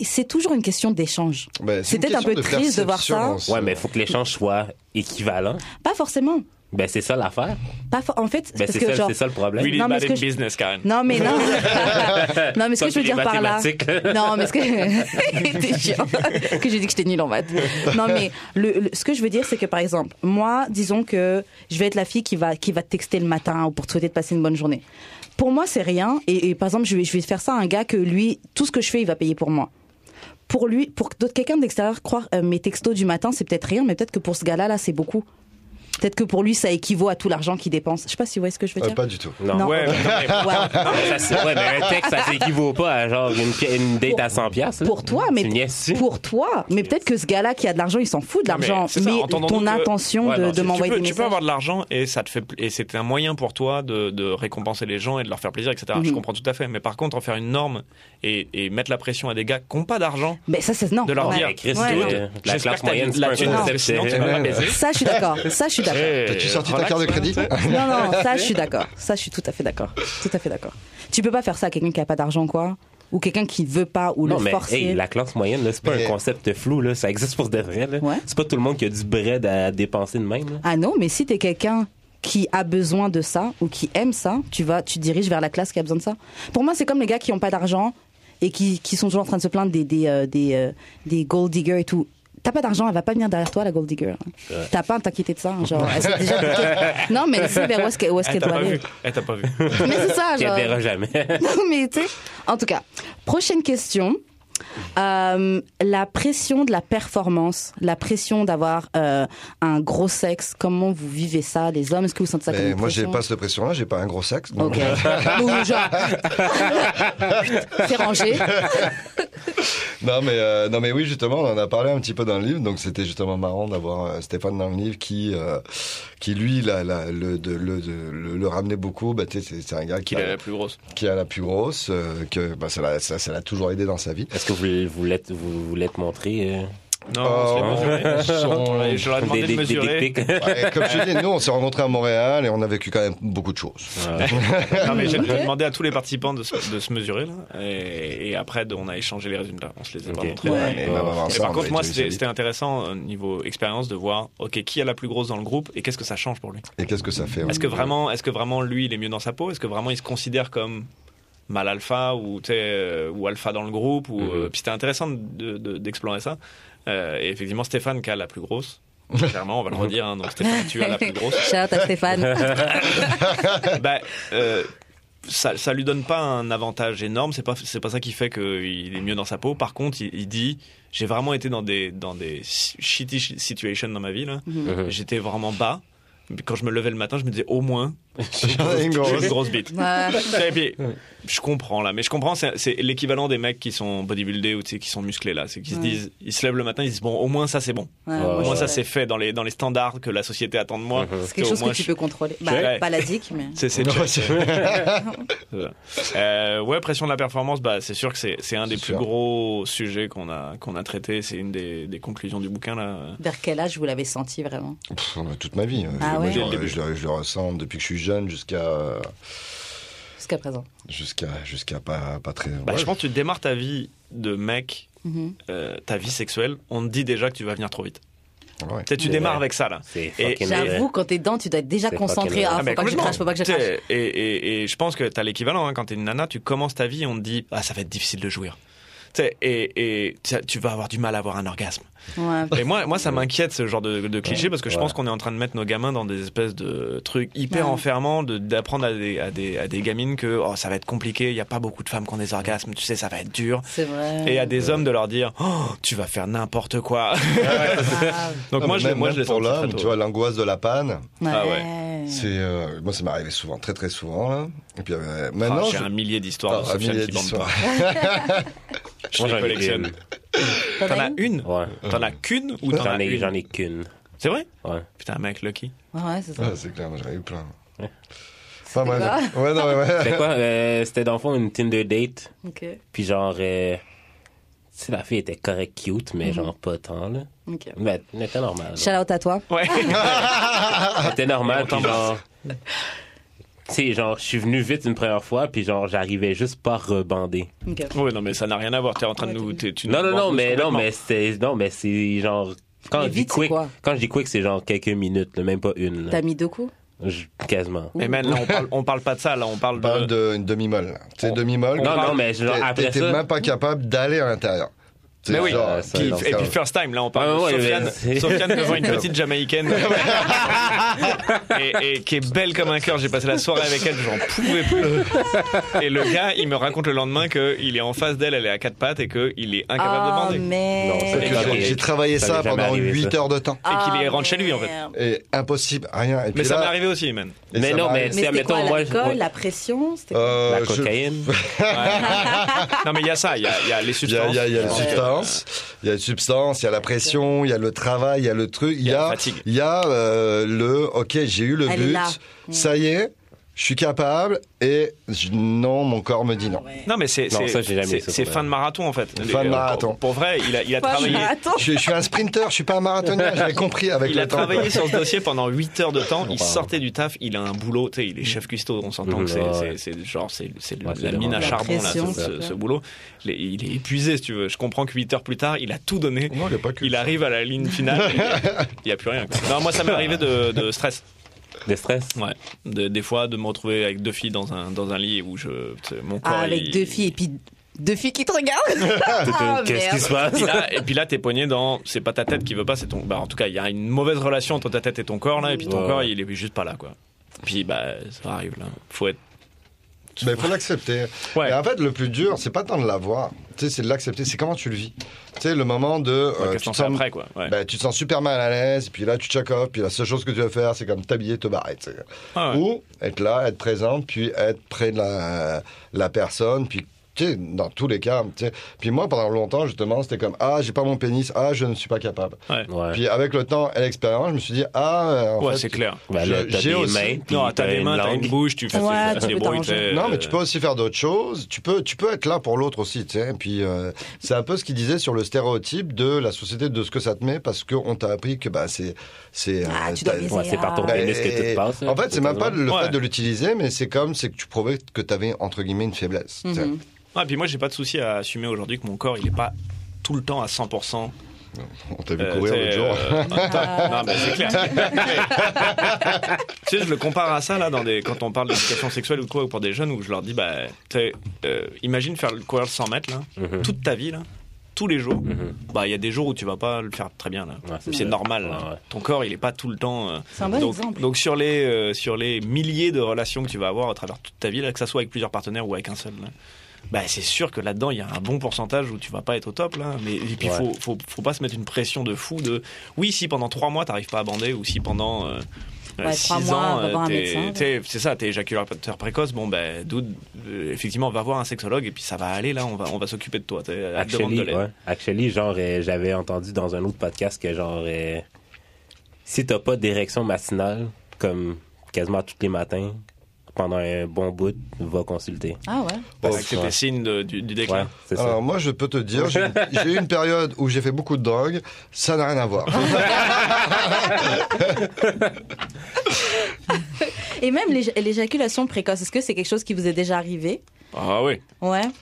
Speaker 2: c'est toujours une question d'échange.
Speaker 4: Ben,
Speaker 2: C'est
Speaker 4: une
Speaker 2: peut-être un
Speaker 4: question
Speaker 2: peu triste de voir
Speaker 4: perception
Speaker 2: ça. hein.
Speaker 4: aussi.
Speaker 1: Ouais, mais il faut que l'échange soit équivalent.
Speaker 2: Pas forcément.
Speaker 1: Ben, c'est ça l'affaire.
Speaker 2: Pas for- En fait,
Speaker 1: Ben,
Speaker 2: parce
Speaker 1: c'est
Speaker 2: que
Speaker 1: ça,
Speaker 2: genre.
Speaker 1: c'est ça le problème.
Speaker 3: Really
Speaker 2: Non, mais
Speaker 3: bad
Speaker 2: ce
Speaker 3: in
Speaker 2: que je-
Speaker 3: business, Karen.
Speaker 2: Non, mais non. non, mais ce
Speaker 1: Toi,
Speaker 2: que je
Speaker 1: puis
Speaker 2: veux dire
Speaker 1: les
Speaker 2: par là.
Speaker 1: mathématiques.
Speaker 2: Non, mais ce que. T'es chiant. que j'ai dit que j'étais nulle en maths. Non, mais le, le- ce que je veux dire, c'est que par exemple, moi, disons que je vais être la fille qui va, qui va te texter le matin ou pour te souhaiter de passer une bonne journée. Pour moi, c'est rien. Et, et par exemple, je vais, je vais faire ça à un gars que lui, tout ce que je fais, il va payer pour moi. Pour lui, pour que d'autres- quelqu'un d'extérieur croire euh, mes textos du matin, c'est peut-être rien, mais peut-être que pour ce gars-là, là, c'est beaucoup. Peut-être que pour lui, ça équivaut à tout l'argent qu'il dépense. Je sais pas si vous voyez ce que je veux
Speaker 4: Euh,
Speaker 2: dire.
Speaker 4: pas du tout.
Speaker 1: Non.
Speaker 2: Non.
Speaker 3: Ouais, mais non, mais-
Speaker 2: Wow.
Speaker 1: Non, mais ça, c'est- ouais, mais un texte, ça s'équivaut pas à genre une, pi- une date
Speaker 2: Pour-
Speaker 1: à 100 piastres. là.
Speaker 2: pour toi, mais
Speaker 1: Tu niaises-tu?
Speaker 2: pour toi. Mais peut-être que ce gars-là qui a de l'argent, il s'en fout de
Speaker 3: Non, mais
Speaker 2: l'argent.
Speaker 3: c'est ça,
Speaker 2: Mais,
Speaker 3: entendons-nous
Speaker 2: ton
Speaker 3: que-
Speaker 2: intention
Speaker 1: Ouais,
Speaker 2: de-
Speaker 1: non,
Speaker 2: de,
Speaker 1: tu-
Speaker 2: m'envoyer
Speaker 3: tu peux,
Speaker 2: des
Speaker 3: tu peux
Speaker 2: messages.
Speaker 3: avoir de l'argent et ça te fait pl- et c'est un moyen pour toi de, de récompenser les gens et de leur faire plaisir, etc. Je
Speaker 2: Mhm.
Speaker 3: comprends tout à fait. Mais par contre, en faire une norme et, et mettre la pression à des gars qui n'ont pas d'argent,
Speaker 2: Mais ça, c'est non.
Speaker 3: de leur
Speaker 1: Ouais,
Speaker 2: Ouais.
Speaker 3: dire,
Speaker 1: mais Christ,
Speaker 2: Ouais,
Speaker 1: dude,
Speaker 2: non.
Speaker 1: euh, la
Speaker 3: J'espère que
Speaker 1: classe
Speaker 3: t'as
Speaker 1: moyenne,
Speaker 3: de
Speaker 1: c'est
Speaker 3: la
Speaker 1: pas un
Speaker 3: thune,
Speaker 1: concept,
Speaker 3: parce que sinon,
Speaker 1: euh,
Speaker 3: tu vas pas baiser.
Speaker 2: Ça, je suis d'accord. Ça, je suis d'accord.
Speaker 4: T'as-tu sorti ta carte de crédit
Speaker 2: Non, non, ça, je suis d'accord. Ça, je suis tout à fait d'accord. Tout à fait d'accord. Tu peux pas faire ça à quelqu'un qui a pas d'argent, quoi. Ou quelqu'un qui veut pas, ou
Speaker 1: Non,
Speaker 2: le
Speaker 1: mais
Speaker 2: forcer.
Speaker 1: hey, la classe moyenne, là, c'est pas
Speaker 4: Mais-
Speaker 1: un concept flou, là, ça existe pour de vrai. là.
Speaker 2: Ouais.
Speaker 1: C'est pas tout le monde qui a du bread à dépenser de même. là.
Speaker 2: Ah non, mais si t'es quelqu'un qui a besoin de ça ou qui aime ça, tu vas, tu te diriges vers la classe qui a besoin de ça. Pour moi, c'est comme les gars qui n'ont pas d'argent et qui, qui sont toujours en train de se plaindre des, des, euh, des, euh, des gold diggers et tout. T'as pas d'argent, elle va pas venir derrière toi, la gold digger. T'as pas à t'inquiéter de ça. hein, Genre, elle s'est déjà piquée. Non, mais elle sait vers où est-ce qu'elle où est-ce
Speaker 3: Elle
Speaker 2: qu'elle
Speaker 3: t'a
Speaker 2: doit
Speaker 3: pas vu.
Speaker 2: aller.
Speaker 3: Elle t'a pas vu.
Speaker 2: Mais c'est ça,
Speaker 1: Qui
Speaker 2: Ah, genre.
Speaker 1: adhérera jamais.
Speaker 2: Non, mais tu sais. En tout cas, prochaine question. Euh, la pression de la performance, la pression d'avoir euh, un gros sexe, comment vous vivez ça, les hommes Est-ce que vous sentez ça comme
Speaker 4: Mais
Speaker 2: une
Speaker 4: Ben, moi, j'ai
Speaker 2: pression
Speaker 4: pas cette pression-là, j'ai pas un gros sexe. donc-
Speaker 2: Ok. Donc, genre, c'est rangé.
Speaker 4: Non mais euh, non mais oui justement on en a parlé un petit peu dans le livre donc c'était justement marrant d'avoir euh, Stéphane dans le livre qui euh, qui lui la, la- le, de- le, de- le le ramenait beaucoup bah tu sais, c'est c'est un gars qui
Speaker 3: Qu'il est
Speaker 4: a,
Speaker 3: la plus grosse.
Speaker 4: qui a la plus grosse euh, que bah, ça l'a ça ça l'a toujours aidé dans sa vie
Speaker 1: Est-ce que vous, vous l'êtes vous, vous l'êtes montré euh,
Speaker 3: Non,
Speaker 4: Oh.
Speaker 3: on se l'est mesuré. On l'a- euh, Je leur ai
Speaker 1: Des-
Speaker 3: demandé de
Speaker 1: des- des
Speaker 3: mesurer.
Speaker 1: dick pics.
Speaker 4: Ouais, comme je te dis, nous, on s'est rencontrés à Montréal et on a vécu quand même beaucoup de choses.
Speaker 1: Ah.
Speaker 3: Non, mais j'ai demandé à tous les participants de se, de se mesurer. Là, et, et après, de- on a échangé les résultats. On se les a pas
Speaker 1: Ok.
Speaker 3: montrés.
Speaker 2: Ouais,
Speaker 3: Mais-
Speaker 4: mais on va voir
Speaker 3: mais
Speaker 4: ça, on
Speaker 3: par
Speaker 4: va
Speaker 3: contre, moi,
Speaker 4: étudier
Speaker 3: c'était
Speaker 4: ça
Speaker 3: c'était intéressant euh, niveau expérience de voir, ok, qui a la plus grosse dans le groupe et qu'est-ce que ça change pour lui.
Speaker 4: Et qu'est-ce que ça fait ouais.
Speaker 3: Est-ce que vraiment, est-ce que vraiment lui, il est mieux dans sa peau Est-ce que vraiment il se considère comme mal alpha ou tu sais, euh, ou alpha dans le groupe ou
Speaker 1: Mhm.
Speaker 3: euh, puis c'était intéressant de- de- d'explorer ça. Euh, et effectivement, Stéphane qui a la plus grosse. Clairement, on va le redire. hein, donc Stéphane, tu as la plus grosse.
Speaker 2: Shout à Stéphane.
Speaker 3: Bah, euh, ça, ça lui donne pas un avantage énorme. C'est pas, c'est pas ça qui fait qu'il est mieux dans sa peau. Par contre, il, il dit, j'ai vraiment été dans des, dans des shitty shi- situations dans ma vie. là.
Speaker 1: Mhm.
Speaker 3: J'étais vraiment bas. Mais Quand je me levais le matin, je me disais au moins,
Speaker 4: J'ai une grosse-
Speaker 3: j'ai une grosse bite.
Speaker 2: Ouais.
Speaker 3: Et puis, je comprends là, mais je comprends, c'est c'est l'équivalent des mecs qui sont bodybuildés ou tu sais, qui sont musclés là. C'est qu'ils se
Speaker 2: Ouais.
Speaker 3: disent, ils se lèvent le matin, ils se disent, bon, au moins ça c'est bon.
Speaker 2: Ouais,
Speaker 1: Au
Speaker 3: Au moins
Speaker 2: je-
Speaker 3: ça c'est fait dans les, dans les standards que la société attend de moi.
Speaker 1: Mhm.
Speaker 2: C'est quelque
Speaker 3: Au
Speaker 2: chose
Speaker 3: moins,
Speaker 2: que tu
Speaker 3: je-
Speaker 2: peux contrôler. Bah,
Speaker 3: Ouais.
Speaker 2: Pas la dick, mais.
Speaker 3: C'est c'est
Speaker 4: Non,
Speaker 3: check.
Speaker 4: c'est-
Speaker 3: Euh, ouais, pression de la performance, bah, c'est sûr que c'est c'est un des
Speaker 4: C'est
Speaker 3: plus
Speaker 4: sûr.
Speaker 3: gros sujets qu'on a, qu'on a traité. C'est une des, des conclusions du bouquin là.
Speaker 2: Vers quel âge vous l'avez senti vraiment
Speaker 4: Pff, euh, toute ma vie. euh,
Speaker 2: Ah
Speaker 4: moi,
Speaker 2: ouais.
Speaker 4: je,
Speaker 3: Dès le
Speaker 4: le-
Speaker 3: début.
Speaker 4: je le- je le ressens depuis que je suis jeune jusqu'à
Speaker 2: jusqu'à présent
Speaker 4: jusqu'à jusqu'à pas, pas très.
Speaker 3: Bah,
Speaker 4: ouais.
Speaker 3: Je pense que tu démarres ta vie de mec,
Speaker 2: Mhm.
Speaker 3: euh, ta vie sexuelle, on te dit déjà que tu vas venir trop vite.
Speaker 4: Ouais.
Speaker 3: Tu sais, tu
Speaker 1: C'est
Speaker 3: démarres
Speaker 1: vrai.
Speaker 3: avec ça là.
Speaker 1: C'est
Speaker 3: Et-
Speaker 1: fucking euh, vrai.
Speaker 2: J'avoue, quand t'es dedans, tu dois être déjà
Speaker 1: C'est
Speaker 2: concentré.
Speaker 1: fucking
Speaker 2: Ah,
Speaker 1: vrai.
Speaker 2: faut
Speaker 3: mais
Speaker 2: pas que je
Speaker 3: complètement.
Speaker 2: crache, faut pas que je
Speaker 3: T'sais,
Speaker 2: crache.
Speaker 3: Et, et- et je pense que t'as l'équivalent, hein, quand t'es une nana, tu commences ta vie et on te dit Ah, ça va être difficile de jouir. T'sais, Et, et t'sas- tu vas avoir du mal à avoir un orgasme.
Speaker 2: Ouais.
Speaker 3: Et moi, moi ça m'inquiète ce genre de, de cliché parce que je
Speaker 1: Ouais.
Speaker 3: pense qu'on est en train de mettre nos gamins dans des espèces de trucs hyper
Speaker 2: Ouais.
Speaker 3: enfermants, de- d'apprendre à des, à, des, à des gamines que oh, ça va être compliqué, il n'y a pas beaucoup de femmes qui ont des orgasmes, tu sais, ça va être dur.
Speaker 2: C'est vrai.
Speaker 3: Et à des hommes de leur dire oh, Tu vas faire n'importe quoi.
Speaker 2: Grave.
Speaker 3: Donc
Speaker 4: Non,
Speaker 3: moi,
Speaker 4: mais
Speaker 3: je, l'ai-
Speaker 4: même,
Speaker 3: moi,
Speaker 4: même
Speaker 3: je l'ai
Speaker 4: pour
Speaker 3: senti très
Speaker 4: l'homme,
Speaker 3: tôt.
Speaker 4: tu vois, l'angoisse de la panne,
Speaker 2: Ouais.
Speaker 3: Ah
Speaker 2: Mm.
Speaker 4: c'est euh, moi ça m'est arrivé souvent, très très souvent. Là. Et puis euh,
Speaker 3: Ah,
Speaker 4: maintenant,
Speaker 3: J'ai
Speaker 4: je-
Speaker 3: un millier d'histoires de
Speaker 4: Ah, un
Speaker 3: Sofiane
Speaker 4: millier
Speaker 3: qui bandent
Speaker 4: d'histoires.
Speaker 3: pas. Je
Speaker 1: Moi,
Speaker 3: les
Speaker 1: j'en ai
Speaker 3: collectionne.
Speaker 1: une.
Speaker 2: T'en
Speaker 3: T'en
Speaker 2: as
Speaker 3: as une
Speaker 1: Ouais.
Speaker 3: T'en as qu'une ou t'en
Speaker 1: J'en
Speaker 3: as
Speaker 1: ai,
Speaker 3: une
Speaker 1: j'en ai qu'une.
Speaker 3: C'est vrai
Speaker 1: Ouais.
Speaker 3: Putain, mec, lucky.
Speaker 2: Ouais, ouais, c'est ça.
Speaker 4: Ah, c'est clair, moi, j'en ai eu plein.
Speaker 1: Ouais.
Speaker 4: Pas mal. Ouais, non, ouais, ouais.
Speaker 1: C'était quoi? euh, c'était dans le fond une Tinder date.
Speaker 2: Ok.
Speaker 1: Puis genre, euh, tu sais, la fille était correct cute,
Speaker 2: Mhm.
Speaker 1: mais genre pas tant, là.
Speaker 2: Ok.
Speaker 1: Mais elle était normale.
Speaker 2: Shout
Speaker 1: genre.
Speaker 2: out à toi.
Speaker 3: Ouais.
Speaker 1: Elle était normale, puis genre... Tu sais, genre, je suis venu vite une première fois, puis genre, j'arrivais juste pas rebandé.
Speaker 2: Ok.
Speaker 3: ouais, non, mais ça n'a rien à voir. T'es en train de nous. t'es- tu nous
Speaker 1: Non, non, non,
Speaker 3: bandes
Speaker 1: mais non,
Speaker 3: complètement.
Speaker 1: mais c'est... Non, mais c'est genre... Quand
Speaker 2: Mais
Speaker 1: je dis
Speaker 2: vite, c'est
Speaker 1: quick,
Speaker 2: quoi
Speaker 1: quand je dis quick, c'est genre quelques minutes, là, même pas une. là.
Speaker 2: T'as mis deux coups
Speaker 1: Je- Quasiment.
Speaker 3: Mais man, là, on parle, on parle pas de ça, là, on parle
Speaker 4: On parle
Speaker 3: de.
Speaker 4: de- une demi-molle. là. Tu sais, demi-molle.
Speaker 1: Non,
Speaker 4: t'es-
Speaker 1: non, mais genre,
Speaker 4: t'es-
Speaker 1: après
Speaker 4: T'es
Speaker 1: ça-
Speaker 4: même pas capable d'aller à l'intérieur. Tu sais,
Speaker 3: Mais oui,
Speaker 4: genre,
Speaker 1: euh,
Speaker 4: c'est
Speaker 3: Puis-
Speaker 4: dans ce
Speaker 3: et
Speaker 4: cas-là.
Speaker 3: puis first time, là on parle
Speaker 1: Ouais, ouais,
Speaker 3: de
Speaker 1: ouais,
Speaker 3: Sofiane.
Speaker 1: mais c'est-
Speaker 3: Sofiane devant une petite Jamaïcaine et, et qui est belle comme un cœur. J'ai passé la soirée avec elle, j'en pouvais plus. Et le gars, il me raconte le lendemain qu'il est en face d'elle, elle est à quatre pattes et qu'il est incapable
Speaker 2: Ah,
Speaker 3: de bander.
Speaker 1: Non, c'est
Speaker 4: Parce
Speaker 2: mais.
Speaker 4: que
Speaker 1: Ok.
Speaker 4: j'ai- J'ai travaillé
Speaker 1: Ça
Speaker 4: ça
Speaker 1: m'est jamais
Speaker 4: pendant
Speaker 1: arrivé,
Speaker 4: 8
Speaker 1: ça.
Speaker 4: heures de temps.
Speaker 2: Ah,
Speaker 3: Et qu'il est rentre chez lui, en fait.
Speaker 2: merde.
Speaker 4: Et impossible, rien. Et
Speaker 3: Mais
Speaker 4: puis
Speaker 3: ça
Speaker 4: là-
Speaker 3: m'est arrivé aussi, man.
Speaker 4: et
Speaker 1: Mais
Speaker 4: ça
Speaker 1: non,
Speaker 4: m'arrive.
Speaker 1: mais-
Speaker 2: Mais c'était
Speaker 1: admettons,
Speaker 2: quoi
Speaker 1: moi,
Speaker 2: l'alcool,
Speaker 1: je-
Speaker 2: la pression c'était quoi
Speaker 4: Euh,
Speaker 1: La
Speaker 4: je-
Speaker 1: cocaïne.
Speaker 3: Non, mais il y a ça, il y a, il y a les
Speaker 4: Il y a,
Speaker 3: substances.
Speaker 4: il y a- il y a les
Speaker 2: Ouais.
Speaker 4: substances, il y a les substances, il y a la pression, il y a le travail, il y a le truc, il y
Speaker 3: la
Speaker 4: a,
Speaker 3: fatigue.
Speaker 4: il y a euh, le ok, j'ai eu le
Speaker 2: Elle est
Speaker 4: but,
Speaker 2: là.
Speaker 4: ça y est, je suis capable et je- non, mon corps me dit non.
Speaker 2: Ouais.
Speaker 3: Non, mais c'est
Speaker 1: Non,
Speaker 3: c'est-
Speaker 1: ça, j'ai jamais
Speaker 3: c'est-
Speaker 1: ça,
Speaker 3: c'est
Speaker 1: ouais.
Speaker 3: fin de marathon en fait.
Speaker 4: Fin de
Speaker 3: Euh,
Speaker 4: marathon.
Speaker 3: Pour, pour vrai, il a, il a
Speaker 2: Quoi,
Speaker 3: travaillé.
Speaker 2: marathon
Speaker 4: Je, je suis un sprinter, je suis pas un marathonien, j'avais compris avec
Speaker 3: Il
Speaker 4: le
Speaker 3: a
Speaker 4: temps.
Speaker 3: travaillé sur ce dossier pendant 8 heures de temps. Il
Speaker 1: Wow.
Speaker 3: sortait du taf. Il a un boulot. Tu sais, il est chef cuistot. On s'entend
Speaker 1: Mhm,
Speaker 3: que c'est-
Speaker 1: ouais.
Speaker 3: c'est c'est genre c'est c'est de
Speaker 1: Ouais, c'est
Speaker 3: la mine à
Speaker 1: la
Speaker 3: charbon là,
Speaker 2: pression,
Speaker 3: ce,
Speaker 2: c'est
Speaker 3: ce-
Speaker 2: clair.
Speaker 3: ce boulot. Il est, il est épuisé si tu veux. Je comprends que 8 heures plus tard, il a tout donné.
Speaker 4: Non, il a pas que
Speaker 3: Il
Speaker 4: ça.
Speaker 3: arrive à la ligne finale. Il n'y a plus rien. quoi. Non, moi ça m'est arrivé de, de stress.
Speaker 1: De stress.
Speaker 3: Ouais. De- des fois de me retrouver avec deux filles dans un dans un lit où je tu sais, mon corps.
Speaker 2: Ah, avec
Speaker 3: il-
Speaker 2: deux filles et puis deux filles qui te regardent. Ah,
Speaker 1: Qu'est-ce qui
Speaker 2: merde.
Speaker 1: se passe?
Speaker 3: Et là- et puis là, t'es poigné dans. C'est pas ta tête qui veut pas, c'est ton. Bah, en tout cas, il y a une mauvaise relation entre ta tête et ton corps là, et puis ton
Speaker 1: Ouais.
Speaker 3: corps, il est juste pas là, quoi. Puis bah, ça arrive là. Faut être.
Speaker 4: Mais il faut l'accepter.
Speaker 3: Ouais.
Speaker 4: Et en fait, le plus dur, c'est pas tant de l'avoir, tu sais, c'est de l'accepter, c'est comment tu le vis. Tu sais, le moment de. euh,
Speaker 3: Qu'est-ce
Speaker 4: tu
Speaker 3: qu'on
Speaker 4: te
Speaker 3: fait
Speaker 4: sens-
Speaker 3: après, quoi. Ouais.
Speaker 4: Ben, tu te sens super mal à l'aise, et puis là, tu check off, puis la seule chose que tu vas faire, c'est comme t'habiller, te barrer. tu sais.
Speaker 3: Ah ouais.
Speaker 4: Ou être là, être présent, puis être près de la, la personne, puis tu sais, dans tous les cas, tu sais. Puis moi, pendant longtemps, justement, c'était comme Ah, j'ai pas mon pénis, ah, je ne suis pas capable.
Speaker 3: Ouais,
Speaker 1: Ouais.
Speaker 4: Puis avec le temps et l'expérience, je me suis dit Ah, euh, en
Speaker 3: Ouais,
Speaker 4: fait,
Speaker 3: c'est clair.
Speaker 1: Ben là,
Speaker 4: je-
Speaker 1: t'as
Speaker 4: j'ai
Speaker 1: des
Speaker 4: aussi-
Speaker 1: mains, puis
Speaker 3: Non, t'as des
Speaker 1: une
Speaker 3: mains, t'as
Speaker 1: langue.
Speaker 3: une bouche, tu fais
Speaker 2: Ouais,
Speaker 3: tu
Speaker 2: tu
Speaker 3: fais des
Speaker 2: peux
Speaker 3: bruits.
Speaker 2: t'arranger.
Speaker 3: t'es-
Speaker 4: Non, mais tu peux aussi faire d'autres choses. Tu peux, tu peux être là pour l'autre aussi, tu sais. Puis euh, c'est un peu ce qu'il disait sur le stéréotype de la société de ce que ça te met parce qu'on t'a appris que bah c'est c'est.
Speaker 2: Ah,
Speaker 4: euh,
Speaker 2: tu dois
Speaker 4: t'as-
Speaker 2: baiser.
Speaker 1: Ouais, c'est par ton
Speaker 2: Ah.
Speaker 4: Ben,
Speaker 1: pénis que hein, tout se passe.
Speaker 4: En fait, c'est même pas le
Speaker 3: Ouais.
Speaker 4: fait de l'utiliser, mais c'est comme c'est que tu prouvais que tu avais entre guillemets une faiblesse. tu sais.
Speaker 2: Mhm.
Speaker 3: Ah, puis moi, j'ai pas de souci à assumer aujourd'hui que mon corps, il est pas tout le temps à 100%.
Speaker 4: On t'a vu
Speaker 3: euh,
Speaker 4: courir
Speaker 3: t'sais,
Speaker 4: l'autre jour.
Speaker 3: euh, non, mais c'est clair. tu sais, je le compare à ça, là, dans des, quand on parle d'éducation sexuelle ou quoi, ou pour des jeunes, où je leur dis, bah, tu sais, euh, imagine faire le courir le 100 mètres, là,
Speaker 4: Mmh.
Speaker 1: Mhm.
Speaker 3: toute ta vie, là, tous les jours.
Speaker 1: Mhm.
Speaker 3: Bah, il y a des jours où tu vas pas le faire très bien, là.
Speaker 1: Ouais,
Speaker 3: C'est
Speaker 1: ça.
Speaker 3: normal. là.
Speaker 1: Ouais, ouais.
Speaker 3: Ton corps, il est pas tout le temps. euh,
Speaker 2: Euh, C'est un bon
Speaker 3: donc,
Speaker 2: exemple.
Speaker 3: donc sur les euh, sur les milliers de relations que tu vas avoir à travers toute ta vie, là, que ça soit avec plusieurs partenaires ou avec un seul, là, bah c'est sûr que là-dedans il y a un bon pourcentage où tu vas pas être au top là. Mais et puis
Speaker 1: Ouais.
Speaker 3: faut, faut faut pas se mettre une pression de fou de oui si pendant trois mois t'arrives pas à bander ou si pendant euh, euh,
Speaker 2: Ouais,
Speaker 3: six
Speaker 2: trois mois,
Speaker 3: ans
Speaker 2: va
Speaker 3: euh,
Speaker 2: voir un
Speaker 3: t'es-
Speaker 2: médecin, ouais.
Speaker 3: t'es- c'est ça t'es éjaculateur précoce bon ben dude, euh, effectivement va voir un sexologue et puis ça va aller là on va on va s'occuper de toi t'es à la demande de
Speaker 1: Actually,
Speaker 3: l'aide.
Speaker 1: ouais. Actually, genre, euh, j'avais entendu dans un autre podcast que, genre, euh, si t'as pas d'érection matinale, comme quasiment tous les matins, pendant un bon bout, va consulter.
Speaker 2: Ah ouais.
Speaker 3: Parce
Speaker 4: Oh,
Speaker 3: que c'est
Speaker 1: ouais.
Speaker 3: des signes de- du, du
Speaker 1: Ouais,
Speaker 3: déclin.
Speaker 1: c'est ça.
Speaker 4: Alors moi, je peux te dire, j'ai j'ai eu une période où j'ai fait beaucoup de drogue. Ça n'a rien à voir.
Speaker 2: Et même l'é- l'éjaculation précoce, est-ce que c'est quelque chose qui vous est déjà arrivé
Speaker 3: Ah oui.
Speaker 2: Ouais.
Speaker 4: Euh,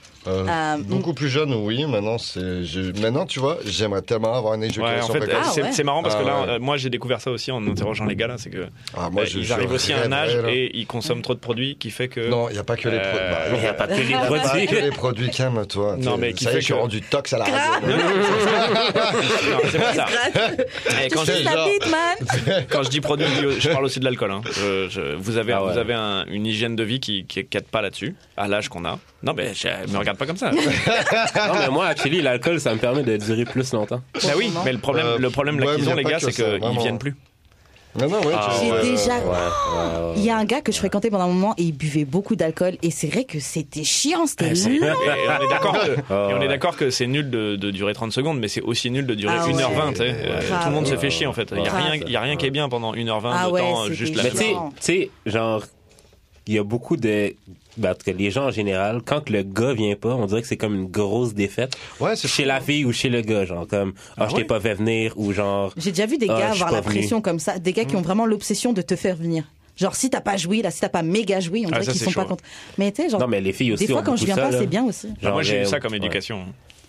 Speaker 2: Euh,
Speaker 4: beaucoup plus jeune, oui. Maintenant, c'est je- maintenant, tu vois, j'aimerais tellement avoir une
Speaker 3: Ouais, en
Speaker 4: éjaculation
Speaker 3: fait, euh,
Speaker 4: précoce.
Speaker 3: c'est
Speaker 2: Ah ouais.
Speaker 3: c'est marrant parce que
Speaker 4: Ah
Speaker 3: là,
Speaker 4: ouais.
Speaker 3: euh, moi, j'ai découvert ça aussi en interrogeant les gars là, c'est que euh,
Speaker 4: Ah, je-
Speaker 3: ils
Speaker 4: je
Speaker 3: arrivent aussi à un
Speaker 4: rêverais,
Speaker 3: âge
Speaker 4: là.
Speaker 3: et ils consomment trop de produits qui fait que
Speaker 4: Non, il n'y a pas que les
Speaker 3: Euh,
Speaker 4: produits. Bah,
Speaker 1: Il n'y a pas que les
Speaker 4: y a pas
Speaker 1: produits.
Speaker 4: que les produits, calme-toi.
Speaker 3: Non,
Speaker 4: T'sais,
Speaker 3: mais qui
Speaker 4: ça y est,
Speaker 3: fait
Speaker 4: je suis
Speaker 3: que-
Speaker 4: rendu tox à la radio.
Speaker 3: Non, c'est pas ça. Eh, quand,
Speaker 2: Touche
Speaker 3: je,
Speaker 4: j'ai-
Speaker 2: la
Speaker 4: genre-
Speaker 2: bite, man.
Speaker 3: quand je dis produits, je parle aussi de l'alcool. hein. Je- je- vous avez,
Speaker 1: Ah ouais.
Speaker 3: vous avez un- une hygiène de vie qui qui cadre pas là-dessus à l'âge qu'on a. Non, mais je, me regarde pas comme ça. Bah
Speaker 1: Non, mais moi, actually, l'alcool, ça me permet de durer plus longtemps.
Speaker 3: bah oui, mais le problème,
Speaker 4: Euh,
Speaker 3: le problème là
Speaker 4: ouais,
Speaker 3: qu'ils
Speaker 4: mais y
Speaker 3: ont
Speaker 4: a
Speaker 3: les
Speaker 4: pas
Speaker 3: gars,
Speaker 4: que
Speaker 3: c'est
Speaker 4: ça,
Speaker 3: qu'ils
Speaker 4: vraiment.
Speaker 3: viennent plus.
Speaker 4: Non, non, ouais,
Speaker 3: Ah,
Speaker 4: tu-
Speaker 2: J'ai
Speaker 4: euh,
Speaker 2: déjà-
Speaker 1: Ouais, ouais, ouais.
Speaker 2: Il y a un gars que je fréquentais pendant un moment et il buvait beaucoup d'alcool et c'est vrai que c'était chiant, c'était
Speaker 3: Eh, c'est-
Speaker 2: long.
Speaker 3: et on est d'accord que-
Speaker 1: Ah
Speaker 3: et on
Speaker 1: ouais.
Speaker 3: est d'accord que c'est nul de, de durer 30 secondes, mais c'est aussi nul de durer
Speaker 2: Ah ouais.
Speaker 3: 1h20. hein. Euh,
Speaker 2: Grave.
Speaker 3: Tout le monde se fait chier en fait. Il n'y a
Speaker 2: Grave.
Speaker 3: rien, il y a rien qui est bien pendant 1h20
Speaker 2: Ah
Speaker 3: de
Speaker 2: ouais,
Speaker 3: temps,
Speaker 2: c'est
Speaker 3: juste
Speaker 2: des
Speaker 3: la
Speaker 1: Mais tu sais-
Speaker 2: Non.
Speaker 1: tu sais, genre, il y a beaucoup de. Ben, en tout cas, les gens en général, quand le gars vient pas, on dirait que c'est comme une grosse défaite
Speaker 4: Ouais, c'est
Speaker 1: chez la fille ou chez le gars. Genre, comme, ah, je t'ai
Speaker 3: ouais?
Speaker 1: pas fait venir, ou genre,
Speaker 2: J'ai déjà vu des
Speaker 1: Ah,
Speaker 2: gars
Speaker 1: je suis
Speaker 2: avoir
Speaker 1: pas
Speaker 2: la
Speaker 1: venu.
Speaker 2: pression comme ça, des gars qui ont vraiment l'obsession de te faire venir. Genre si t'as pas joui, là si t'as pas méga joui, on
Speaker 3: Ah,
Speaker 2: dirait
Speaker 3: ça,
Speaker 2: qu'ils
Speaker 3: c'est
Speaker 2: sont pas
Speaker 3: chaud.
Speaker 2: contents. Mais tu sais, genre
Speaker 1: Non, mais les filles aussi
Speaker 2: des fois
Speaker 1: ont
Speaker 2: quand
Speaker 1: beaucoup
Speaker 2: je viens
Speaker 1: ça,
Speaker 2: pas,
Speaker 1: là.
Speaker 2: c'est bien aussi.
Speaker 1: Genre,
Speaker 3: hein. Moi, j'ai eu ça
Speaker 1: ouais.
Speaker 3: comme éducation.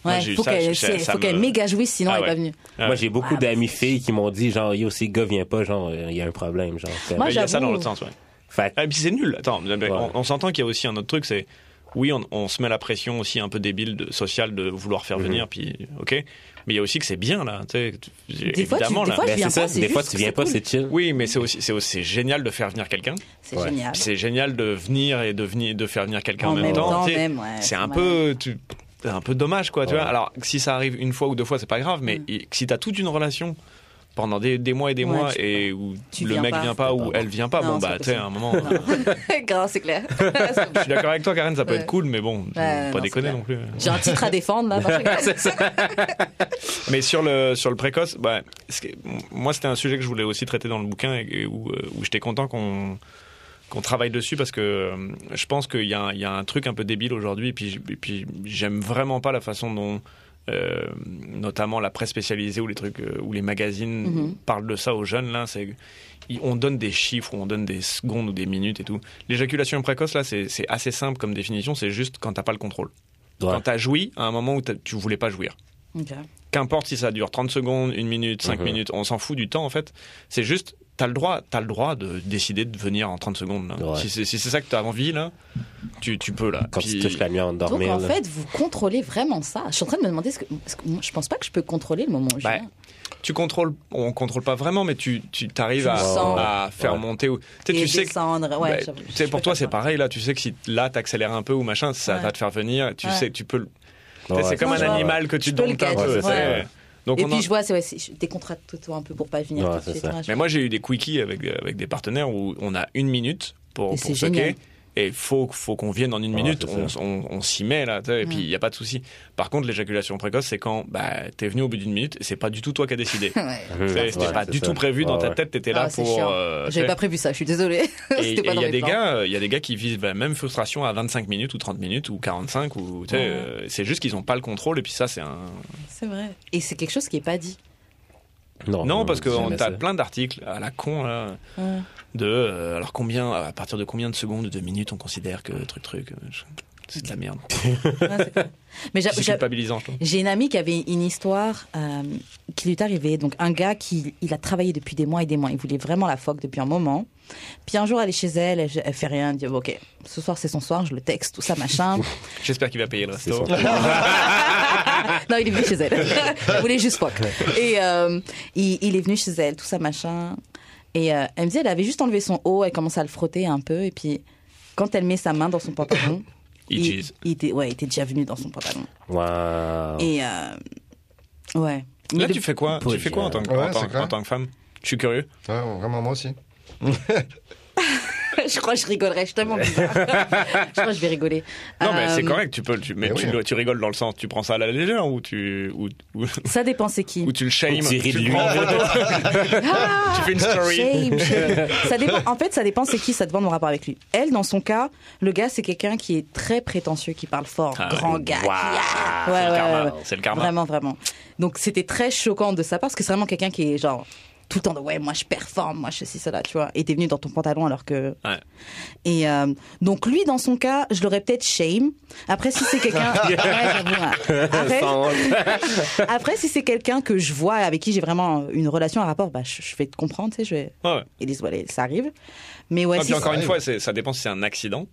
Speaker 3: Moi,
Speaker 2: Ouais,
Speaker 3: j'ai eu
Speaker 2: faut
Speaker 3: ça,
Speaker 2: qu'elle
Speaker 3: ça-
Speaker 2: c'est-
Speaker 3: ça
Speaker 2: faut
Speaker 3: me-
Speaker 2: qu'elle méga jouisse sinon
Speaker 3: Ah
Speaker 2: elle est
Speaker 3: ouais.
Speaker 2: pas venue.
Speaker 1: Moi, j'ai beaucoup
Speaker 2: Ah,
Speaker 1: d'amis filles qui m'ont dit, genre, yo, si le gars vient pas, genre, il y a un problème, genre. comme-
Speaker 2: Moi,
Speaker 3: Il y a ça
Speaker 2: j'avoue.
Speaker 3: dans l'autre sens, ouais.
Speaker 1: Fait que-
Speaker 3: Ah, Et puis c'est nul. Attends, mais on, on s'entend qu'il y a aussi un autre truc, c'est oui, on, on se met la pression aussi un peu débile de, sociale de vouloir faire venir, puis ok. Mais il y a aussi que c'est bien là. tu sais, tu-
Speaker 2: Des fois, tu-
Speaker 3: évidemment
Speaker 2: des
Speaker 3: là.
Speaker 2: fois, je
Speaker 1: ben,
Speaker 2: viens
Speaker 1: c'est ça,
Speaker 2: pas, c'est
Speaker 1: des fois,
Speaker 2: juste
Speaker 1: tu
Speaker 2: que
Speaker 1: viens
Speaker 2: c'est
Speaker 1: pas,
Speaker 2: cool.
Speaker 1: c'est chill.
Speaker 3: Oui, mais c'est aussi c'est aussi- c'est génial de faire venir quelqu'un.
Speaker 2: C'est
Speaker 1: Ouais.
Speaker 2: génial.
Speaker 3: C'est génial de venir et de venir de faire venir quelqu'un en,
Speaker 2: En même temps,
Speaker 3: tu sais.
Speaker 2: même, ouais,
Speaker 3: c'est un
Speaker 2: ouais.
Speaker 3: peu tu- c'est un peu dommage quoi, tu
Speaker 1: Ouais.
Speaker 3: vois. Alors si ça arrive une fois ou deux fois, c'est pas grave, mais il- si t'as toute une relation pendant des, des mois et des
Speaker 2: Mm. Ouais,
Speaker 3: mois
Speaker 2: tu-
Speaker 3: et où
Speaker 2: tu
Speaker 3: le
Speaker 2: viens
Speaker 3: mec
Speaker 2: pas.
Speaker 3: vient pas ou elle vient pas,
Speaker 2: Non,
Speaker 3: bon
Speaker 2: c'est
Speaker 3: bah
Speaker 2: pas
Speaker 3: tu sais à un moment.
Speaker 2: Non. Grave, c'est clair.
Speaker 3: Je suis d'accord avec toi Karen, ça peut
Speaker 2: Ouais.
Speaker 3: être cool, mais bon,
Speaker 2: Ouais,
Speaker 3: pas
Speaker 2: non,
Speaker 3: déconner
Speaker 2: c'est
Speaker 3: non plus.
Speaker 2: J'ai un titre à défendre là.
Speaker 1: C'est ça.
Speaker 3: Mais sur le sur le précoce, bah, ce que- moi c'était un sujet que je voulais aussi traiter dans le bouquin et, et où, euh, où j'étais content qu'on qu'on travaille dessus parce que euh, je pense qu'il y, a un- il y a un truc un peu débile aujourd'hui et puis, j- et puis j'aime vraiment pas la façon dont euh, notamment la presse spécialisée ou les trucs euh, où les magazines
Speaker 2: Mhm.
Speaker 3: parlent de ça aux jeunes là c'est ils- on donne des chiffres ou on donne des secondes ou des minutes et tout l'éjaculation précoce là c'est c'est assez simple comme définition c'est juste quand t'as pas le contrôle
Speaker 1: Ouais.
Speaker 3: quand t'as joui à un moment où t'as- tu voulais pas jouir
Speaker 2: Ok.
Speaker 3: qu'importe si ça dure 30 secondes, 1 minute, 5
Speaker 1: Mhm.
Speaker 3: minutes, on s'en fout du temps en fait. C'est juste, t'as le droit, t'as le droit de décider de venir en 30 secondes. là.
Speaker 1: Ouais.
Speaker 3: Si c'est si c'est ça que t'as envie là, tu, tu peux là.
Speaker 1: Quand
Speaker 3: Puis-
Speaker 1: tu touches la nuit en
Speaker 2: Donc
Speaker 1: dormir,
Speaker 2: en
Speaker 1: là.
Speaker 2: fait, vous contrôlez vraiment ça. Je suis en train de me demander ce que, parce que moi, je pense pas que je peux contrôler le moment où je
Speaker 3: Bah,
Speaker 2: viens.
Speaker 3: tu contrôles, on contrôle pas vraiment, mais tu tu t'arrives
Speaker 2: Tu le
Speaker 3: à,
Speaker 2: sens.
Speaker 3: à faire
Speaker 1: Ouais.
Speaker 3: monter. ou- Tu sais,
Speaker 2: et
Speaker 3: tu sais que
Speaker 2: descendre. ouais,
Speaker 3: Bah,
Speaker 2: j'avoue,
Speaker 3: tu
Speaker 2: je
Speaker 3: sais, pour
Speaker 2: peux
Speaker 3: toi
Speaker 2: pas
Speaker 3: c'est
Speaker 2: ça.
Speaker 3: pareil là. Tu sais que si là t'accélères un peu ou machin, ça
Speaker 2: Ouais.
Speaker 3: va te faire venir. Tu
Speaker 2: Ouais.
Speaker 3: sais, tu peux. le- tu sais,
Speaker 1: Ouais.
Speaker 3: C'est comme
Speaker 2: Non,
Speaker 3: un
Speaker 2: je vois.
Speaker 3: animal que tu
Speaker 2: Je peux le
Speaker 3: domptes un
Speaker 2: cadrer,
Speaker 3: peu.
Speaker 1: ouais.
Speaker 3: tu sais.
Speaker 1: Ouais.
Speaker 3: Donc
Speaker 2: Et
Speaker 3: on
Speaker 2: puis
Speaker 3: en-
Speaker 2: je vois, c'est ouais, c'est- je décontracte toi un peu pour pas venir
Speaker 1: Ouais,
Speaker 2: tout de
Speaker 1: c'est
Speaker 2: suite,
Speaker 1: ça.
Speaker 2: hein, je-
Speaker 3: euh, Mais moi, j'ai eu des quickies avec, avec des partenaires où on a une minute pour,
Speaker 2: Et
Speaker 3: pour
Speaker 2: c'est
Speaker 3: choquer.
Speaker 2: génial.
Speaker 3: et faut faut qu'on vienne en une
Speaker 1: Ouais,
Speaker 3: minute,
Speaker 1: Ah, c'est
Speaker 3: on, on- on s'y met là, tu sais, et puis il y a pas de souci. Par contre, l'éjaculation précoce, c'est quand bah t'es venu au bout d'une minute, et c'est pas du tout toi qui as décidé.
Speaker 2: Ouais.
Speaker 1: Mhm.
Speaker 3: C'est- C'était
Speaker 1: Ouais,
Speaker 3: pas
Speaker 1: c'est
Speaker 3: du
Speaker 1: ça.
Speaker 3: tout prévu dans
Speaker 1: Ouais,
Speaker 3: ta
Speaker 1: ouais.
Speaker 3: tête, t'étais
Speaker 2: Ah,
Speaker 3: là
Speaker 2: c'est
Speaker 3: pour.
Speaker 2: chiant.
Speaker 3: euh, tu sais.
Speaker 2: J'avais pas prévu ça, je suis désolée.
Speaker 3: Et
Speaker 2: C'était pas dans
Speaker 3: et il y a
Speaker 2: mes
Speaker 3: des
Speaker 2: plans.
Speaker 3: gars, euh, il y a des gars qui vivent la même frustration à 25 minutes ou 30 minutes ou 45 ou tu sais,
Speaker 2: Ouais.
Speaker 3: euh, c'est juste qu'ils ont pas le contrôle et puis ça c'est un
Speaker 2: C'est vrai. Et c'est quelque chose qui est pas dit.
Speaker 1: Non,
Speaker 3: non parce que
Speaker 1: c'est
Speaker 3: on
Speaker 1: jamais
Speaker 3: t'as
Speaker 1: ça.
Speaker 3: plein d'articles à la con là
Speaker 2: Ouais.
Speaker 3: de euh, alors combien à partir de combien de secondes de minutes on considère que truc truc euh, je- c'est de la merde
Speaker 2: Ouais, c'est cool. Mais j'a-
Speaker 3: c'est
Speaker 2: j'a-
Speaker 3: culpabilisant je trouve
Speaker 2: J'ai une amie qui avait une histoire euh, qui lui est arrivée. Donc, un gars qui il a travaillé depuis des mois et des mois. Il voulait vraiment la phoque depuis un moment. Puis un jour, elle est chez elle, elle, elle fait rien. Elle dit Ok, ce soir, c'est son soir, je le texte, tout ça, machin.
Speaker 3: j'espère qu'il va payer le
Speaker 1: C'est
Speaker 3: resto
Speaker 1: son-
Speaker 2: non, il est venu chez elle. elle voulait juste phoque. Et euh, il, il est venu chez elle, tout ça, machin. Et euh, elle me dit Elle avait juste enlevé son haut, elle commence à le frotter un peu. Et puis, quand elle met sa main dans son pantalon,
Speaker 3: Il
Speaker 2: il,
Speaker 3: cheese.
Speaker 2: il était, ouais, il était déjà venu dans son pantalon.
Speaker 1: Waouh.
Speaker 2: Et euh, ouais. Mais
Speaker 3: Oh. là
Speaker 2: le-
Speaker 3: tu fais quoi tu
Speaker 1: Pauvre
Speaker 3: fais quoi en tant que,
Speaker 4: Ouais,
Speaker 3: en tant-
Speaker 4: c'est clair.
Speaker 3: en tant que femme je suis curieux
Speaker 4: Ouais, vraiment, moi aussi.
Speaker 2: je crois que je rigolerais, je suis tellement bizarre. je crois que je vais rigoler.
Speaker 3: non mais
Speaker 2: Euh,
Speaker 3: c'est correct tu peux le- tu, mais
Speaker 4: mais
Speaker 3: tu,
Speaker 4: Eh oui.
Speaker 3: dois- tu rigoles dans le sens tu prends ça à la légère ou tu ou, ou,
Speaker 2: Ça dépend c'est qui.
Speaker 3: ou tu le shames
Speaker 1: Ou tu ris de
Speaker 3: le
Speaker 1: lui.
Speaker 3: prends en photo, tu fais une story
Speaker 2: Shame, shame. ça dépend. En fait, ça dépend c'est qui, ça dépend de mon rapport avec lui. Elle, dans son cas, le gars, c'est quelqu'un qui est très prétentieux, qui parle fort,
Speaker 3: Ah,
Speaker 2: grand gars. qui-
Speaker 1: Waouh.
Speaker 2: Ouais,
Speaker 3: C'est le
Speaker 2: ouais,
Speaker 3: karma,
Speaker 2: ouais, ouais.
Speaker 3: c'est le karma.
Speaker 2: Ah, Euh, Vraiment, vraiment. Donc c'était très choquant de sa part, parce que c'est vraiment quelqu'un qui est genre tout le temps de ouais, moi je performe, moi je suis cela, tu vois. Et t'es venu dans ton pantalon alors que.
Speaker 3: Ouais.
Speaker 2: Et euh, donc lui, dans son cas, je l'aurais peut-être shame. Après, si c'est quelqu'un. Ouais, j'avoue, ouais. Après,
Speaker 1: Sans honte.
Speaker 2: après, si c'est quelqu'un que je vois avec qui j'ai vraiment une relation, un rapport, bah, je, je vais te comprendre, tu sais, je vais.
Speaker 3: Ouais, ouais.
Speaker 2: Et désolé, ça arrive. Mais ouais,
Speaker 3: Ah,
Speaker 2: si
Speaker 3: puis encore
Speaker 4: ça
Speaker 3: une
Speaker 4: arrive.
Speaker 3: fois, c'est- ça dépend si c'est un accident.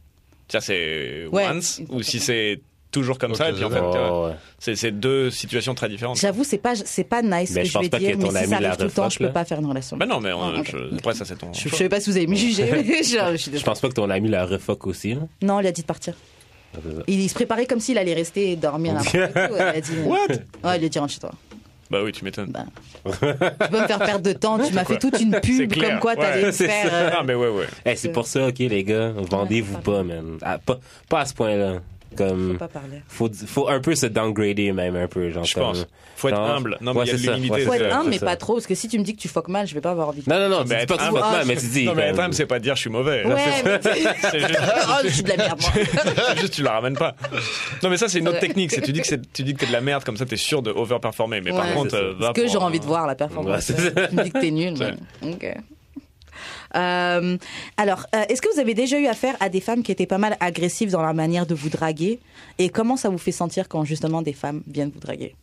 Speaker 3: Ça, c'est
Speaker 2: Ouais.
Speaker 3: once, ou si c'est toujours comme
Speaker 4: Ok,
Speaker 3: ça. Et puis en fait,
Speaker 1: Ouais,
Speaker 3: tu vois,
Speaker 1: ouais.
Speaker 3: c'est c'est deux situations très différentes.
Speaker 2: j'avoue, c'est pas, c'est pas nice
Speaker 1: Mais
Speaker 2: que
Speaker 1: je
Speaker 2: je,
Speaker 1: pense
Speaker 2: vais
Speaker 1: pas que
Speaker 2: dire,
Speaker 1: ton
Speaker 2: mais si
Speaker 1: ami
Speaker 2: ça
Speaker 1: la
Speaker 2: arrive tout le temps, je
Speaker 1: refrotte, là.
Speaker 2: peux pas faire une relation.
Speaker 3: Bah non, mais euh,
Speaker 2: Ah, ok.
Speaker 3: je- après, ça, c'est ton.
Speaker 2: Je, je
Speaker 3: choix.
Speaker 2: sais pas si vous allez me juger, mais genre, je suis
Speaker 1: Je
Speaker 2: désolée.
Speaker 1: pense pas que ton ami la refuck aussi. là.
Speaker 2: Non, il a dit de partir.
Speaker 1: Ah,
Speaker 2: Il, il se préparait comme s'il allait rester et dormir. n'importe où. Elle a dit, euh,
Speaker 3: What
Speaker 2: ouais, il lui a dit rentre chez toi.
Speaker 3: Bah oui, tu m'étonnes.
Speaker 2: Bah, tu peux me faire perdre de temps. Tu m'as fait toute une
Speaker 3: C'est
Speaker 2: pub
Speaker 3: clair,
Speaker 2: comme quoi
Speaker 3: ouais.
Speaker 2: t'allais me
Speaker 1: C'est
Speaker 2: faire. euh,
Speaker 3: Ah, mais ouais, ouais.
Speaker 1: Eh, c'est pour ça, ok, les gars, vendez-vous
Speaker 2: Ouais,
Speaker 1: pas, man. Ah, pas, pas à ce point-là. Comme,
Speaker 2: Faut pas parler.
Speaker 1: faut, faut un peu se downgrader, même, un peu, genre.
Speaker 3: Je
Speaker 1: comme-
Speaker 3: pense. Faut être
Speaker 1: Genre,
Speaker 3: humble. Non, mais
Speaker 1: ouais,
Speaker 3: il y a de
Speaker 1: c'est ça.
Speaker 3: l'humilité.
Speaker 1: Ouais,
Speaker 3: c'est
Speaker 2: Faut
Speaker 1: c'est
Speaker 3: ça.
Speaker 2: être
Speaker 1: ça,
Speaker 2: humble, mais
Speaker 1: c'est
Speaker 2: pas
Speaker 1: ça.
Speaker 2: trop, parce que si tu me dis que tu fuck mal, je vais pas avoir envie.
Speaker 1: Non, non, non,
Speaker 3: Ah, Mais
Speaker 1: mais dis
Speaker 3: être
Speaker 1: pas que tu
Speaker 3: humble.
Speaker 1: fuck mal, mais tu dis.
Speaker 3: Non, mais
Speaker 1: comme-
Speaker 3: être humble, c'est pas dire je suis mauvais.
Speaker 2: Ouais, mais
Speaker 3: C'est juste-
Speaker 2: oh, je suis de la merde. moi.
Speaker 3: c'est juste, tu la ramènes pas. Non, mais ça, c'est une autre
Speaker 2: Ouais.
Speaker 3: technique. C'est tu dis que c'est- tu dis que t'es de la merde, comme ça, t'es sûr de overperformer. Mais par
Speaker 2: Ouais.
Speaker 3: contre,
Speaker 1: C'est ça.
Speaker 3: euh, va
Speaker 2: Parce que
Speaker 3: pour
Speaker 2: j'aurais
Speaker 3: un-
Speaker 2: envie de voir la
Speaker 1: Ouais,
Speaker 2: performance.
Speaker 1: c'est ça.
Speaker 2: tu me dis que t'es nul.
Speaker 3: Ouais.
Speaker 2: mais- Ok. Euh, alors, euh, est-ce que vous avez déjà eu affaire à des femmes qui étaient pas mal agressives dans leur manière de vous draguer Et comment ça vous fait sentir quand justement des femmes viennent vous draguer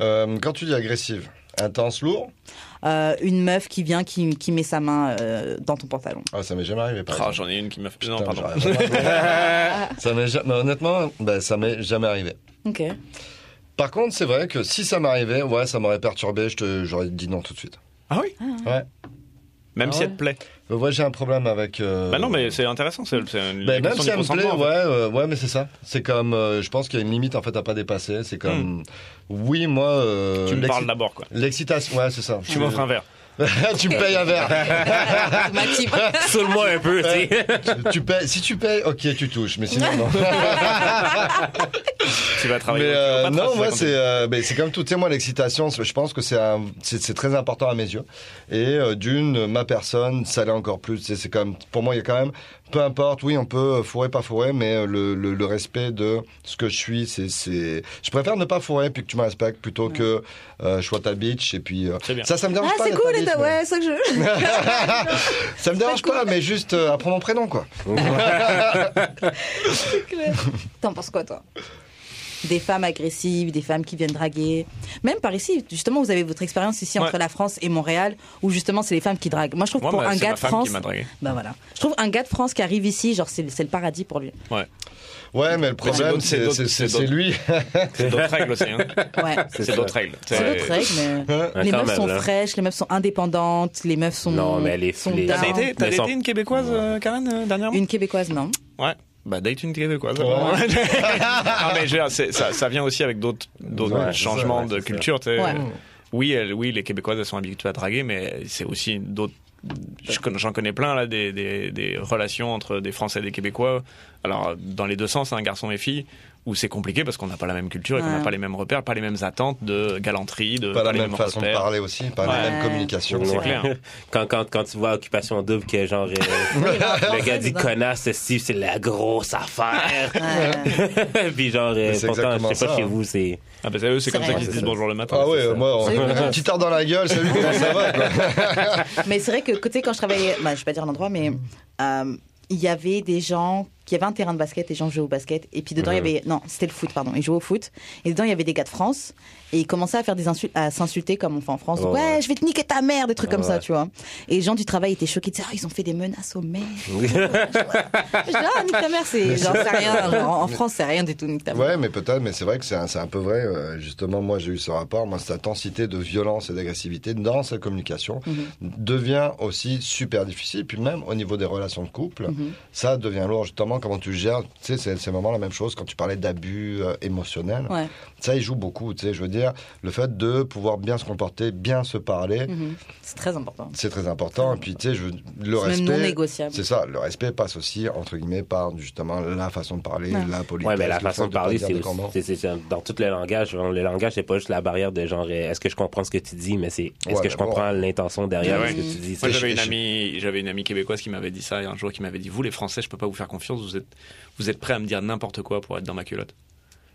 Speaker 4: Euh, quand tu dis agressive, intense, lourd,
Speaker 2: Euh, Une meuf qui vient, qui, qui met sa main euh, dans ton pantalon.
Speaker 4: ah, ça m'est jamais arrivé. Par
Speaker 3: Ah,
Speaker 4: exemple.
Speaker 3: J'en ai une qui m'a fait. Non,
Speaker 4: Putain,
Speaker 3: pardon.
Speaker 4: j'aurais vraiment- ça m'est jamais... mais honnêtement, bah, ça m'est jamais arrivé.
Speaker 2: Ok.
Speaker 4: Par contre, c'est vrai que si ça m'arrivait, ouais, ça m'aurait perturbé, je te- j'aurais dit non tout de suite.
Speaker 3: Ah oui
Speaker 4: Ouais.
Speaker 3: Même
Speaker 1: Ah
Speaker 3: si
Speaker 1: ouais.
Speaker 3: elle te plaît.
Speaker 4: Euh, Ouais, j'ai un problème avec. euh,
Speaker 3: Bah non, mais c'est intéressant. C'est c'est une
Speaker 4: bah,
Speaker 3: la
Speaker 4: même
Speaker 3: question
Speaker 4: si
Speaker 3: du
Speaker 4: elle me plaît,
Speaker 3: consentement, en fait.
Speaker 4: ouais, euh, ouais, mais c'est ça. C'est comme, euh, je pense qu'il y a une limite en fait à pas dépasser. C'est comme, oui, moi. euh,
Speaker 3: Hmm. Tu me
Speaker 4: l'exci-
Speaker 3: parles d'abord, quoi.
Speaker 4: L'excitation, ouais, c'est ça.
Speaker 3: Tu m'offres un verre.
Speaker 4: tu me payes un verre.
Speaker 2: Ma team.
Speaker 1: Saoule-moi un peu, tu sais.
Speaker 4: tu payes, si tu payes, ok, tu touches, mais sinon non.
Speaker 3: Tu vas travailler.
Speaker 4: Mais
Speaker 3: au
Speaker 4: euh,
Speaker 3: Cléopâtre,
Speaker 4: non,
Speaker 3: ça
Speaker 4: moi
Speaker 3: compte.
Speaker 4: c'est euh, ben, c'est comme tout. Tu sais, moi l'excitation, c'est- je pense que c'est un- c'est c'est très important à mes yeux. Et euh, d'une, ma personne, ça l'est encore plus. Tu sais, C'est comme pour moi, il y a quand même, peu importe. Oui, on peut euh, fourrer, pas fourrer, mais euh, le, le, le respect de ce que je suis, c'est c'est. Je préfère ne pas fourrer puis que tu me respectes plutôt que euh, je sois ta bitch et puis euh,
Speaker 3: C'est bien.
Speaker 4: ça, ça me dérange
Speaker 2: Ah,
Speaker 4: pas.
Speaker 2: c'est
Speaker 4: d'être ta
Speaker 2: cool,
Speaker 4: bitch,
Speaker 2: et t'as-
Speaker 4: mais-
Speaker 2: ouais, ça que je.
Speaker 4: Ça me dérange pas, mais juste euh, apprends mon prénom quoi.
Speaker 2: T'en penses quoi, toi Des femmes agressives, des femmes qui viennent draguer. Même par ici, justement, vous avez votre expérience ici entre
Speaker 3: Ouais.
Speaker 2: la France et Montréal, où justement, c'est les femmes qui draguent. Moi, je trouve que
Speaker 3: Moi,
Speaker 2: pour
Speaker 3: ma-
Speaker 2: un
Speaker 3: c'est
Speaker 2: gars
Speaker 3: ma
Speaker 2: de
Speaker 3: femme
Speaker 2: France.
Speaker 3: qui m'a dragué.
Speaker 2: Ben voilà. Je trouve un gars de France qui arrive ici, genre, c'est c'est le paradis pour lui.
Speaker 3: Ouais.
Speaker 4: Ouais, mais le
Speaker 3: c'est
Speaker 4: problème,
Speaker 3: d'autres- c'est
Speaker 4: c'est
Speaker 3: d'autres-
Speaker 4: c'est-
Speaker 3: c'est
Speaker 4: c'est- c'est
Speaker 3: d'autres-
Speaker 4: lui.
Speaker 3: C'est d'autres règles aussi. hein.
Speaker 2: Ouais.
Speaker 3: C'est d'autres règles.
Speaker 2: C'est d'autres règles, mais.
Speaker 1: Ouais,
Speaker 2: les
Speaker 1: quand
Speaker 2: meufs
Speaker 1: même,
Speaker 2: sont
Speaker 1: là.
Speaker 2: fraîches, les meufs sont indépendantes, les meufs sont.
Speaker 1: Non, mais elle est
Speaker 2: sont
Speaker 1: flippée.
Speaker 2: down.
Speaker 3: T'as daté, t'as
Speaker 1: Mais sans-
Speaker 3: daté une québécoise, euh, Karen, euh, dernièrement
Speaker 2: Une québécoise, non.
Speaker 3: Ouais. Bah, date une québécoise.
Speaker 4: Ouais.
Speaker 3: non, mais je veux dire, c'est- ça, ça vient aussi avec d'autres d'autres
Speaker 1: Ouais, c'est ça,
Speaker 3: changements
Speaker 1: ouais,
Speaker 3: de
Speaker 1: c'est ça.
Speaker 3: culture. tu sais.
Speaker 2: Ouais.
Speaker 3: Oui, elles- oui, les québécoises, elles sont habituées à draguer, mais c'est aussi d'autres je con- j'en connais plein là des, des- des relations entre des Français et des Québécois. Alors dans les deux sens, un garçon et fille, où c'est compliqué parce qu'on n'a pas la même culture et qu'on n'a
Speaker 5: Ouais.
Speaker 3: pas les mêmes repères, pas les mêmes attentes de galanterie, de
Speaker 4: Pas la
Speaker 3: les
Speaker 4: même
Speaker 3: mêmes
Speaker 4: façon de
Speaker 3: repères.
Speaker 4: parler aussi, pas la
Speaker 5: Ouais.
Speaker 4: même communication.
Speaker 3: C'est
Speaker 1: Ouais.
Speaker 3: clair.
Speaker 1: Quand, quand, quand tu vois Occupation Double, que genre, euh, le gars dit connasse, c'est Steve, c'est la grosse affaire. Puis genre, euh,
Speaker 4: Mais c'est
Speaker 1: pourtant, je
Speaker 4: exactement
Speaker 1: sais pas
Speaker 4: ça,
Speaker 1: chez
Speaker 4: hein.
Speaker 1: vous, c'est.
Speaker 3: Ah ben c'est eux, c'est
Speaker 5: C'est
Speaker 3: comme ça
Speaker 5: vrai.
Speaker 3: qu'ils se disent
Speaker 1: Ouais,
Speaker 3: bonjour le matin.
Speaker 4: Ah ouais,
Speaker 1: C'est ça.
Speaker 4: moi, on-
Speaker 5: C'est vrai.
Speaker 4: un petit tard dans la gueule, salut, comment ça va quoi
Speaker 2: Mais c'est vrai que, tu sais, quand je travaillais, bah, je vais pas dire l'endroit, mais euh, il y avait des gens qui avaient un terrain de basket, les gens jouaient au basket, et puis dedans il y avait, non, c'était le foot, pardon, ils jouaient au foot, et dedans il y avait des gars de France, et ils commençaient à faire des insultes, à s'insulter comme on fait en France,
Speaker 1: Oh,
Speaker 2: ouais,
Speaker 1: ouais.
Speaker 2: je vais te niquer ta mère, des trucs comme ça,
Speaker 1: ouais.
Speaker 2: tu vois. Et les gens du travail étaient choqués, de ça, Ah, ils ont fait des menaces aux mères. je dis, ah, nique ta mère, c'est, genre, c'est rien, genre, en France c'est rien du tout, nique ta mère.
Speaker 4: Ouais, mais peut-être, mais c'est vrai que c'est un, c'est un peu vrai. euh, Justement, moi, j'ai eu ce rapport. Moi, cette intensité de violence et d'agressivité dans sa communication
Speaker 2: Mhm.
Speaker 4: devient aussi super difficile. Puis même au niveau des relations de couple,
Speaker 2: Mhm.
Speaker 4: ça devient lourd. Justement, comment tu gères, tu sais, c'est c'est vraiment la même chose quand tu parlais d'abus euh, émotionnels.
Speaker 2: Ouais.
Speaker 4: Ça, il joue beaucoup, tu sais. Je veux dire, le fait de pouvoir bien se comporter, bien se parler,
Speaker 2: Mhm. C'est très important.
Speaker 4: c'est très important. Et puis, tu sais, je veux- le
Speaker 2: C'est même non
Speaker 4: respect.
Speaker 2: négociable.
Speaker 4: C'est ça, le respect passe aussi, entre guillemets, par justement la façon de parler,
Speaker 2: Ouais.
Speaker 4: la politesse.
Speaker 1: Ouais, mais la
Speaker 4: le
Speaker 1: façon
Speaker 4: fait
Speaker 1: de
Speaker 4: pas
Speaker 1: parler,
Speaker 4: dire
Speaker 1: c'est
Speaker 4: des
Speaker 1: aussi-
Speaker 4: grands mots.
Speaker 1: c'est- c'est dans tout le langage. Genre, Le langage, c'est pas juste la barrière de genre, euh, est-ce que je comprends ce que tu dis, mais c'est est-ce
Speaker 4: Ouais,
Speaker 1: que je
Speaker 4: d'abord.
Speaker 1: comprends l'intention derrière
Speaker 3: Ouais.
Speaker 1: ce que tu dis.
Speaker 3: Moi,
Speaker 1: C'est-
Speaker 3: j'avais une
Speaker 4: je-
Speaker 3: amie, j'avais une amie québécoise qui m'avait dit ça un jour, qui m'avait dit vous les Français, je peux pas vous faire confiance. Vous êtes, vous êtes prêts à me dire n'importe quoi pour être dans ma culotte.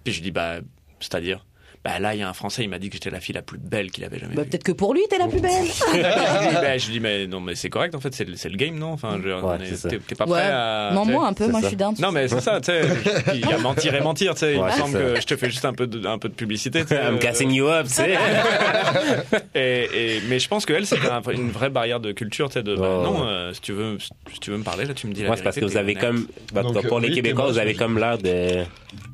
Speaker 3: Puis je dis bah, c'est-à-dire, bah là il y a un Français, il m'a dit que j'étais la fille la plus belle qu'il avait jamais
Speaker 2: Bah,
Speaker 3: vue.
Speaker 2: peut-être que pour lui t'es la plus belle.
Speaker 3: je, dis, bah, je dis, mais non mais c'est correct en fait, c'est le, c'est le game non Enfin, je- on est-
Speaker 1: c'est ça.
Speaker 3: t'es t'es pas
Speaker 2: Ouais.
Speaker 3: prêt à.
Speaker 2: non,
Speaker 3: tu sais.
Speaker 2: moi hein. un peu,
Speaker 1: c'est
Speaker 2: moi
Speaker 1: ça.
Speaker 2: je suis down.
Speaker 3: Non mais c'est ça, tu sais, je- il y a mentir et mentir, tu sais. il
Speaker 1: Ouais,
Speaker 3: me
Speaker 1: c'est
Speaker 3: semble
Speaker 1: ça.
Speaker 3: que je te fais juste un peu de, un peu de publicité. tu sais,
Speaker 1: I'm
Speaker 3: euh,
Speaker 1: gassing you up, tu sais.
Speaker 3: Et, et- mais je pense que elle, c'est un- une vraie barrière de culture, tu sais, de bah,
Speaker 1: Ouais,
Speaker 3: non, euh, si tu veux, si tu veux me parler, là, tu me dis la
Speaker 1: Moi, c'est parce
Speaker 3: vérité,
Speaker 1: que vous
Speaker 3: t'es
Speaker 1: avez
Speaker 3: honnête.
Speaker 1: comme. en tout
Speaker 4: Donc,
Speaker 1: cas, pour
Speaker 4: euh,
Speaker 1: les
Speaker 4: oui,
Speaker 1: Québécois,
Speaker 4: t'es
Speaker 1: vous avez
Speaker 4: moche.
Speaker 1: comme l'air de.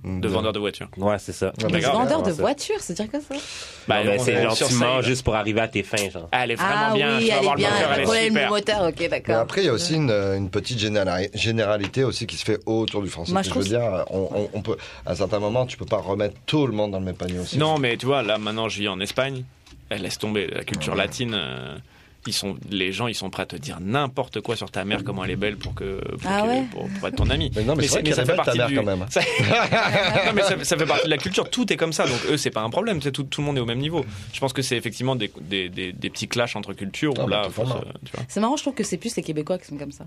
Speaker 4: Mm.
Speaker 3: de vendeur de voiture.
Speaker 1: Ouais, c'est ça.
Speaker 4: Ouais,
Speaker 2: Mais
Speaker 4: d'accord.
Speaker 2: vendeur de
Speaker 1: ça.
Speaker 2: voiture, c'est dire quoi ça
Speaker 1: Bah,
Speaker 3: Bah,
Speaker 1: ben,
Speaker 3: on
Speaker 1: c'est
Speaker 3: est
Speaker 1: genre,
Speaker 3: sur
Speaker 1: tu
Speaker 3: scène.
Speaker 1: manges juste pour arriver à tes fins, genre.
Speaker 3: Ah, elle est vraiment
Speaker 2: ah
Speaker 3: bien,
Speaker 2: oui,
Speaker 3: tu vas
Speaker 2: elle est
Speaker 3: voir
Speaker 2: bien.
Speaker 3: le moteur,
Speaker 2: Le
Speaker 3: elle est
Speaker 2: problème du
Speaker 3: super.
Speaker 2: moteur, ok,
Speaker 4: Mais
Speaker 2: d'accord. Euh,
Speaker 4: après, il y a aussi une, euh, une petite généra- généralité aussi qui se fait autour du français.
Speaker 2: Moi,
Speaker 4: je
Speaker 2: je
Speaker 4: veux
Speaker 2: trouve-
Speaker 4: dire, on, on- on peut, à un certain moment, tu peux pas remettre tout le monde dans le même panier aussi.
Speaker 3: Non, mais tu vois, là maintenant je vis en Espagne, elle laisse tomber la culture latine. euh, ils sont, les gens, ils sont prêts à te dire n'importe quoi sur ta mère, comment elle est belle pour que pour,
Speaker 2: Ah
Speaker 3: qu'elle-
Speaker 2: ouais
Speaker 3: pour- pour être ton ami.
Speaker 4: Mais non, mais c'est vrai qu'elle est belle, ta mère, quand même.
Speaker 3: Ça- non, mais ça, ça fait partie de la culture. Tout est comme ça, donc eux, c'est pas un problème. tu sais, Tout, tout le monde est au même niveau. Je pense que c'est effectivement des, des, des, des petits clashs entre cultures.
Speaker 4: Ah,
Speaker 3: où
Speaker 4: mais
Speaker 3: là,
Speaker 4: tout
Speaker 3: faut se-
Speaker 4: format.
Speaker 3: tu vois.
Speaker 2: C'est marrant, je trouve que c'est plus les Québécois qui sont comme ça.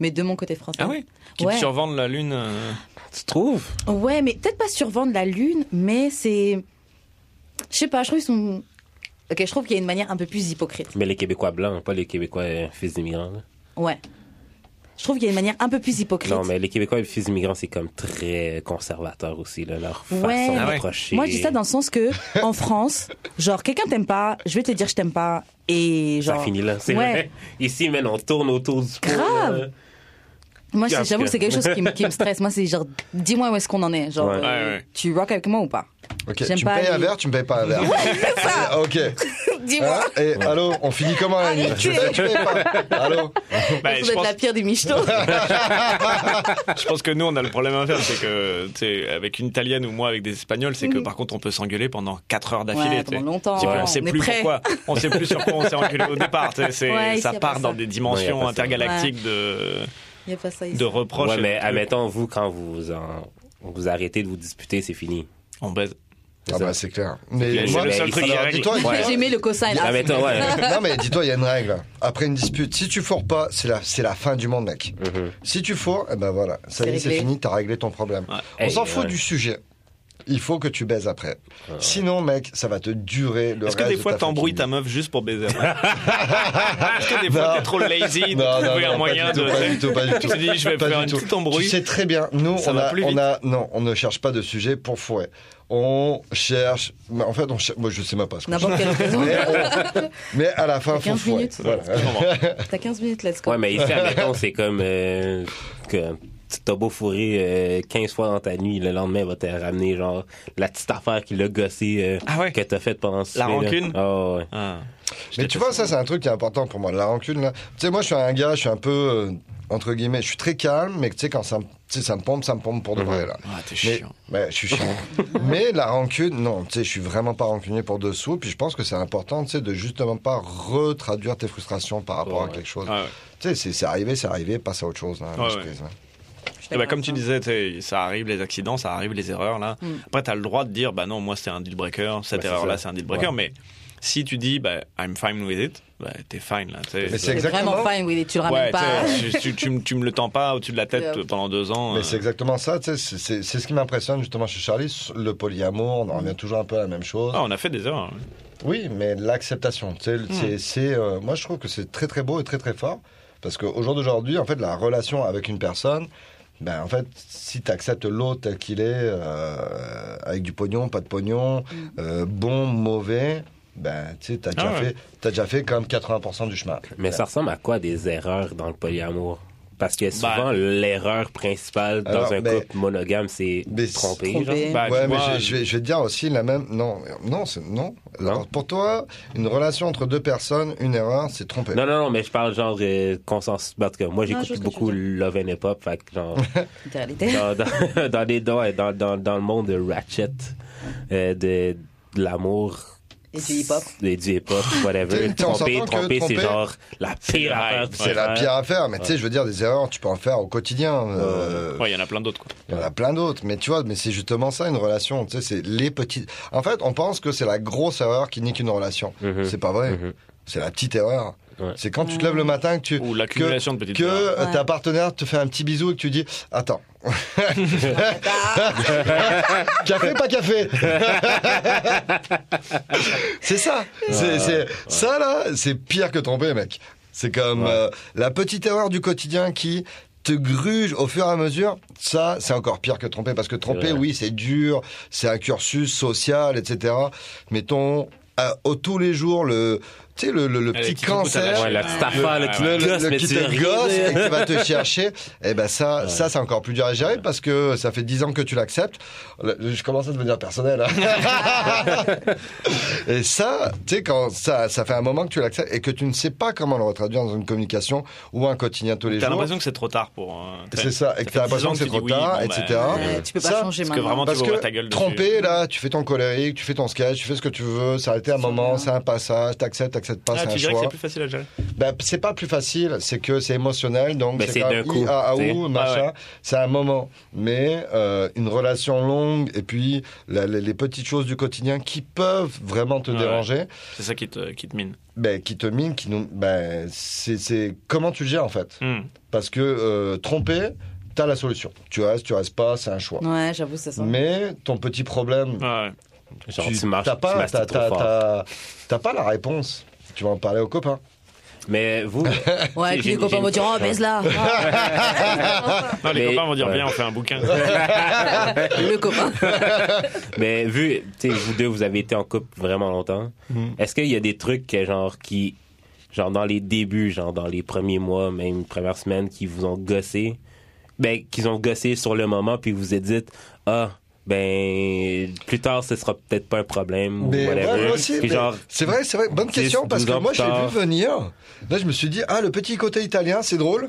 Speaker 2: Mais de mon côté français.
Speaker 3: Ah oui, qui
Speaker 2: Ouais.
Speaker 3: te survendent la lune. euh,
Speaker 1: Tu trouves?
Speaker 2: Ouais, mais peut-être pas survendre la lune, mais c'est. Je sais pas, je trouve qu'ils sont. Ok, je trouve qu'il y a une manière un peu plus hypocrite.
Speaker 1: Mais les Québécois blancs, pas les Québécois euh, fils d'immigrants. là.
Speaker 2: Ouais. Je trouve qu'il y a une manière un peu plus hypocrite.
Speaker 1: Non, mais les Québécois fils d'immigrants, c'est comme très conservateur aussi, là, leur
Speaker 2: Ouais.
Speaker 1: façon
Speaker 3: Ah ouais.
Speaker 1: d'approcher.
Speaker 2: Moi, je dis ça dans le sens que, en France, genre, quelqu'un t'aime pas, je vais te dire je t'aime pas, et
Speaker 1: Ça
Speaker 2: genre.
Speaker 1: finit là, c'est
Speaker 2: Ouais.
Speaker 1: vrai. Ici, man, on tourne autour du pot.
Speaker 2: Grave.
Speaker 1: là.
Speaker 2: Moi,
Speaker 1: Parce
Speaker 2: c'est- j'avoue
Speaker 1: que-
Speaker 2: que c'est quelque chose qui me, qui me stresse. Moi, c'est genre, dis-moi où est-ce qu'on en est. Genre,
Speaker 1: Ouais.
Speaker 2: euh,
Speaker 3: Ouais, ouais.
Speaker 2: tu rock avec moi ou pas
Speaker 4: Ok,
Speaker 2: J'aime
Speaker 4: tu me
Speaker 2: pas
Speaker 4: payes un
Speaker 2: les-
Speaker 4: verre, tu me payes pas un verre. Ah, ok.
Speaker 2: Dis-moi.
Speaker 4: Hein et allô, on finit comment la nuit Tu me payes, tu me payes pas. Allô
Speaker 3: bah,
Speaker 2: vous
Speaker 3: je
Speaker 2: êtes
Speaker 3: Bah, pense-
Speaker 2: la pire des michetots.
Speaker 3: Je pense que nous, on a le problème inverse, c'est que, tu sais, avec une italienne ou moi, avec des espagnols, c'est que par contre, on peut s'engueuler pendant 4 heures d'affilée.
Speaker 2: Mhm. Ouais,
Speaker 3: tu sais.
Speaker 2: pendant longtemps.
Speaker 3: C'est qu'on
Speaker 2: Ouais.
Speaker 3: sait
Speaker 2: On est
Speaker 3: plus
Speaker 2: prêt.
Speaker 3: pourquoi, on sait plus sur quoi on s'est engueulé au départ. tu sais, c'est-
Speaker 2: Ouais, ici, y a
Speaker 3: ça
Speaker 2: pas
Speaker 3: part
Speaker 2: ça.
Speaker 3: dans des dimensions
Speaker 1: Ouais, y a pas ça.
Speaker 3: intergalactiques de,
Speaker 2: Il n'y a pas ça ici.
Speaker 3: de reproches.
Speaker 1: Ouais,
Speaker 3: et
Speaker 1: mais
Speaker 3: de-
Speaker 1: admettons, vous, quand vous en- vous arrêtez de vous disputer, c'est fini.
Speaker 3: On baise.
Speaker 4: Ah bah, c'est clair. Mais
Speaker 1: clair.
Speaker 4: moi,
Speaker 1: C'est le seul
Speaker 4: alors,
Speaker 1: truc
Speaker 3: qui règle.
Speaker 4: dis-toi,
Speaker 1: Ouais.
Speaker 2: J'ai aimé le cosign. Ah,
Speaker 1: Admettons, ouais.
Speaker 4: Non mais dis-toi, il y a une règle. Après une dispute, si tu fourres pas, c'est la, c'est la fin du monde, mec.
Speaker 1: Mhm.
Speaker 4: Si tu fourres, eh ben voilà, ça
Speaker 2: C'est
Speaker 4: y est, c'est
Speaker 2: réglé.
Speaker 4: fini, t'as réglé ton problème.
Speaker 3: Ouais.
Speaker 4: On s'en
Speaker 1: Hey,
Speaker 4: fout
Speaker 1: ouais.
Speaker 4: du sujet. Il faut que tu baises après. Sinon, mec, ça va te durer le
Speaker 3: Est-ce
Speaker 4: reste
Speaker 3: que des
Speaker 4: de
Speaker 3: fois,
Speaker 4: ta
Speaker 3: t'embrouilles ta
Speaker 4: fucking
Speaker 3: meuf juste pour baiser après Est-ce que des fois,
Speaker 4: Non.
Speaker 3: t'es trop lazy
Speaker 4: vie.
Speaker 3: de
Speaker 4: Non, non,
Speaker 3: trouver
Speaker 4: non,
Speaker 3: un
Speaker 4: pas
Speaker 3: moyen
Speaker 4: du tout,
Speaker 3: de.
Speaker 4: pas du tout, pas du
Speaker 3: Tu
Speaker 4: tout.
Speaker 3: te dis, je vais
Speaker 4: Pas
Speaker 3: faire
Speaker 4: du
Speaker 3: une
Speaker 4: tout.
Speaker 3: petite embrouille.
Speaker 4: Tu sais très bien, nous,
Speaker 3: Ça
Speaker 4: on
Speaker 3: va
Speaker 4: a,
Speaker 3: plus
Speaker 4: on
Speaker 3: vite.
Speaker 4: a- non, on ne cherche pas de sujet pour fourrer. On cherche, mais en fait, on cherche, moi, je sais même pas ce qu'on
Speaker 2: N'importe quelle raison.
Speaker 4: Mais, on- mais à la fin, faut
Speaker 2: 15
Speaker 4: fouet.
Speaker 2: minutes.
Speaker 4: Voilà.
Speaker 2: T'as 15 minutes, let's go.
Speaker 1: Ouais, mais ici, admettons, c'est comme euh, que tu t'as beau fourrer euh, 15 fois dans ta nuit, le lendemain, il va te ramener, genre, la petite affaire qui l'a gossé euh,
Speaker 3: Ah ouais
Speaker 1: que t'as faite pendant ce
Speaker 3: La
Speaker 1: souper, là.
Speaker 3: rancune?
Speaker 1: Ah, ouais.
Speaker 3: Ah. Je
Speaker 4: Mais
Speaker 3: déteste
Speaker 4: tu vois, ça, c'est un truc qui est important pour moi. La rancune, là. Tu sais, moi, je suis un gars, je suis un peu. euh, entre guillemets, je suis très calme, mais tu sais, quand ça, me- tu sais, ça me pompe, ça me pompe pour de vrai, là.
Speaker 3: Ah, t'es
Speaker 4: Mais,
Speaker 3: chiant.
Speaker 4: ouais, je suis chiant. mais la rancune, non, tu sais, je suis vraiment pas rancunier pour dessous. Puis je pense que c'est important, tu sais, de justement pas retraduire tes frustrations par rapport
Speaker 1: Ouais,
Speaker 4: à
Speaker 1: ouais.
Speaker 4: quelque chose.
Speaker 3: Ah ouais.
Speaker 4: Tu sais, c'est- c'est arrivé, c'est arrivé, passe à autre chose. hein,
Speaker 3: Ouais,
Speaker 4: lâche
Speaker 3: ouais.
Speaker 4: prise, hein.
Speaker 3: Eh ben, comme tu disais, tu sais, ça arrive les accidents, ça arrive les erreurs là.
Speaker 6: Mm.
Speaker 3: Après, tu as le droit de dire, bah non, moi c'est un deal breaker, cette
Speaker 1: Bah, c'est
Speaker 3: erreur là
Speaker 1: ça.
Speaker 3: c'est un deal breaker. Mais si tu dis, bah I'm fine with it, bah t'es fine là. tu sais.
Speaker 4: Mais c'est
Speaker 2: C'est
Speaker 4: exactement.
Speaker 2: vraiment fine, oui, tu le ramènes
Speaker 3: Ouais,
Speaker 2: pas.
Speaker 3: tu, sais, tu, tu, me- tu me le tends pas au-dessus de la tête
Speaker 2: Ouais.
Speaker 3: pendant deux ans.
Speaker 4: Mais
Speaker 3: euh,
Speaker 4: c'est exactement ça, tu sais, c'est- c'est c'est ce qui m'impressionne justement chez Charlie, sur le polyamour, on en revient toujours un peu à la même chose.
Speaker 3: ah, on a fait des erreurs.
Speaker 4: Oui, mais l'acceptation, tu sais,
Speaker 3: Hmm.
Speaker 4: c'est, c'est, euh, moi je trouve que c'est très très beau et très très fort, parce qu'au jour d'aujourd'hui, en fait, la relation avec une personne, ben en fait, si tu acceptes l'autre tel qu'il est, euh, avec du pognon, pas de pognon, euh, bon, mauvais, ben tu sais, t'as
Speaker 3: Hmm. Ah
Speaker 4: déjà,
Speaker 3: ouais.
Speaker 4: fait, t'as déjà fait comme 80% du chemin.
Speaker 1: Mais ça ressemble à quoi des erreurs dans le polyamour? Parce que souvent,
Speaker 3: Bah.
Speaker 1: l'erreur principale dans
Speaker 4: Alors,
Speaker 1: un
Speaker 4: ben,
Speaker 1: couple monogame, c'est
Speaker 4: mais se
Speaker 1: tromper. genre.
Speaker 6: Trompé.
Speaker 3: Bah,
Speaker 4: ouais,
Speaker 3: tu
Speaker 4: mais
Speaker 3: vois,
Speaker 4: je, je vais, je vais te dire aussi la même. Non, non, c'est non. Alors, pour toi, une relation entre deux personnes, une erreur, c'est tromper.
Speaker 1: Non, non, non, mais je parle genre euh, consensus. Parce que
Speaker 6: Non,
Speaker 1: moi,
Speaker 6: je vois
Speaker 1: j'écoute
Speaker 6: ce que
Speaker 1: beaucoup
Speaker 6: tu
Speaker 1: Love and Hip Hop. Fait que genre,
Speaker 6: Totalité.
Speaker 1: dans, dans, dans les dans, dans, dans, dans le monde de Ratchet, euh, de, de l'amour.
Speaker 6: Et du hip-hop.
Speaker 1: Et du hip-hop,
Speaker 4: Tu
Speaker 1: whatever.
Speaker 4: sais, on
Speaker 1: tromper,
Speaker 4: s'entend que
Speaker 1: tromper, c'est
Speaker 4: tromper,
Speaker 1: genre la pire
Speaker 3: la-
Speaker 1: affaire.
Speaker 4: C'est la pire affaire, mais tu sais, je veux dire, des erreurs, tu peux en faire au quotidien. euh,
Speaker 3: Ouais, Il y en a plein d'autres. quoi.
Speaker 4: Il y en a plein d'autres, mais tu vois, mais c'est justement ça une relation. Tu sais, c'est les petites. En fait, on pense que c'est la grosse erreur qui nique une relation.
Speaker 1: Mhm.
Speaker 4: C'est pas vrai.
Speaker 1: Mhm.
Speaker 4: C'est la petite erreur.
Speaker 1: Ouais.
Speaker 4: C'est quand tu te lèves le matin que tu
Speaker 3: Ou l'accumulation de petites
Speaker 4: que
Speaker 3: erreurs.
Speaker 4: euh,
Speaker 6: Ouais.
Speaker 4: ta partenaire te fait un petit bisou et que tu dis attends café pas café c'est ça c'est c'est- ça là c'est pire que tromper mec c'est comme
Speaker 1: Ouais.
Speaker 4: euh, la petite erreur du quotidien qui te gruge au fur et à mesure ça c'est encore pire que tromper parce que tromper
Speaker 1: vrai.
Speaker 4: oui c'est dur c'est un cursus social etc mettons à- au tous les jours le tu sais le, le- le
Speaker 3: Les
Speaker 4: petit
Speaker 3: petits trucs où t'as
Speaker 4: cancer
Speaker 1: Ouais, la petite
Speaker 3: Ouais,
Speaker 1: affaire, le
Speaker 3: ouais,
Speaker 1: petit
Speaker 3: ouais.
Speaker 4: le, le-
Speaker 1: gosse,
Speaker 4: le
Speaker 1: mais
Speaker 4: qui
Speaker 1: tu
Speaker 4: te
Speaker 1: ris,
Speaker 4: gosse
Speaker 1: là.
Speaker 4: et qui va te chercher, eh ben ça, ça c'est encore plus dur à gérer parce que ça fait 10 ans que tu l'acceptes. Là, Je commence à devenir personnel. hein. et ça, tu sais, quand ça, ça fait un moment que tu l'acceptes et que tu ne sais pas comment le retraduire dans une communication ou un quotidien tous les
Speaker 3: T'as
Speaker 4: jours.
Speaker 3: l'impression que c'est trop tard pour. euh, tu sais,
Speaker 4: C'est ça, et que
Speaker 3: fait
Speaker 4: t'as l'impression
Speaker 3: 10
Speaker 4: que c'est
Speaker 3: ans tu
Speaker 4: trop
Speaker 3: dis
Speaker 4: tard,
Speaker 3: oui, bon,
Speaker 4: etc.
Speaker 3: bah,
Speaker 2: Euh,
Speaker 6: Ouais, tu peux pas
Speaker 4: Ça,
Speaker 6: changer
Speaker 3: Parce que
Speaker 6: maintenant.
Speaker 3: vraiment, tu
Speaker 4: Parce
Speaker 3: vas voir ta
Speaker 4: que
Speaker 3: gueule.
Speaker 4: trompé, là, tu fais ton colérique, tu fais ton sketch, tu fais ce que tu veux, ça a été un
Speaker 6: C'est
Speaker 4: moment,
Speaker 6: bien.
Speaker 4: c'est un passage, t'acceptes, t'acceptes pas,
Speaker 3: Ah,
Speaker 4: c'est
Speaker 3: tu
Speaker 4: un
Speaker 3: dirais que
Speaker 4: choix.
Speaker 3: c'est plus facile à gérer.
Speaker 4: Ben, c'est pas plus facile, c'est que c'est émotionnel, donc
Speaker 1: Ben, c'est
Speaker 4: quand
Speaker 1: d'un
Speaker 4: même
Speaker 1: coup,
Speaker 4: i, a, a,
Speaker 1: t'sais.
Speaker 4: ou, machin,
Speaker 3: Ah ouais.
Speaker 4: c'est un moment. Mais euh, une relation longue, et puis la- les, les petites choses du quotidien qui peuvent vraiment te
Speaker 3: Ouais.
Speaker 4: déranger,
Speaker 3: C'est ça qui te, qui te mine.
Speaker 4: ben, qui te minent, qui nous, ben, c'est, c'est comment tu le gères en fait.
Speaker 3: Hmm.
Speaker 4: Parce que euh, tromper, t'as la solution. Tu restes, tu restes pas, c'est un choix.
Speaker 6: Ouais, j'avoue, ça sent.
Speaker 4: Mais ton petit problème,
Speaker 3: Ouais.
Speaker 1: Genre, tu, marches,
Speaker 4: t'as
Speaker 1: tu
Speaker 4: pas,
Speaker 1: masturbes
Speaker 4: t'as-
Speaker 1: trop
Speaker 4: t'as-
Speaker 1: fort.
Speaker 4: t'as- t'as pas la réponse. Tu vas en parler aux copains.
Speaker 1: Mais vous,
Speaker 2: Ouais,
Speaker 1: J'ai-
Speaker 2: puis
Speaker 1: j'ai-
Speaker 2: les copains vont dire, oh, baisse là.
Speaker 3: Non, les
Speaker 1: Mais-
Speaker 3: copains vont dire
Speaker 1: Ouais.
Speaker 3: bien, on fait un bouquin.
Speaker 2: Ah, Le copain.
Speaker 1: mais vu, tu sais, vous deux, vous avez été en couple vraiment longtemps.
Speaker 4: Mm.
Speaker 1: Est-ce qu'il y a des trucs que, genre qui, genre dans les débuts, genre dans les premiers mois, même les premières semaines, qui vous ont gossé, ben, qu'ils ont gossé sur le moment, puis vous vous êtes dit, ah, ben, plus tard, ce sera peut-être pas un problème
Speaker 4: Mais
Speaker 1: ou whatever.
Speaker 4: Ben, ouais, moi aussi,
Speaker 1: Puis
Speaker 4: mais
Speaker 1: genre,
Speaker 4: c'est vrai, c'est vrai. Bonne
Speaker 1: 10,
Speaker 4: question parce
Speaker 1: 12
Speaker 4: que
Speaker 1: ans
Speaker 4: moi
Speaker 1: plus
Speaker 4: j'ai vu
Speaker 1: tard.
Speaker 4: venir. Là, je me suis dit ah le petit côté italien, c'est drôle.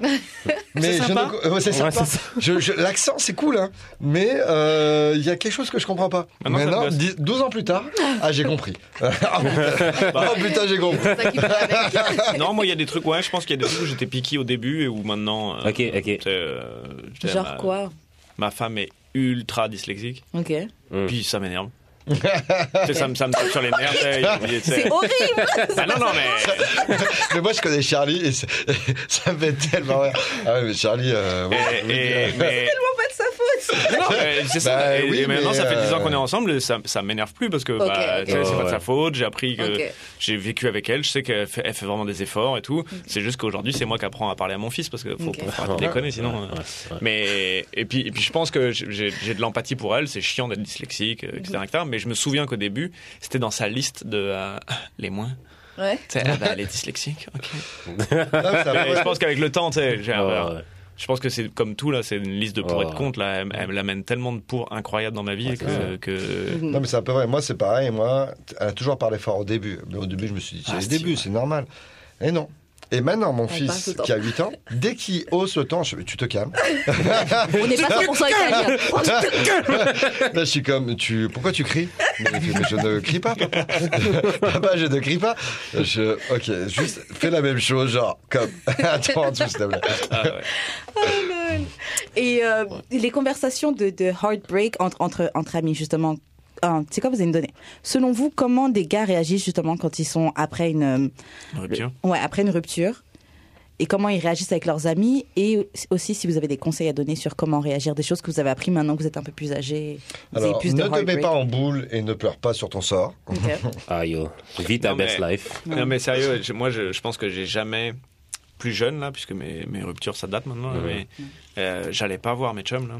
Speaker 4: mais je
Speaker 3: sympa.
Speaker 4: ne- euh, ouais, c'est
Speaker 1: Ouais,
Speaker 4: sympa.
Speaker 1: c'est ça.
Speaker 4: Je- je- L'accent c'est cool hein. Mais euh, il y a quelque chose que je comprends pas.
Speaker 1: Ah
Speaker 3: Maintenant, ça
Speaker 4: Maintenant,
Speaker 3: me gosse.
Speaker 4: 10 12 ans plus tard, ah j'ai compris. oh
Speaker 1: Bah.
Speaker 4: putain, Oh, putain, j'ai compris.
Speaker 6: C'est ça qui va avec.
Speaker 3: non, moi, il y a des trucs, ouais, je pense qu'il y a des trucs où j'étais piqué au début et où maintenant. euh,
Speaker 1: Ok, ok.
Speaker 3: tu sais, euh, je sais, ma-
Speaker 6: Genre quoi
Speaker 3: Ma femme est ultra dyslexique,
Speaker 6: Ok.
Speaker 1: Mm.
Speaker 3: puis ça m'énerve. Tu sais, ça, me, ça me tape sur les nerfs. tu sais, il- il- tu sais.
Speaker 6: C'est horrible
Speaker 3: Ah non, non, mais.
Speaker 4: Mais moi je connais Charlie et c'est- ça me fait tellement rire. Ah ouais, mais Charlie. euh, ouais, je
Speaker 3: et-
Speaker 4: veux
Speaker 3: et-
Speaker 4: dire.
Speaker 3: mais-
Speaker 6: Tellement pas de sa faute
Speaker 3: Non, mais c'est ça.
Speaker 4: Bah
Speaker 3: et,
Speaker 4: oui,
Speaker 3: et maintenant,
Speaker 4: mais,
Speaker 3: ça fait 10 ans
Speaker 4: euh,
Speaker 3: qu'on est ensemble, et ça, ça m'énerve plus parce que
Speaker 6: Ok,
Speaker 3: bah,
Speaker 6: ok.
Speaker 3: tu sais, c'est pas
Speaker 1: Ouais.
Speaker 3: de sa faute. J'ai appris que
Speaker 6: Ok.
Speaker 3: j'ai vécu avec elle. Je sais qu'elle fait, elle fait vraiment des efforts et tout. C'est juste qu'aujourd'hui, c'est moi qui apprends à parler à mon fils parce que faut
Speaker 6: Mm. Ok.
Speaker 3: faut arrêter de déconner sinon. euh,
Speaker 1: ouais.
Speaker 3: Mais et puis, et puis je pense que j'ai j'ai de l'empathie pour elle. C'est chiant d'être dyslexique, euh, etc., etc. Mais je me souviens qu'au début, c'était dans sa liste de euh, les moins.
Speaker 6: Ouais.
Speaker 3: Tu sais, ah bah, elle est dyslexique. ok.
Speaker 4: Ah, mais ça-
Speaker 3: Et je pense qu'avec le temps, tu sais, j'ai-
Speaker 1: Ah, ouais.
Speaker 3: je pense que c'est comme tout là, c'est une liste de pour
Speaker 1: Oh.
Speaker 3: et de contre là. Elle, elle amène tellement de pour incroyables dans ma vie
Speaker 1: Ouais, c'est
Speaker 3: que, que-
Speaker 4: Non, mais c'est un peu vrai. Moi, c'est pareil. Moi, t- elle a toujours parlé fort au début. Mais au début, je me suis dit, c'est
Speaker 3: Ah,
Speaker 4: le
Speaker 3: si,
Speaker 4: début,
Speaker 3: ouais.
Speaker 4: c'est normal. Et non. Et maintenant, mon
Speaker 2: parle tout
Speaker 4: fils,
Speaker 2: le temps.
Speaker 4: qui a 8 ans, dès qu'il hausse le temps, je fais, tu te calmes.
Speaker 7: On n'est pas 100% italien.
Speaker 4: Là, je suis comme, tu, pourquoi tu cries Mais il fait, Mais je ne crie pas, papa. Papa, je ne crie pas. Je, ok, juste, fais la même chose, genre, comme, attends, en dessous, s'il te plaît.
Speaker 3: ah,
Speaker 2: Et euh, les conversations de, de heartbreak entre, entre, entre amis, justement, euh, c'est quoi vous allez me donner Selon vous, comment des gars réagissent justement quand ils sont après une, euh,
Speaker 3: Rupture.
Speaker 2: ouais, après une rupture et comment ils réagissent avec leurs amis et aussi si vous avez des conseils à donner sur comment réagir, des choses que vous avez appris maintenant que vous êtes un peu plus âgé, vous avez
Speaker 4: Alors,
Speaker 2: plus de
Speaker 4: ne te mets
Speaker 2: heartbreak.
Speaker 4: pas en boule et ne pleure pas sur ton sort.
Speaker 2: Ok.
Speaker 1: Ah yo, vis ta
Speaker 3: Non, mais-
Speaker 1: best life.
Speaker 3: Non, mais sérieux, je- moi, je, je pense que j'ai jamais, plus jeune, là, puisque mes, mes ruptures, ça date maintenant, là,
Speaker 1: Ouais.
Speaker 3: mais euh, j'allais pas voir mes chums, là.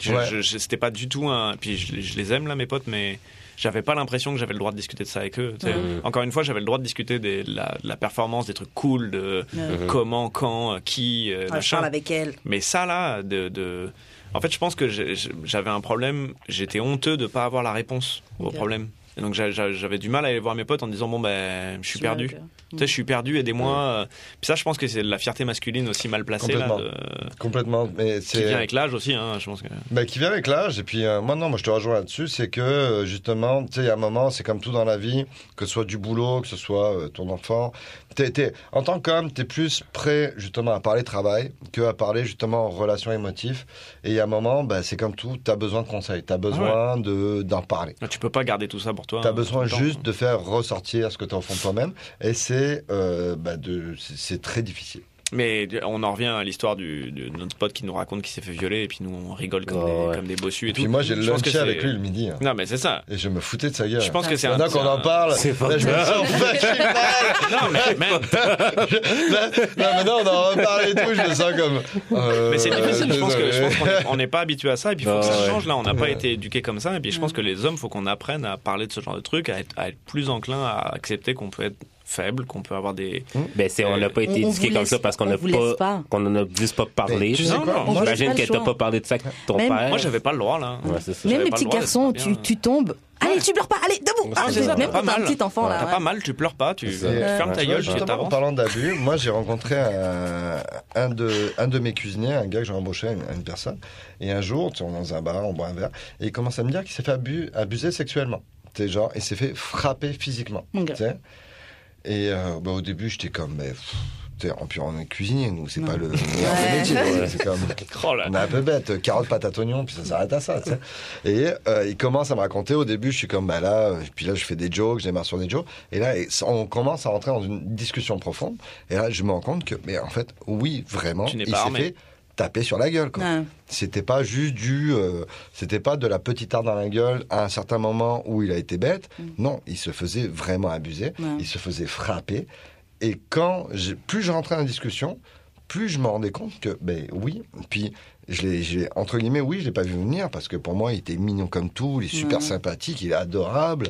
Speaker 3: Je-
Speaker 4: Ouais.
Speaker 3: je- je- C'était pas du tout un. Puis je, je les aime, là, mes potes, mais j'avais pas l'impression que j'avais le droit de discuter de ça avec eux. tu sais.
Speaker 1: Mhm.
Speaker 3: Encore une fois, j'avais le droit de discuter des- de la, de la performance, des trucs cool, de
Speaker 2: Mhm.
Speaker 3: comment, quand, euh, qui, euh,
Speaker 2: Ah, je
Speaker 3: machin.
Speaker 2: parle avec elle.
Speaker 3: Mais ça, là, de. de- En fait, je pense que j'ai- j'ai- j'avais un problème. J'étais honteux de ne pas avoir la réponse au
Speaker 2: Ok.
Speaker 3: problème. Et donc, j'a- j'a- j'avais du mal à aller voir mes potes en disant Bon, ben, je suis
Speaker 2: Tu m'as-
Speaker 3: perdu. Tu sais, je suis perdu, aidez-moi. Euh, Puis ça, je pense que c'est de la fierté masculine aussi mal placée, là,
Speaker 4: Complètement.
Speaker 3: de-
Speaker 4: Complètement. Mais
Speaker 3: qui
Speaker 4: c'est.
Speaker 3: vient avec l'âge aussi. Hein, je pense que...
Speaker 4: Bah, qui vient avec l'âge. Et puis, euh, moi, non, moi, je te rejoins là-dessus. C'est que, euh, justement, tu sais, il y a un moment, c'est comme tout dans la vie, que ce soit du boulot, que ce soit euh, ton enfant. T'es- t'es- en tant qu'homme, tu es plus prêt, justement, à parler travail que à parler, justement, relations émotives. Et il y a un moment, bah, c'est comme tout, tu as besoin de conseils, tu as besoin de- d'en parler.
Speaker 3: Ah, Tu peux pas garder tout ça pour toi.
Speaker 4: T'as
Speaker 3: hein, tout
Speaker 4: besoin
Speaker 3: le temps.
Speaker 4: juste de faire ressortir ce que t'as au fond de toi-même, et c'est euh, bah, de- c'est- c'est très difficile.
Speaker 3: Mais on en revient à l'histoire du, du- de notre pote qui nous raconte qu'il s'est fait violer, et puis nous, on rigole
Speaker 1: Ouais,
Speaker 3: comme, des,
Speaker 1: ouais.
Speaker 3: comme des bossus. Et,
Speaker 4: Et puis
Speaker 3: tout.
Speaker 4: moi, j'ai
Speaker 3: Je pense que
Speaker 4: lunché
Speaker 3: c'est-
Speaker 4: avec lui le midi, hein.
Speaker 3: Non, mais c'est ça.
Speaker 4: et je me foutais de sa gueule.
Speaker 3: Je pense que c'est un.
Speaker 4: Maintenant qu'on en parle,
Speaker 1: C'est pas
Speaker 4: là, je me
Speaker 1: grave.
Speaker 4: sens vachement mal.
Speaker 3: Non, mais même.
Speaker 4: Là, là, maintenant, on en reparle et tout, je me sens comme. euh,
Speaker 3: Mais c'est difficile, je pense que- je
Speaker 4: désolé.
Speaker 3: pense qu'on est- on n'est pas habitué à ça, et puis il faut
Speaker 1: Ah
Speaker 3: que ça
Speaker 1: ouais.
Speaker 3: change. Là, on n'a pas été éduqué comme ça, et puis je
Speaker 2: Mm.
Speaker 3: pense que les hommes, faut qu'on apprenne à parler de ce genre de truc, à être, à être plus enclin à accepter qu'on peut être faible, qu'on peut avoir des.
Speaker 1: Ben, c'est, on n'a pas été
Speaker 2: Euh, On- on
Speaker 1: éduqué
Speaker 2: vous
Speaker 1: comme
Speaker 2: laisse-
Speaker 1: ça parce qu'on
Speaker 2: on
Speaker 1: n'a
Speaker 2: vous laisse
Speaker 1: pas,
Speaker 2: pas.
Speaker 1: qu'on n'en a juste pas parlé.
Speaker 4: Mais Ben, tu sais
Speaker 3: Non,
Speaker 4: quoi
Speaker 3: non.
Speaker 4: on-
Speaker 2: Moi, j'ai
Speaker 1: J'imagine
Speaker 2: pas le
Speaker 1: que
Speaker 2: choix.
Speaker 1: t'as pas parlé de ça avec ton
Speaker 2: Même-
Speaker 1: père.
Speaker 3: Moi, j'avais pas le droit là.
Speaker 1: Ouais, c'est ça.
Speaker 3: J'avais
Speaker 2: Même les
Speaker 3: pas
Speaker 2: petits
Speaker 3: le droit,
Speaker 2: garçons,
Speaker 3: c'est pas
Speaker 2: tu,
Speaker 3: bien.
Speaker 2: tu tombes. Allez, tu pleures pas, allez, debout.
Speaker 1: Ah, c'est ça,
Speaker 2: même
Speaker 3: pas
Speaker 2: quand t'as un
Speaker 3: mal.
Speaker 2: petit enfant là.
Speaker 3: T'as
Speaker 2: ouais.
Speaker 3: pas mal, tu pleures pas, tu, tu
Speaker 4: Ouais.
Speaker 3: fermes ta
Speaker 4: Tu vois,
Speaker 3: gueule, tu
Speaker 4: justement, en
Speaker 3: t'avances.
Speaker 4: parlant d'abus, moi j'ai rencontré un, un de, un de mes cuisiniers, un gars que j'ai embauché, une, une personne, et un jour, tu sais, on est dans un bar, on boit un verre, et il commence à me dire qu'il s'est fait abu- abuser sexuellement. T'es genre, il s'est fait frapper physiquement.
Speaker 2: Mon gars.
Speaker 4: tu sais. Et euh, bah, au début, j'étais comme, mais. pff, t'sais, en plus, on est cuisinier, nous, c'est pas le meilleur des
Speaker 2: Ouais.
Speaker 4: métiers. C'est comme-
Speaker 3: Oh là.
Speaker 4: on est un peu bête, euh, carotte, patate, oignon, puis ça s'arrête à ça. tu sais. Et euh, il commence à me raconter. Au début, je suis comme bah là, euh, puis là je fais des jokes, je démarre sur des jokes. Et là, et ça- on commence à rentrer dans une discussion profonde. Et là, je me rends compte que, mais en fait, oui, vraiment,
Speaker 3: Tu n'es
Speaker 4: il
Speaker 3: pas
Speaker 4: s'est
Speaker 3: armé.
Speaker 4: fait taper sur la gueule. Quoi.
Speaker 2: Ouais.
Speaker 4: C'était pas juste du, euh, c'était pas de la petite tarte dans la gueule à un certain moment où il a été bête. Non, il se faisait vraiment abuser.
Speaker 2: Mm. Ouais.
Speaker 4: Il se faisait frapper. Et quand j'ai- plus je rentrais en discussion, plus je me rendais compte que, ben oui, puis je l'ai, je l'ai- entre guillemets, oui, je l'ai pas vu venir parce que pour moi, il était mignon comme tout, il est super
Speaker 2: Ouais.
Speaker 4: sympathique, il est adorable.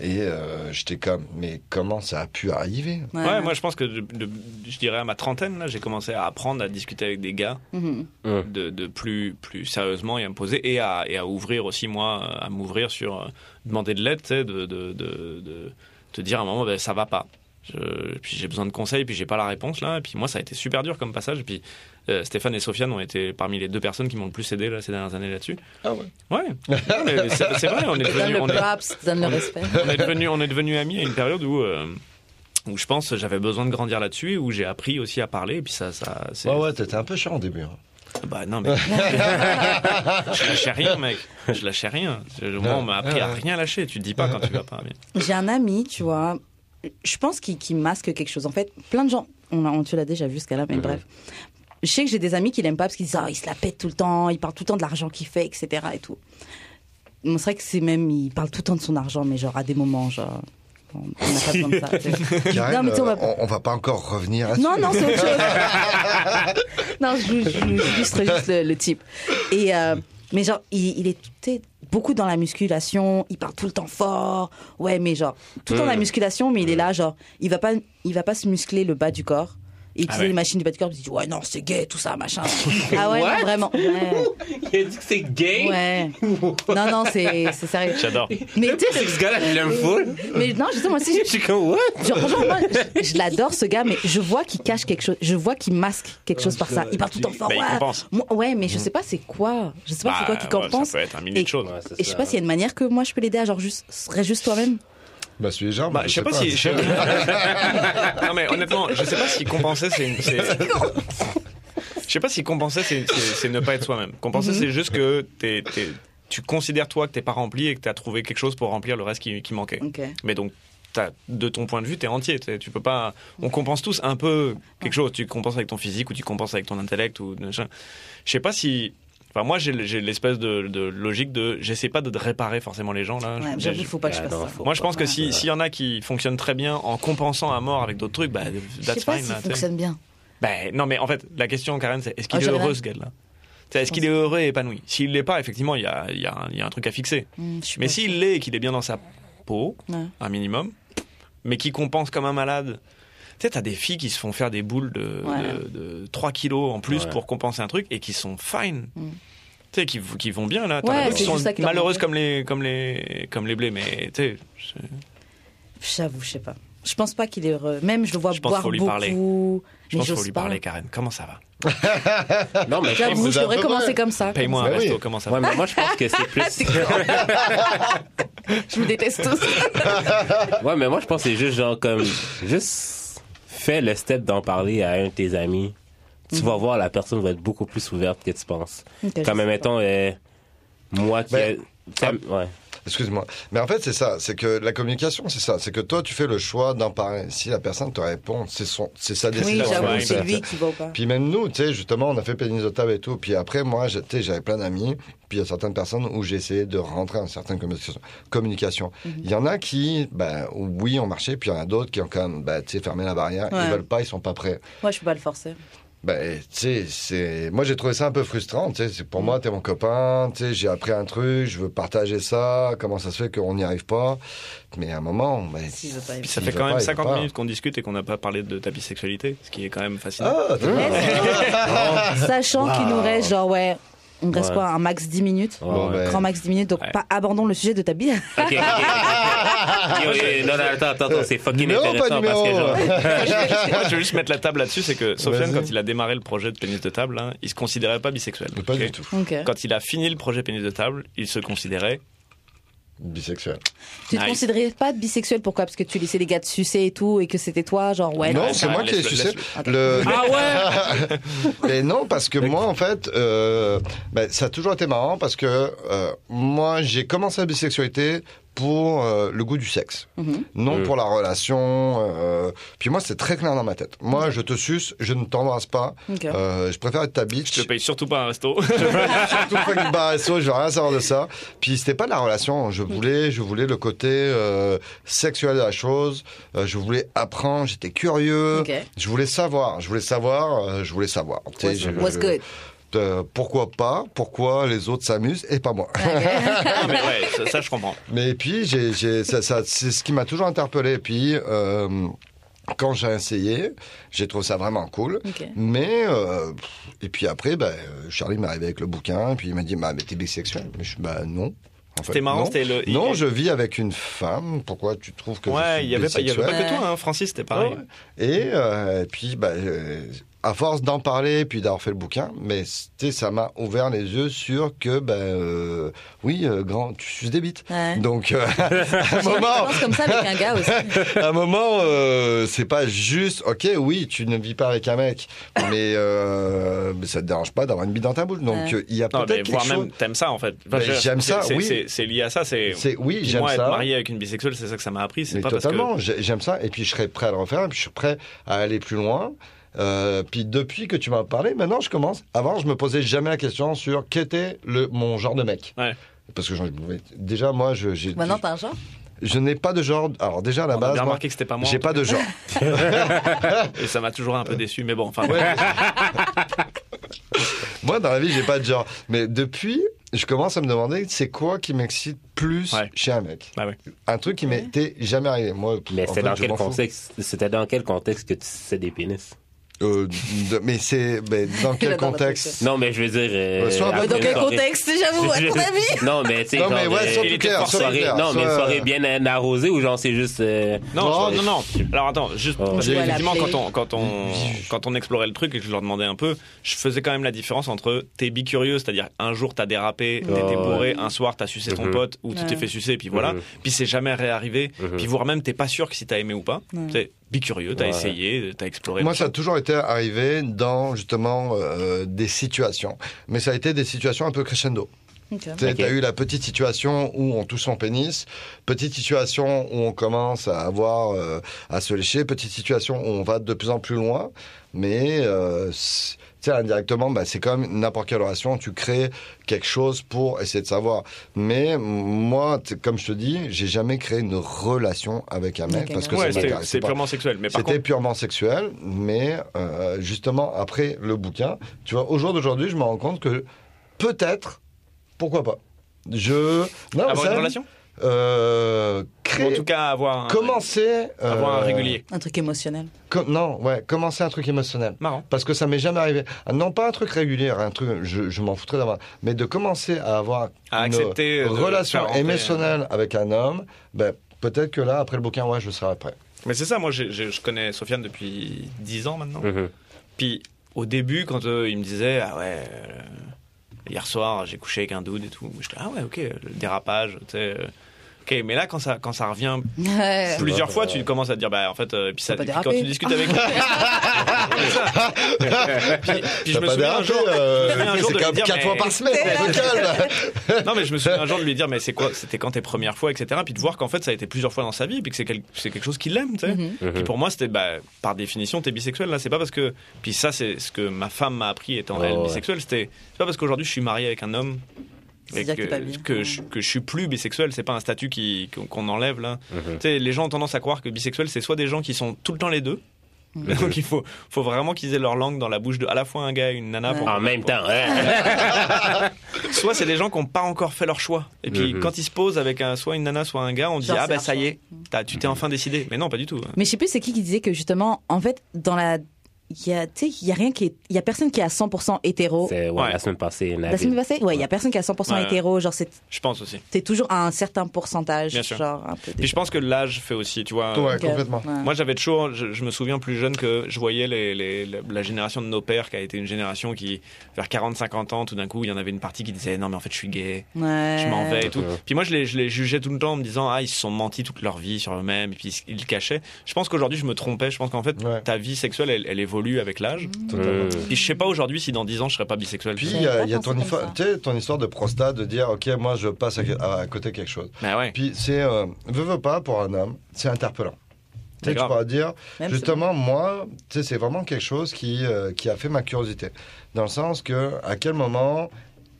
Speaker 4: Et euh, j'étais comme, mais comment ça a pu arriver
Speaker 2: Ouais.
Speaker 3: Ouais, moi je pense que de- de- je dirais à ma trentaine, là, j'ai commencé à apprendre à discuter avec des gars
Speaker 2: Mhm.
Speaker 3: de, de plus, plus sérieusement et à me poser et à, et à ouvrir aussi, moi, à m'ouvrir sur euh, demander de l'aide, tu sais, de, de, de, de te dire à un moment, ben, ça va pas. Je- puis j'ai besoin de conseils, puis j'ai pas la réponse là. Et puis moi, ça a été super dur comme passage. Et puis euh, Stéphane et Sofiane ont été parmi les deux personnes qui m'ont le plus aidé là, ces dernières années là-dessus.
Speaker 4: Ah ouais.
Speaker 3: Ouais, Non, mais c'est c'est vrai, on est
Speaker 2: Donne
Speaker 3: devenus-
Speaker 2: le
Speaker 3: on est-
Speaker 2: props, donne le respect.
Speaker 3: on est devenu on est devenu amis à une période où euh, où je pense que j'avais besoin de grandir là-dessus où j'ai appris aussi à parler et puis ça ça c'est
Speaker 4: Ouais, ouais, t'étais un peu chiant au début. hein.
Speaker 3: bah non mais je lâchais rien mec je lâchais rien au moins on m'a appris à rien lâcher tu te dis pas quand tu vas pas bien
Speaker 2: J'ai un ami, tu vois, je pense qu'il qu'il masque quelque chose. En fait, plein de gens, on, a- on- tu l'as déjà vu ce cas-là, mais bref. Je sais que j'ai des amis qui l'aiment pas parce qu'ils disent Ah, il se la pète tout le temps, il parle tout le temps de l'argent qu'il fait, etc. Et tout. Bon, c'est vrai que c'est même, il parle tout le temps de son argent, mais genre à des moments, genre, on on n'a pas besoin de ça. tu sais.
Speaker 4: Karen,
Speaker 2: Non, mais tu sais, on
Speaker 4: euh,
Speaker 2: va-
Speaker 4: on, on va pas encore revenir à ça.
Speaker 2: Non, non, c'est autre chose. non, je- je je- illustre juste le, le type. Et, euh, mais genre, il, il est tu sais, beaucoup dans la musculation, il parle tout le temps fort.
Speaker 1: Hmm.
Speaker 2: Ouais, mais genre, tout le temps dans la musculation, mais il est là, genre, il va pas, il va pas se muscler le bas du corps.
Speaker 1: Ah
Speaker 2: et utiliser
Speaker 3: ouais.
Speaker 2: les machines du bas du corps. Ils disent, ouais, non, c'est gay, tout ça, machin. ah ouais, non,
Speaker 1: What
Speaker 2: vraiment. Ouais.
Speaker 1: Il a dit que c'est gay.
Speaker 2: ouais. Non, non, c'est c'est sérieux.
Speaker 3: J'adore.
Speaker 2: Mais tu sais,
Speaker 1: Ce gars-là, je l'aime full.
Speaker 2: mais non, justement, moi aussi,
Speaker 1: Je suis comme, what?
Speaker 2: je, genre, genre, moi, je, je l'adore ce gars, mais je vois qu'il cache quelque chose, je vois qu'il masque quelque chose
Speaker 4: Ah,
Speaker 2: par ça. Il parle tout le temps fort.
Speaker 3: Bah, il
Speaker 2: ouais.
Speaker 3: compense.
Speaker 2: Moi- ouais, mais je sais pas c'est quoi. Je sais pas c'est quoi
Speaker 3: Bah,
Speaker 2: qui
Speaker 3: ouais,
Speaker 2: compense.
Speaker 3: Ça peut être un
Speaker 2: Et-
Speaker 3: millier de choses.
Speaker 1: Ouais, c'est
Speaker 2: Et je sais
Speaker 1: ça.
Speaker 2: pas s'il y a une manière que moi je peux l'aider à genre juste, serais juste toi-même.
Speaker 4: Bah, suis les jambes.
Speaker 3: Bah, je sais pas, si. je- non, mais honnêtement, je sais pas si compenser, c'est. une- c'est- Je sais pas si compenser, c'est c'est- c'est ne pas être soi-même. Compenser,
Speaker 2: Mhm.
Speaker 3: c'est juste que t'es- t'es- tu considères toi que t'es pas rempli et que t'as trouvé quelque chose pour remplir le reste qui, qui manquait.
Speaker 2: Ok.
Speaker 3: Mais donc, t'as- de ton point de vue, t'es entier. t'es- Tu peux pas. On compense tous un peu quelque chose. Tu compenses avec ton physique ou tu compenses avec ton intellect ou machin. Je sais pas si. Enfin, moi, j'ai j'ai l'espèce de, de logique de. J'essaie pas de réparer forcément les gens là.
Speaker 2: Ouais,
Speaker 3: Je-
Speaker 2: j'avoue,
Speaker 3: je-
Speaker 2: faut pas que je
Speaker 1: Ah,
Speaker 2: fasse
Speaker 1: non,
Speaker 2: ça.
Speaker 1: faut
Speaker 3: moi, je
Speaker 1: pas.
Speaker 3: pense que si- s'il y en a qui fonctionnent très bien en compensant à mort avec d'autres trucs, bah,
Speaker 2: Je
Speaker 3: that's
Speaker 2: sais pas
Speaker 3: fine.
Speaker 2: s'il
Speaker 3: là, tu sais.
Speaker 2: fonctionne bien.
Speaker 3: Bah, non, mais en fait, la question, Karen, c'est est-ce qu'il
Speaker 2: Oh,
Speaker 3: est
Speaker 2: j'avais
Speaker 3: heureux,
Speaker 2: la-
Speaker 3: ce gars-là Tu sais, Est-ce qu'il est heureux et épanoui S'il l'est pas, effectivement, il y a, il y a un- il y a un truc à fixer.
Speaker 2: Hmm, je suis
Speaker 3: Mais
Speaker 2: pas-
Speaker 3: s'il l'est et qu'il est bien dans sa peau,
Speaker 2: Ouais.
Speaker 3: un minimum, mais qui compense comme un malade. Tu sais, t'as des filles qui se font faire des boules de,
Speaker 2: Ouais.
Speaker 3: de- de 3 kilos en plus
Speaker 1: Ouais.
Speaker 3: pour compenser un truc et qui sont fine.
Speaker 2: Mm.
Speaker 3: Tu sais, qui, v- qui vont bien là. T'en
Speaker 2: Ouais,
Speaker 3: as d'autres
Speaker 2: c'est
Speaker 3: qui sont
Speaker 2: juste ça qui leur
Speaker 3: malheureuses
Speaker 2: manquait.
Speaker 3: comme les, comme, les, comme les blés, mais tu sais, c'est-
Speaker 2: J'avoue, je sais pas. Je pense pas qu'il est heureux. Même je le vois
Speaker 3: Je pense
Speaker 2: boire
Speaker 3: faut lui
Speaker 2: beaucoup.
Speaker 3: parler. je
Speaker 2: mais
Speaker 3: pense qu'il faut
Speaker 2: j'ose
Speaker 3: lui
Speaker 2: pas.
Speaker 3: parler, Karen. Comment ça va
Speaker 1: Non, mais je pense-
Speaker 2: J'avoue,
Speaker 4: C'est
Speaker 2: je
Speaker 4: un
Speaker 2: devrais
Speaker 4: peu
Speaker 2: commencer
Speaker 4: vrai.
Speaker 2: comme Ah, ça.
Speaker 3: Paye-moi un
Speaker 4: Bah oui.
Speaker 3: resto, comment ça va
Speaker 1: Ouais, mais moi, je pense que c'est plus.
Speaker 2: Je vous déteste tous.
Speaker 1: Ouais, mais moi, je pense que c'est juste genre comme. Juste fais le step d'en parler à un de tes amis. Tu vas voir, la personne va être beaucoup plus ouverte que tu penses.
Speaker 2: Ok,
Speaker 1: Comme,
Speaker 2: Mhm. je sais
Speaker 1: mettons, euh, moi qui.
Speaker 4: Ben,
Speaker 1: a- ouais.
Speaker 4: Excuse-moi. Mais en fait, c'est ça. C'est que la communication, c'est ça. C'est que toi, tu fais le choix d'en parler. Si la personne te répond, c'est son, c'est sa
Speaker 2: Oui,
Speaker 4: décision.
Speaker 2: j'avoue,
Speaker 3: Ouais,
Speaker 2: c'est lui qui va ou pas.
Speaker 4: Puis même nous, tu sais, justement, on a fait pénis de table et tout. Puis après, moi, j'ai- tu sais, j'avais plein d'amis. Puis il y a certaines personnes où j'ai essayé de rentrer en certaines communication- communications.
Speaker 2: Mhm.
Speaker 4: Il y en a qui, ben, oui, ont marché. Puis il y en a d'autres qui ont quand même, ben, tu sais, fermé la barrière.
Speaker 2: Ouais.
Speaker 4: Ils veulent pas, ils sont pas prêts.
Speaker 2: Moi, je peux pas le forcer.
Speaker 4: Ben, tu sais, c'est. Moi, j'ai trouvé ça un peu frustrant. Tu sais, c'est pour moi, t'es mon copain. Tu sais, j'ai appris un truc. Je veux partager ça. Comment ça se fait qu'on n'y arrive pas Mais à un moment, ben.
Speaker 2: S'il veut pas. il
Speaker 3: Puis
Speaker 2: veut
Speaker 3: ça
Speaker 4: Il
Speaker 3: fait
Speaker 4: veut
Speaker 3: quand
Speaker 4: pas,
Speaker 3: même
Speaker 4: il veut
Speaker 3: 50
Speaker 4: pas.
Speaker 3: minutes qu'on discute et qu'on n'a pas parlé de ta bisexualité, ce qui est quand même fascinant.
Speaker 4: Ah, t'es- Ah,
Speaker 2: pas. Sachant qu'il nous reste, genre, ouais, on reste
Speaker 1: Ouais.
Speaker 2: quoi, un max 10 minutes
Speaker 1: Ouais,
Speaker 4: Bon,
Speaker 1: ouais.
Speaker 4: ben,
Speaker 2: Grand max 10 minutes, donc
Speaker 3: Ouais.
Speaker 2: pas abandonne le sujet de ta bille.
Speaker 1: Ok, ok, ok. Yo, yo, non, non, attends, attends, attends, c'est fucking
Speaker 4: Numéro, pas
Speaker 1: intéressant parce que
Speaker 4: numéro.
Speaker 1: genre.
Speaker 3: Moi, je veux juste mettre la table là-dessus, c'est que Sofiane,
Speaker 4: Vas-y.
Speaker 3: quand il a démarré le projet de pénis de table, hein, il se considérait pas bisexuel.
Speaker 4: Pas
Speaker 3: ok
Speaker 4: du tout.
Speaker 2: Ok.
Speaker 3: Quand il a fini le projet pénis de table, il se considérait.
Speaker 4: Bisexuel.
Speaker 2: Tu te
Speaker 3: Nice.
Speaker 2: considérais pas bisexuel pourquoi Parce que tu laissais les gars te sucer et tout et que c'était toi, genre ouais.
Speaker 4: non,
Speaker 3: non,
Speaker 4: c'est
Speaker 3: non,
Speaker 4: moi qui ai
Speaker 3: laisse-le,
Speaker 4: sucé.
Speaker 3: laisse-le.
Speaker 4: Le...
Speaker 1: Ah
Speaker 4: Et non, parce que moi, en fait, euh, ben, ça a toujours été marrant parce que euh, moi, j'ai commencé la bisexualité pour euh, le goût du sexe,
Speaker 2: Mhm.
Speaker 4: non
Speaker 1: Euh.
Speaker 4: pour la relation. euh, puis moi, c'est très clair dans ma tête. Moi, je te suce, je ne t'embrasse pas.
Speaker 2: Ok.
Speaker 4: Euh, je préfère être ta
Speaker 3: Je
Speaker 4: bitch.
Speaker 3: te paye surtout pas un resto.
Speaker 4: Surtout fucking Barasso, je veux rien savoir de ça. Puis c'était pas de la relation. hein. Je voulais, je voulais le côté euh, sexuel de la chose. Euh, je voulais apprendre. J'étais curieux.
Speaker 2: Ok.
Speaker 4: Je voulais savoir. Je voulais savoir. euh, je voulais savoir. Tu sais,
Speaker 2: What's,
Speaker 4: je-
Speaker 2: what's good
Speaker 4: euh, pourquoi pas Pourquoi les autres s'amusent et pas moi
Speaker 3: Non, mais ouais, ça, ça, je comprends.
Speaker 4: Mais puis, j'ai, j'ai- ça, ça- c'est ce qui m'a toujours interpellé. Et puis, euh, quand j'ai essayé, j'ai trouvé ça vraiment cool.
Speaker 2: Ok.
Speaker 4: Mais, euh, pff, et puis après, ben, euh, Charlie m'est arrivé avec le bouquin, et puis il m'a dit bah, Mais t'es bisexuel Mais je suis Bah non. En fait,
Speaker 3: C'était marrant,
Speaker 4: non.
Speaker 3: c'était le. il-
Speaker 4: Non, je vis avec une femme. Pourquoi tu trouves que je
Speaker 3: Ouais,
Speaker 4: suis
Speaker 3: il y avait pas, il y avait pas
Speaker 4: bisexuel
Speaker 3: que toi, hein, Francis, c'était pareil.
Speaker 4: Ouais. Et euh, puis, bah, euh, à force d'en parler, puis d'avoir fait le bouquin, mais c'était- ça m'a ouvert les yeux sur que, bah, euh, oui, euh, grand, tu suces des bites.
Speaker 2: Ouais.
Speaker 4: Donc, euh, à un
Speaker 2: Je
Speaker 4: moment,
Speaker 2: commence comme ça avec un gars aussi.
Speaker 4: à un moment, euh, c'est pas juste, ok, oui, tu ne vis pas avec un mec, mais, euh, mais ça te dérange pas d'avoir une bite dans ta boule. Donc,
Speaker 2: Ouais.
Speaker 4: euh, il y a
Speaker 3: Non, mais
Speaker 4: peut-être quelque
Speaker 3: voire
Speaker 4: chose.
Speaker 3: même, t'aimes ça en fait.
Speaker 4: Mais
Speaker 3: je-
Speaker 4: j'aime
Speaker 3: c'est-
Speaker 4: ça,
Speaker 3: c'est-
Speaker 4: oui.
Speaker 3: c'est- C'est lié à ça, c'est.
Speaker 4: C'est oui,
Speaker 3: Puis
Speaker 4: j'aime
Speaker 3: Moi,
Speaker 4: ça.
Speaker 3: être marié avec une bisexuelle, c'est ça que ça m'a appris. C'est
Speaker 4: Mais
Speaker 3: pas
Speaker 4: totalement, j'ai- j'aime ça. Et puis je serais prêt à le refaire, et puis je suis prêt à aller plus loin. Euh, puis depuis que tu m'as parlé, maintenant je commence. Avant, je me posais jamais la question sur qu'était le mon genre de mec.
Speaker 3: Ouais.
Speaker 4: Parce que j'en- mais déjà moi, je j'ai-
Speaker 2: Maintenant, t'as un genre
Speaker 4: je, je n'ai pas de genre. Alors déjà à la
Speaker 3: parce que. On a
Speaker 4: base,
Speaker 3: bien
Speaker 4: moi,
Speaker 3: remarqué que c'était pas moi.
Speaker 4: j'ai Euh. pas de genre.
Speaker 3: Et ça m'a toujours un peu déçu, mais bon, enfin.
Speaker 4: moi dans la vie, j'ai pas de genre. Mais depuis, je commence à me demander c'est quoi qui m'excite plus
Speaker 3: Ouais.
Speaker 4: chez un mec.
Speaker 3: Bah ouais.
Speaker 4: Un truc qui m'était jamais arrivé. Moi,
Speaker 1: Mais
Speaker 4: en
Speaker 1: c'était
Speaker 4: fait,
Speaker 1: dans
Speaker 4: je
Speaker 1: quel
Speaker 4: m'en fous.
Speaker 1: contexte C'était dans quel contexte que tu sais des pénis
Speaker 4: Euh, de- mais c'est mais dans quel
Speaker 6: J'adore la
Speaker 4: contexte
Speaker 1: Non, mais je veux dire. euh,
Speaker 4: Ouais, soit-
Speaker 1: après
Speaker 6: Dans
Speaker 1: une
Speaker 6: quel
Speaker 1: soirée-
Speaker 6: contexte, j'avoue, à ton avis
Speaker 1: Non, mais tu sais,
Speaker 4: Non,
Speaker 1: genre.
Speaker 4: mais ouais,
Speaker 1: euh,
Speaker 4: soit
Speaker 3: il
Speaker 4: plus
Speaker 3: était
Speaker 4: clair,
Speaker 3: forcé,
Speaker 4: soit
Speaker 1: soirée-
Speaker 4: plus clair,
Speaker 1: non, mais une
Speaker 4: soit-
Speaker 1: soirée bien arrosée ou genre c'est juste. euh,
Speaker 3: Non,
Speaker 4: Ouais.
Speaker 3: non, non. Alors attends, juste
Speaker 1: Oh.
Speaker 3: parce que
Speaker 6: Joue à la
Speaker 3: effectivement,
Speaker 6: play.
Speaker 3: quand on, quand, on, quand on explorait le truc et que je leur demandais un peu, je faisais quand même la différence entre t'es bicurieux, c'est-à-dire un jour t'as dérapé, t'étais
Speaker 1: Oh,
Speaker 3: bourré, un soir t'as sucé ton
Speaker 1: Mhm.
Speaker 3: pote ou tu t'es
Speaker 6: Ouais.
Speaker 3: fait sucer, puis voilà,
Speaker 1: Mhm.
Speaker 3: puis c'est jamais réarrivé,
Speaker 1: Mhm.
Speaker 3: puis voire même t'es pas sûr que si t'as aimé ou pas.
Speaker 6: Ouais.
Speaker 3: T'es bicurieux, t'as
Speaker 1: Ouais.
Speaker 3: essayé, t'as exploré.
Speaker 4: euh, Moi, ça a toujours été arrivé dans justement euh, des situations, mais ça a été des situations un peu crescendo.
Speaker 6: Ok.
Speaker 4: Tu sais,
Speaker 1: Ok.
Speaker 4: T'as eu la petite situation où on touche son pénis, petite situation où on commence à avoir euh, à se lécher, petite situation où on va de plus en plus loin, mais euh, c'est- tu sais, indirectement, bah, c'est comme n'importe quelle relation, tu crées quelque chose pour essayer de savoir. Mais moi, t- comme je te dis, j'ai jamais créé une relation avec un mec
Speaker 6: Ok,
Speaker 4: parce que
Speaker 6: non.
Speaker 3: ouais,
Speaker 4: ça
Speaker 3: c'était
Speaker 4: m'intéressait
Speaker 3: c'est
Speaker 4: pas.
Speaker 3: purement sexuel, mais par
Speaker 4: C'était
Speaker 3: contre,
Speaker 4: purement sexuel, mais euh, justement après le bouquin, tu vois, au jour d'aujourd'hui, je me rends compte que peut-être, pourquoi pas, je non,
Speaker 3: avoir
Speaker 4: ça,
Speaker 3: une relation Ou
Speaker 4: euh,
Speaker 3: en
Speaker 4: créer,
Speaker 3: tout cas avoir un,
Speaker 4: commencer, euh,
Speaker 3: avoir un régulier.
Speaker 6: Un truc émotionnel.
Speaker 4: com- non, ouais, commencer un truc émotionnel.
Speaker 3: Marrant.
Speaker 4: Parce que ça m'est jamais arrivé. Ah, Non, pas un truc régulier, un truc, je, je m'en foutrais d'avoir. Mais de commencer à avoir
Speaker 3: À
Speaker 4: une
Speaker 3: accepter de faire euh,
Speaker 4: relation
Speaker 3: rentrer,
Speaker 4: émotionnelle avec un homme, ben, peut-être que là, après le bouquin, ouais, je serai prêt.
Speaker 3: Mais c'est ça, moi j'ai- j'ai- je connais Sofiane depuis 10 ans maintenant.
Speaker 1: mhm.
Speaker 3: Puis au début, quand euh, il me disait Ah ouais, euh, hier soir j'ai couché avec un dude et tout, j'étais Ah ouais, ok, le dérapage, tu sais. euh, Ok, mais là quand ça, quand ça revient
Speaker 6: Euh. Ouais.
Speaker 3: plusieurs
Speaker 1: Ouais,
Speaker 3: fois,
Speaker 1: ouais.
Speaker 3: tu commences à te dire Bah en fait, euh, puis ça,
Speaker 6: pas
Speaker 3: puis quand
Speaker 6: déraper.
Speaker 3: tu discutes avec. C'est ça. puis puis je
Speaker 4: T'as
Speaker 3: me souviens
Speaker 4: pas
Speaker 3: un
Speaker 4: dérapé,
Speaker 3: jour. je
Speaker 4: euh,
Speaker 3: me souviens un jour
Speaker 4: c'est
Speaker 3: de
Speaker 4: quand
Speaker 3: me dire,
Speaker 4: même 4 fois
Speaker 3: mais-
Speaker 4: par semaine, au calme.
Speaker 3: Non, mais je me souviens un jour de lui dire, mais c'est quoi C'était quand tes premières fois, etc. Puis de voir qu'en fait, ça a été plusieurs fois dans sa vie, puis que c'est quel- c'est quelque chose qu'il aime, tu sais.
Speaker 6: Mhm.
Speaker 1: Mhm.
Speaker 3: Puis pour moi, c'était bah, par définition, t'es bisexuel. Là, c'est pas parce que. Puis ça, c'est ce que ma femme m'a appris étant
Speaker 1: Ouais,
Speaker 3: elle
Speaker 1: Oh, ouais.
Speaker 3: bisexuelle. C'était. C'est pas parce qu'aujourd'hui, je suis marié avec un homme. Et
Speaker 6: C'est-à-dire que t'es pas
Speaker 3: que,
Speaker 6: bi.
Speaker 3: que, je, que je suis plus bisexuel, c'est pas un statut qui- qu'on qu'on enlève là.
Speaker 1: Mhm.
Speaker 3: Tu sais, les gens ont tendance à croire que bisexuel, c'est soit des gens qui sont tout le temps les deux,
Speaker 6: Mhm.
Speaker 3: donc il faut, faut vraiment qu'ils aient leur langue dans la bouche de à la fois un gars et une nana.
Speaker 6: Ouais.
Speaker 3: pour-
Speaker 1: En même temps, hein.
Speaker 3: Soit c'est des gens qui n'ont pas encore fait leur choix. Et puis
Speaker 1: Mhm.
Speaker 3: quand ils se posent avec un, soit une nana, soit un gars, on dit
Speaker 6: Genre,
Speaker 3: ah
Speaker 6: c'est
Speaker 3: bah
Speaker 6: leur
Speaker 3: ça y
Speaker 6: choix.
Speaker 3: est, t'as- tu t'es enfin décidé. Mais non, pas du tout. hein.
Speaker 6: Mais je sais plus c'est qui qui disait que justement, en fait, dans la. Il y a, tu sais, il y a rien qui est. Il y a personne qui est à 100% hétéro.
Speaker 1: C'est ouais,
Speaker 3: Ouais.
Speaker 1: la semaine passée,
Speaker 6: La semaine
Speaker 1: Nabil.
Speaker 6: passée Ouais, il y a personne qui est à 100%
Speaker 3: Ouais.
Speaker 6: hétéro. Genre, c'est-
Speaker 3: Je pense aussi.
Speaker 6: t'es toujours à un certain pourcentage.
Speaker 3: Bien sûr.
Speaker 6: Genre, un peu.
Speaker 3: Puis je pense que l'âge fait aussi, tu vois.
Speaker 4: Ouais,
Speaker 6: Ok.
Speaker 4: complètement.
Speaker 6: Ouais.
Speaker 3: Moi, j'avais toujours, je, je me souviens plus jeune que je voyais les, les- la- la génération de nos pères, qui a été une génération qui, vers 40-50 ans, tout d'un coup, il y en avait une partie qui disait non, mais en fait, je suis gay,
Speaker 6: Ouais.
Speaker 3: je m'en vais et tout.
Speaker 1: Ouais.
Speaker 3: Puis moi, je les, je les jugeais tout le temps en me disant ah, ils se sont menti toute leur vie sur eux-mêmes, et puis ils le cachaient. Je pense qu'aujourd'hui, je me trompais. Je pense qu'en fait,
Speaker 4: Ouais.
Speaker 3: ta vie sexuelle, elle, elle évolue avec l'âge.
Speaker 6: Mmh.
Speaker 3: Euh,
Speaker 1: Mhm.
Speaker 3: Puis je sais pas aujourd'hui si dans 10 ans, je serais pas bisexuel.
Speaker 4: Puis
Speaker 6: J'avais
Speaker 4: il y a,
Speaker 6: pas
Speaker 4: il y a
Speaker 6: pensé
Speaker 4: ton,
Speaker 6: comme
Speaker 4: hifa-
Speaker 6: ça.
Speaker 4: tu sais, ton histoire de prostate, de dire ok moi je passe à, à- à côté de quelque chose.
Speaker 3: Mais Bah ouais.
Speaker 4: Puis c'est euh, veux veux pas pour un homme, c'est interpellant. Tu sais, tu
Speaker 3: grave.
Speaker 4: pourras dire
Speaker 6: Même
Speaker 4: justement moi, tu sais, c'est vraiment quelque chose qui euh, qui a fait ma curiosité dans le sens que à quel moment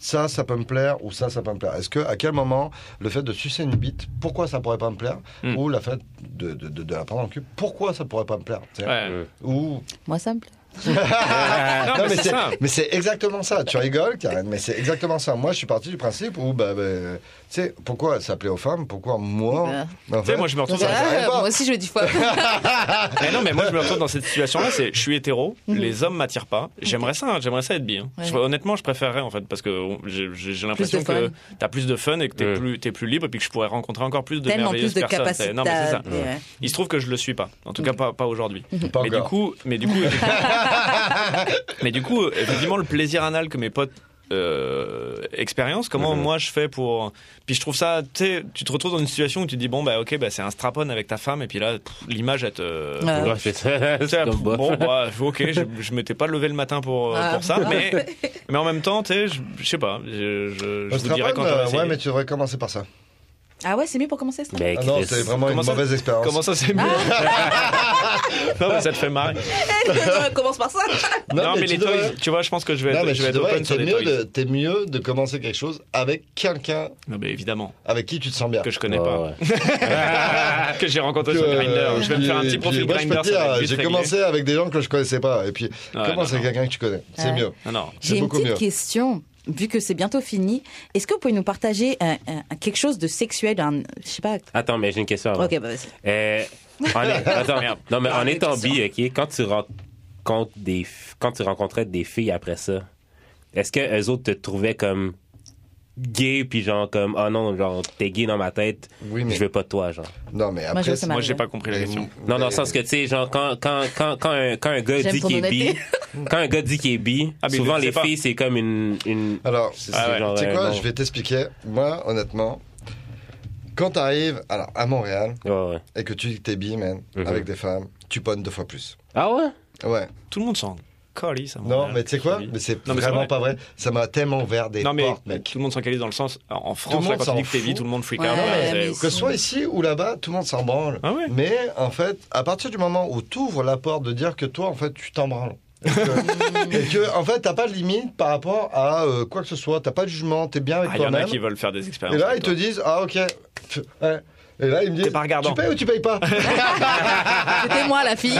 Speaker 4: ça, ça peut me plaire ou ça, ça peut me plaire. Est-ce que à quel moment le fait de sucer une bite, pourquoi ça pourrait pas me plaire
Speaker 3: Mm.
Speaker 4: Ou la fait de, de, de- de la prendre en cul, pourquoi ça pourrait pas me plaire tu sais
Speaker 3: Ouais.
Speaker 1: euh, Mhm.
Speaker 4: Ou
Speaker 6: Moi, ça me plaît.
Speaker 3: Non,
Speaker 4: Non,
Speaker 3: Ah, mais c'est
Speaker 4: c'est-
Speaker 3: ça.
Speaker 4: mais c'est exactement ça. Tu rigoles, Karen, mais c'est exactement ça. Moi, je suis parti du principe où, bah, bah, tu sais, pourquoi ça plaît aux femmes Pourquoi moi
Speaker 6: Bah.
Speaker 4: en
Speaker 3: Tu sais,
Speaker 4: fait,
Speaker 3: moi, je me retrouve.
Speaker 4: Ça, j'arrive pas.
Speaker 8: moi aussi, je le dis fois.
Speaker 3: Mais non, mais moi, je me retrouve dans cette situation-là. C'est, je suis hétéro, les hommes m'attirent pas. J'aimerais ça, hein, j'aimerais ça être bi. hein.
Speaker 6: Mmh. Ouais.
Speaker 3: Je- honnêtement, je préférerais en fait parce que on- j'ai, j'ai- j'ai l'impression
Speaker 6: de fun.
Speaker 3: que t'as plus de fun et que t'es
Speaker 1: Ouais.
Speaker 3: plus, t'es plus libre et puis que je pourrais rencontrer encore plus de
Speaker 6: Tellement
Speaker 3: merveilleuses
Speaker 6: plus de
Speaker 3: personnes.
Speaker 6: capacité.
Speaker 3: Non, mais c'est ça.
Speaker 6: à- Ouais.
Speaker 3: Il se trouve que je le suis pas. En tout cas, pas, pas aujourd'hui.
Speaker 4: Pas
Speaker 3: mais du
Speaker 4: encore.
Speaker 3: coup, mais du coup, mais du coup, effectivement, le plaisir anal que mes potes euh, expérience comment
Speaker 1: Mhm.
Speaker 3: moi je fais pour puis je trouve ça tu sais tu te retrouves dans une situation où tu te dis bon bah ok bah c'est un strapon avec ta femme et puis là pff, l'image elle te
Speaker 6: Ouais.
Speaker 1: Ouais, c'est ça.
Speaker 3: Tu sais,
Speaker 1: C'est comme bof.
Speaker 3: bon, bah, ok, je, je m'étais pas levé le matin pour, euh,
Speaker 6: Ah.
Speaker 3: pour ça, mais, mais en même temps, tu sais, je je sais pas, je, je, je vous
Speaker 4: Ostrapone,
Speaker 3: dirai quand
Speaker 4: euh,
Speaker 3: j'aurai essayé.
Speaker 4: ouais, mais tu devrais commencer par ça.
Speaker 6: Ah ouais, c'est mieux pour commencer ça
Speaker 1: Ben,
Speaker 4: Ah non,
Speaker 1: Chris.
Speaker 4: c'est vraiment
Speaker 3: Comment
Speaker 4: une
Speaker 3: ça-
Speaker 4: mauvaise expérience.
Speaker 3: Comment ça, c'est mieux Non, mais ça te fait marrer.
Speaker 6: On commence par ça
Speaker 3: Non, mais,
Speaker 4: tu
Speaker 3: les
Speaker 4: devrais-
Speaker 3: toys, tu vois, je pense que je vais
Speaker 4: Non,
Speaker 3: être,
Speaker 4: mais
Speaker 3: je
Speaker 4: tu
Speaker 3: vais être
Speaker 4: devrais-
Speaker 3: open sur
Speaker 4: t'es
Speaker 3: les
Speaker 4: mieux,
Speaker 3: toys.
Speaker 4: de, t'es mieux de commencer quelque chose avec quelqu'un
Speaker 3: Non, mais évidemment,
Speaker 4: avec qui tu te sens bien.
Speaker 3: que je connais
Speaker 1: Ouais,
Speaker 3: pas.
Speaker 1: ouais.
Speaker 3: que j'ai rencontré
Speaker 4: Que,
Speaker 3: sur
Speaker 4: euh,
Speaker 3: Grindr. Je vais me faire un
Speaker 4: puis-
Speaker 3: petit profil
Speaker 4: puis moi, je peux
Speaker 3: Grindr.
Speaker 4: te
Speaker 3: ça va
Speaker 4: dire,
Speaker 3: être vite
Speaker 4: J'ai
Speaker 3: réglé.
Speaker 4: commencé avec des gens que je connaissais pas. Et puis,
Speaker 3: Ouais,
Speaker 4: commence
Speaker 3: non,
Speaker 4: avec
Speaker 3: non.
Speaker 4: quelqu'un que tu connais. C'est
Speaker 6: Ouais.
Speaker 4: mieux.
Speaker 3: Non, non.
Speaker 6: J'ai une
Speaker 4: beaucoup
Speaker 6: petite
Speaker 4: mieux.
Speaker 6: question, vu que c'est bientôt fini. Est-ce que vous pouvez nous partager un- un- quelque chose de sexuel un- Je sais pas.
Speaker 1: Attends, mais j'ai une question avant.
Speaker 6: Ok, bah vas-y.
Speaker 1: Euh, en est- attends,
Speaker 3: Merde.
Speaker 1: non, mais en
Speaker 6: Ah,
Speaker 1: étant
Speaker 6: question.
Speaker 1: bi, ok, quand tu rentres, rencontres des f- quand tu rencontrais des filles après ça, est-ce que eux autres te trouvaient comme gay puis genre comme ah non genre t'es gay dans ma tête,
Speaker 4: Oui, mais.
Speaker 1: je veux pas de toi genre.
Speaker 4: Non,
Speaker 6: Moi,
Speaker 4: mais
Speaker 6: je
Speaker 4: après. Mm.
Speaker 6: veux ça
Speaker 3: Moi, j'ai
Speaker 6: m'arrive.
Speaker 3: pas compris la question.
Speaker 1: Non dans le sens que tu sais genre quand quand quand quand un, quand un gars
Speaker 6: J'aime
Speaker 1: dit
Speaker 6: son
Speaker 1: qu'il est bi,
Speaker 6: honnêteté.
Speaker 1: quand un gars dit qu'il est bi,
Speaker 3: Ah, mais il
Speaker 1: souvent
Speaker 3: le sait
Speaker 1: les
Speaker 3: pas.
Speaker 1: filles c'est comme une une
Speaker 4: Alors,
Speaker 1: c'est
Speaker 3: Ah ouais.
Speaker 1: genre,
Speaker 4: tu sais
Speaker 1: euh,
Speaker 4: quoi,
Speaker 1: non.
Speaker 4: je vais t'expliquer. Moi, honnêtement, quand t'arrives alors, à Montréal
Speaker 1: Ouais, ouais.
Speaker 4: et que tu dis que t'es bi, man,
Speaker 1: Mhm.
Speaker 4: avec des femmes, tu ponnes deux fois plus.
Speaker 1: Ah ouais.
Speaker 4: Ouais.
Speaker 3: Tout le monde s'en calisse. à
Speaker 4: Non,
Speaker 3: Montréal.
Speaker 4: mais tu sais quoi
Speaker 3: Cali.
Speaker 4: Mais c'est
Speaker 3: Non, mais c'est
Speaker 4: vraiment
Speaker 3: vrai.
Speaker 4: pas vrai. Ça m'a tellement ouvert des
Speaker 3: Non, mais
Speaker 4: portes, mec.
Speaker 3: tout le monde s'en calisse dans le sens. En
Speaker 4: Tout
Speaker 3: France, là,
Speaker 4: le monde
Speaker 3: quand tu dis
Speaker 4: s'en
Speaker 3: que t'es bi,
Speaker 4: fout.
Speaker 3: tout le monde freak out.
Speaker 6: Ouais,
Speaker 3: là,
Speaker 6: mais
Speaker 3: c'est-
Speaker 4: Que ce soit ici ou là-bas, tout le monde s'en branle.
Speaker 3: Ah ouais.
Speaker 4: Mais en fait, à partir du moment où tu ouvres la porte de dire que toi, en fait, tu t'en branles. Et que, et que, en fait, t'as pas de limite par rapport à euh, quoi que ce soit. T'as pas de jugement, t'es bien avec
Speaker 3: Ah, il y en a
Speaker 4: toi-même.
Speaker 3: qui veulent faire des expériences.
Speaker 4: Et là, ils
Speaker 3: avec
Speaker 4: te
Speaker 3: toi.
Speaker 4: disent Ah, ok. Pff, ouais. Et là, ils me disent
Speaker 3: T'es pas regardant.
Speaker 4: Tu payes ou tu payes pas
Speaker 2: C'était moi la fille.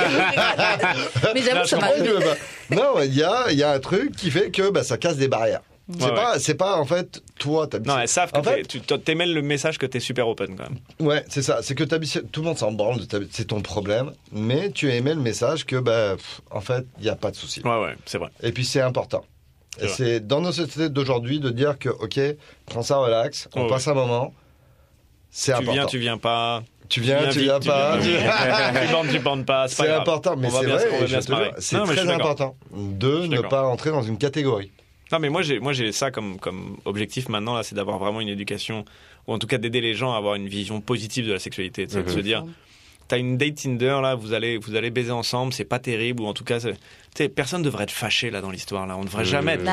Speaker 2: Mais j'avoue que ça m'a.
Speaker 4: Ouais, tu veux pas. bah, Non, il y a, il y a un truc qui fait que bah, ça casse des barrières. C'est
Speaker 3: Ouais,
Speaker 4: pas, c'est pas, en fait, toi, t'as
Speaker 3: Non, elles savent que
Speaker 4: En fait-
Speaker 3: t'es- tu t'émêles le message que t'es super open quand même.
Speaker 4: Ouais, c'est ça. C'est que t'as mis- tout le monde s'en branle, de ta- c'est ton problème. Mais tu as aimé le message que, bah, pff, en fait, il n'y a pas de souci.
Speaker 3: Ouais, ouais, c'est vrai.
Speaker 4: Et puis c'est important.
Speaker 3: C'est
Speaker 4: Et
Speaker 3: vrai.
Speaker 4: c'est dans nos sociétés d'aujourd'hui de dire que, ok, prends ça relax, on
Speaker 3: Ouais,
Speaker 4: passe un moment.
Speaker 3: Tu
Speaker 4: C'est important.
Speaker 3: viens, tu viens pas.
Speaker 4: Tu viens, tu viens
Speaker 3: vite,
Speaker 4: pas.
Speaker 3: Tu tu bandes, tu bandes pas. pas
Speaker 4: C'est
Speaker 3: grave.
Speaker 4: important, mais
Speaker 3: On va
Speaker 4: c'est
Speaker 3: bien se-
Speaker 4: vrai,
Speaker 3: on va
Speaker 4: et
Speaker 3: bien
Speaker 4: je te
Speaker 3: se marrer.
Speaker 4: jure, c'est
Speaker 3: Non, mais je suis
Speaker 4: très
Speaker 3: d'accord.
Speaker 4: important de
Speaker 3: suis
Speaker 4: ne
Speaker 3: d'accord.
Speaker 4: pas rentrer dans une catégorie.
Speaker 3: Non, mais moi j'ai, moi j'ai ça comme, comme objectif maintenant, là, c'est d'avoir vraiment une éducation, ou en tout cas d'aider les gens à avoir une vision positive de la sexualité. tu sais, De
Speaker 1: Mhm.
Speaker 3: se dire, t'as une date Tinder, là, vous allez, vous allez baiser ensemble, c'est pas terrible, ou en tout cas, c'est- tu sais, personne devrait être fâché, là, dans l'histoire, là. On
Speaker 4: Euh.
Speaker 3: devrait
Speaker 1: Mhm.
Speaker 2: Euh,
Speaker 3: jamais être- Tu sais,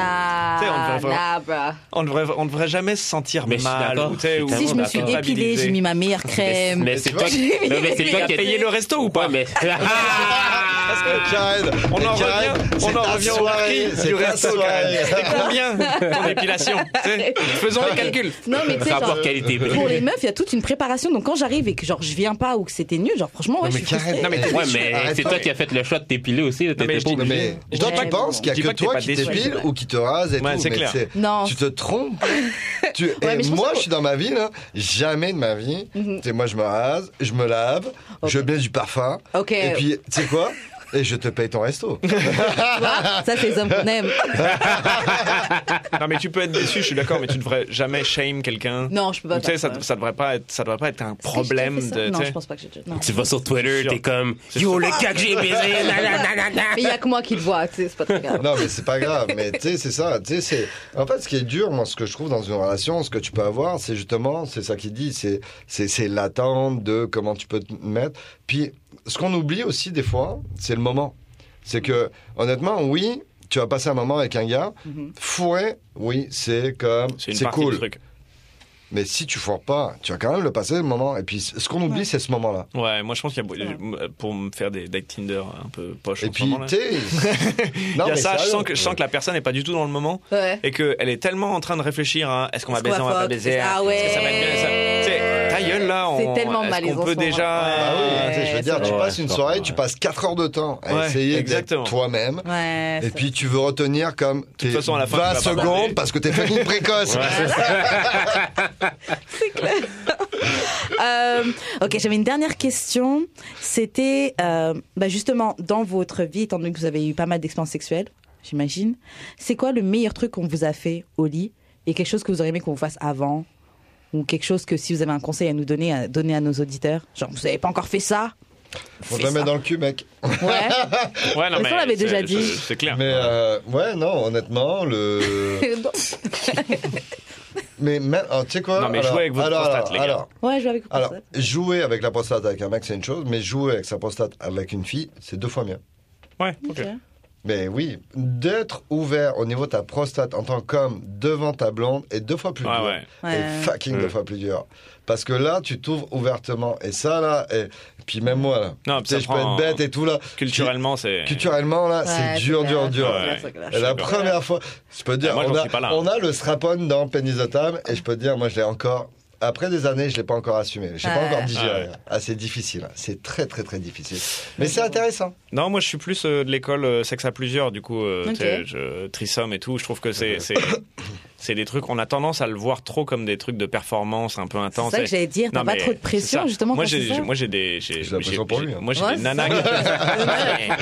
Speaker 3: on
Speaker 6: Nah,
Speaker 3: devrait-
Speaker 6: nah,
Speaker 2: bah.
Speaker 6: bruh.
Speaker 3: on devrait, on devrait jamais se sentir
Speaker 1: Mais je suis
Speaker 3: mal.
Speaker 1: d'accord,
Speaker 3: ou, tu sais,
Speaker 1: je suis
Speaker 3: ou
Speaker 6: Si je me suis
Speaker 1: D'accord.
Speaker 6: dépilée, j'ai mis ma meilleure crème.
Speaker 1: Mais
Speaker 4: tu
Speaker 1: c'est
Speaker 4: vois,
Speaker 1: toi qui
Speaker 6: j'ai-
Speaker 1: non, mais c'est
Speaker 6: j'ai
Speaker 1: toi
Speaker 6: payé
Speaker 1: qui
Speaker 3: Payer le resto ou pas Ah
Speaker 1: Ouais, mais
Speaker 3: Parce que-
Speaker 4: Karen,
Speaker 3: On en
Speaker 4: Karen,
Speaker 3: revient, on
Speaker 4: c'est
Speaker 3: en
Speaker 4: ta
Speaker 3: revient au
Speaker 4: soirée,
Speaker 3: prix
Speaker 4: c'est
Speaker 3: du
Speaker 4: ta
Speaker 3: resto,
Speaker 4: soirée.
Speaker 3: Karen. C'était combien ton épilation tu sais Faisons les calculs.
Speaker 2: Non mais tu sais genre,
Speaker 1: rapport qualité
Speaker 2: pour les meufs, il y a toute une préparation. Donc quand j'arrive et que genre je viens pas ou que c'était nul, genre franchement ouais,
Speaker 4: Non,
Speaker 2: je
Speaker 4: mais
Speaker 2: suis
Speaker 4: Karen,
Speaker 2: frustrée.
Speaker 3: Non, mais t'es-
Speaker 1: Ouais,
Speaker 4: arrête
Speaker 1: mais
Speaker 4: pas.
Speaker 1: c'est toi qui as fait le choix de t'épiler aussi, là,
Speaker 3: mais
Speaker 1: t'étais
Speaker 3: je
Speaker 1: pas
Speaker 3: dis-
Speaker 4: Non,
Speaker 1: obligé.
Speaker 4: mais toi,
Speaker 2: Ouais,
Speaker 4: tu
Speaker 2: mais
Speaker 4: penses
Speaker 2: bon.
Speaker 4: qu'il
Speaker 3: Je dis
Speaker 4: n'y a
Speaker 3: pas que
Speaker 4: que
Speaker 3: t'es
Speaker 4: toi
Speaker 3: pas
Speaker 4: qui
Speaker 3: déçu.
Speaker 4: t'épile
Speaker 2: Ouais.
Speaker 4: ou qui te rase et
Speaker 3: Ouais,
Speaker 4: tout,
Speaker 3: c'est
Speaker 4: mais
Speaker 3: clair.
Speaker 4: c'est-
Speaker 2: Non.
Speaker 4: tu te trompes. Tu-
Speaker 2: mais
Speaker 4: et
Speaker 2: je pense
Speaker 4: moi,
Speaker 2: que-
Speaker 4: je suis dans ma vie, là, jamais de ma vie.
Speaker 2: Mhm.
Speaker 4: Tu sais, Moi, je me rase, je me lave,
Speaker 2: Ok.
Speaker 4: je mets du parfum.
Speaker 2: Ok.
Speaker 4: Et puis, tu sais quoi Et je te paye ton resto.
Speaker 2: Ah, ça c'est les hommes qu'on aime.
Speaker 3: Non mais tu peux être déçu, je suis d'accord, mais tu devrais jamais shame quelqu'un.
Speaker 2: Non, je peux pas.
Speaker 3: Ou tu sais,
Speaker 2: faire
Speaker 3: ça, ça devrait pas être, ça devrait pas être un
Speaker 2: Est-ce que j'ai déjà
Speaker 3: problème
Speaker 2: fait ça
Speaker 3: de.
Speaker 2: Non,
Speaker 3: tu sais.
Speaker 2: je pense pas que j'ai. déjà- non.
Speaker 1: Tu vas sur Twitter,
Speaker 3: sûr.
Speaker 1: t'es comme Yo, le gars que j'ai baisé, nanana.
Speaker 2: Mais il y a que moi qui le vois, tu sais, c'est pas très grave.
Speaker 4: Non, mais c'est pas grave. Mais tu sais, c'est ça. Tu sais, c'est. En fait, ce qui est dur, moi, ce que je trouve dans une relation, ce que tu peux avoir, c'est justement, c'est ça qu'il dit, c'est, c'est, c'est l'attente de comment tu peux te mettre. Puis, ce qu'on oublie aussi des fois, c'est le moment. C'est que, honnêtement, oui, tu vas passer un moment avec un gars,
Speaker 2: Mhm.
Speaker 4: fourré, oui, c'est comme,
Speaker 3: C'est une
Speaker 4: c'est,
Speaker 3: partie
Speaker 4: cool.
Speaker 3: du truc.
Speaker 4: Mais si tu fourres pas, tu vas quand même le passer le moment. Et puis, c- ce qu'on oublie, c'est ce moment-là.
Speaker 3: Ouais, moi je pense qu'il y a
Speaker 2: C'est
Speaker 3: euh, pour me faire des dates Tinder un peu poche
Speaker 4: Et
Speaker 3: en ce
Speaker 4: puis,
Speaker 3: moment là.
Speaker 4: tu sais, non,
Speaker 3: Il y a
Speaker 4: mais
Speaker 3: ça, je
Speaker 4: sérieux.
Speaker 3: sens, que, je sens que la personne n'est pas du tout dans le moment
Speaker 2: Ouais.
Speaker 3: et qu'elle est tellement en train de réfléchir à est-ce qu'on va
Speaker 2: Est-ce qu'on
Speaker 3: baiser,
Speaker 2: va
Speaker 3: on va pas
Speaker 2: fuck
Speaker 3: baiser,
Speaker 2: Ah
Speaker 3: est-ce que ça va être bien, ça- tu sais, ta gueule là,
Speaker 2: C'est
Speaker 3: on,
Speaker 2: tellement
Speaker 3: est-ce
Speaker 2: malaisant,
Speaker 3: qu'on peut
Speaker 2: ce moment.
Speaker 3: déjà.
Speaker 4: Ah oui, tu sais, je veux
Speaker 2: Ouais,
Speaker 4: dire,
Speaker 2: c'est
Speaker 4: tu
Speaker 1: vrai.
Speaker 4: passes une
Speaker 1: Ouais,
Speaker 4: soirée,
Speaker 1: ouais.
Speaker 4: tu passes 4 heures de temps à
Speaker 3: Ouais,
Speaker 4: essayer
Speaker 3: exactement.
Speaker 4: d'être toi-même.
Speaker 6: Ouais.
Speaker 4: Et
Speaker 6: c'est-
Speaker 4: puis tu veux retenir comme tes
Speaker 3: façon, à la fin, tu
Speaker 4: 20
Speaker 3: vas pas bander.
Speaker 4: secondes parce que t'es fucking précoce.
Speaker 6: Euh,
Speaker 2: Ok, j'avais une dernière question. C'était euh, bah justement dans votre vie, étant donné que vous avez eu pas mal d'expériences sexuelles, j'imagine. C'est quoi le meilleur truc qu'on vous a fait au lit et quelque chose que vous auriez aimé qu'on vous fasse avant ou quelque chose que si vous avez un conseil à nous donner, à donner à nos auditeurs, genre vous avez pas encore fait ça
Speaker 4: Faut
Speaker 2: Fais
Speaker 4: jamais
Speaker 2: ça.
Speaker 4: dans le cul, mec.
Speaker 2: Ouais.
Speaker 3: Ouais, non,
Speaker 2: Mais ça, on l'avait
Speaker 3: c'est-
Speaker 2: déjà dit.
Speaker 3: c'est- C'est clair.
Speaker 4: Mais euh, ouais, non, honnêtement, le. mais même, alors, tu sais quoi
Speaker 3: Non, mais
Speaker 4: alors,
Speaker 3: jouer avec votre
Speaker 4: alors,
Speaker 3: prostate, les
Speaker 4: alors,
Speaker 3: gars.
Speaker 4: alors,
Speaker 2: ouais, je vais avec vous.
Speaker 4: alors, jouer avec la prostate avec un mec, c'est une chose, mais jouer avec sa prostate avec une fille, c'est deux fois mieux.
Speaker 3: Ouais, ok.
Speaker 4: Mais oui, d'être ouvert au niveau de ta prostate en tant qu'homme devant ta blonde est deux fois plus
Speaker 3: Ouais,
Speaker 4: dur.
Speaker 3: ouais.
Speaker 6: Ouais.
Speaker 4: Et fucking
Speaker 1: Ouais.
Speaker 4: deux fois plus dur. Parce que là, tu t'ouvres ouvertement. Et ça, là, et puis même moi, là.
Speaker 3: Non,
Speaker 4: Tu sais,
Speaker 3: puis ça
Speaker 4: je peux être
Speaker 3: prend-
Speaker 4: bête et tout, là.
Speaker 3: Culturellement, c'est.
Speaker 4: Culturellement, là,
Speaker 6: Ouais,
Speaker 4: Ah, c'est dur,
Speaker 6: c'est
Speaker 4: dur,
Speaker 6: clair,
Speaker 4: dur.
Speaker 6: c'est clair, c'est clair.
Speaker 4: Et la
Speaker 3: d'accord.
Speaker 4: première fois, je peux te dire,
Speaker 3: Ah, moi, j'en
Speaker 4: on, a,
Speaker 3: suis pas là, hein.
Speaker 4: on a le strapone dans Penny's Autumn, et je peux te dire, moi, je l'ai encore. Après des années, je l'ai pas encore assumé. Je l'ai
Speaker 6: Ouais.
Speaker 4: pas encore digéré.
Speaker 3: Ouais.
Speaker 4: Ah, c'est difficile. hein. C'est très, très, très difficile. Mais c'est intéressant.
Speaker 3: Non, moi je suis plus euh, de l'école euh, sexe à plusieurs, du coup, euh,
Speaker 6: Ok.
Speaker 3: tu sais, je, trisomme et tout. Je trouve que c'est c'est C'est des trucs, on a tendance à le voir trop comme des trucs de performance un peu
Speaker 2: C'est
Speaker 3: intense.
Speaker 2: ça que j'allais dire, t'as
Speaker 3: Non,
Speaker 2: pas
Speaker 3: mais
Speaker 2: trop de
Speaker 3: c'est
Speaker 2: pression
Speaker 3: ça.
Speaker 2: justement
Speaker 3: Moi
Speaker 2: quand c'est
Speaker 3: j'ai
Speaker 2: ça.
Speaker 3: moi j'ai des j'ai
Speaker 4: J'ai la pression
Speaker 3: j'ai-
Speaker 4: pour
Speaker 3: j'ai-
Speaker 4: lui, hein.
Speaker 3: Moi j'ai
Speaker 2: Ouais,
Speaker 3: des
Speaker 2: c'est
Speaker 3: nanas. qui- Ouais, mais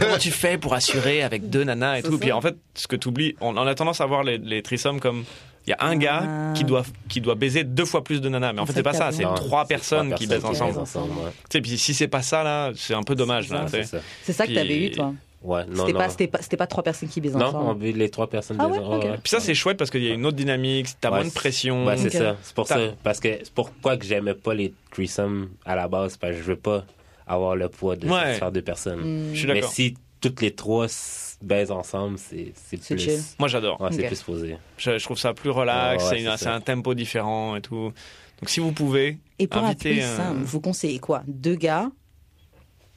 Speaker 3: Comment tu fais pour assurer avec deux nanas et
Speaker 2: C'est
Speaker 3: tout Puis
Speaker 2: ça.
Speaker 3: en fait, ce que t'oublies, on, on a tendance à voir les, les threesomes comme il y a un
Speaker 2: Ah.
Speaker 3: gars qui doit qui doit baiser deux fois plus de nanas, mais en
Speaker 2: En
Speaker 3: fait
Speaker 2: fait,
Speaker 3: c'est pas ça,
Speaker 2: t'as
Speaker 3: c'est
Speaker 2: raison.
Speaker 3: trois personnes qui baisent
Speaker 2: personnes qui
Speaker 3: ensemble.
Speaker 2: baisent
Speaker 1: ouais.
Speaker 3: Tu sais, puis si c'est pas ça là, c'est un peu dommage là.
Speaker 1: Ouais,
Speaker 3: tu sais.
Speaker 1: c'est ça.
Speaker 2: C'est ça que t'avais eu, toi.
Speaker 1: Ouais, non,
Speaker 2: C'était
Speaker 1: non.
Speaker 2: pas, c'était pas, c'était pas trois personnes qui baisaient
Speaker 1: non, on
Speaker 2: ensemble.
Speaker 1: vit les trois personnes
Speaker 2: Ah
Speaker 1: des
Speaker 2: ouais,
Speaker 1: ouais,
Speaker 2: ok.
Speaker 1: ouais.
Speaker 3: Puis ça c'est chouette parce qu'il y a une autre dynamique, t'as
Speaker 1: Ouais,
Speaker 3: moins de
Speaker 1: c'est-
Speaker 3: pression.
Speaker 1: Ouais, c'est
Speaker 2: Ok.
Speaker 1: ça. C'est pour
Speaker 3: T'as-
Speaker 1: ça. Parce que c'est pourquoi que j'aimais pas les threesomes à la base. Parce que je veux pas avoir le poids de
Speaker 3: Ouais.
Speaker 1: satisfaire deux
Speaker 2: Mm.
Speaker 1: personnes.
Speaker 3: Je suis
Speaker 1: Mais
Speaker 3: d'accord.
Speaker 1: si toutes les trois s- baisent ensemble, c'est c'est
Speaker 2: C'est
Speaker 1: plus.
Speaker 2: chill.
Speaker 3: Moi j'adore.
Speaker 1: Ouais, c'est
Speaker 2: Ok.
Speaker 1: plus posé.
Speaker 3: Je, je trouve ça plus relax,
Speaker 1: Ah ouais, c'est
Speaker 3: c'est une- c'est
Speaker 1: ça.
Speaker 3: un tempo différent et tout. Donc si vous pouvez,
Speaker 2: Et pour un
Speaker 3: inviter euh,
Speaker 2: plus
Speaker 3: un-
Speaker 2: simple.
Speaker 6: Vous conseillez quoi Deux gars,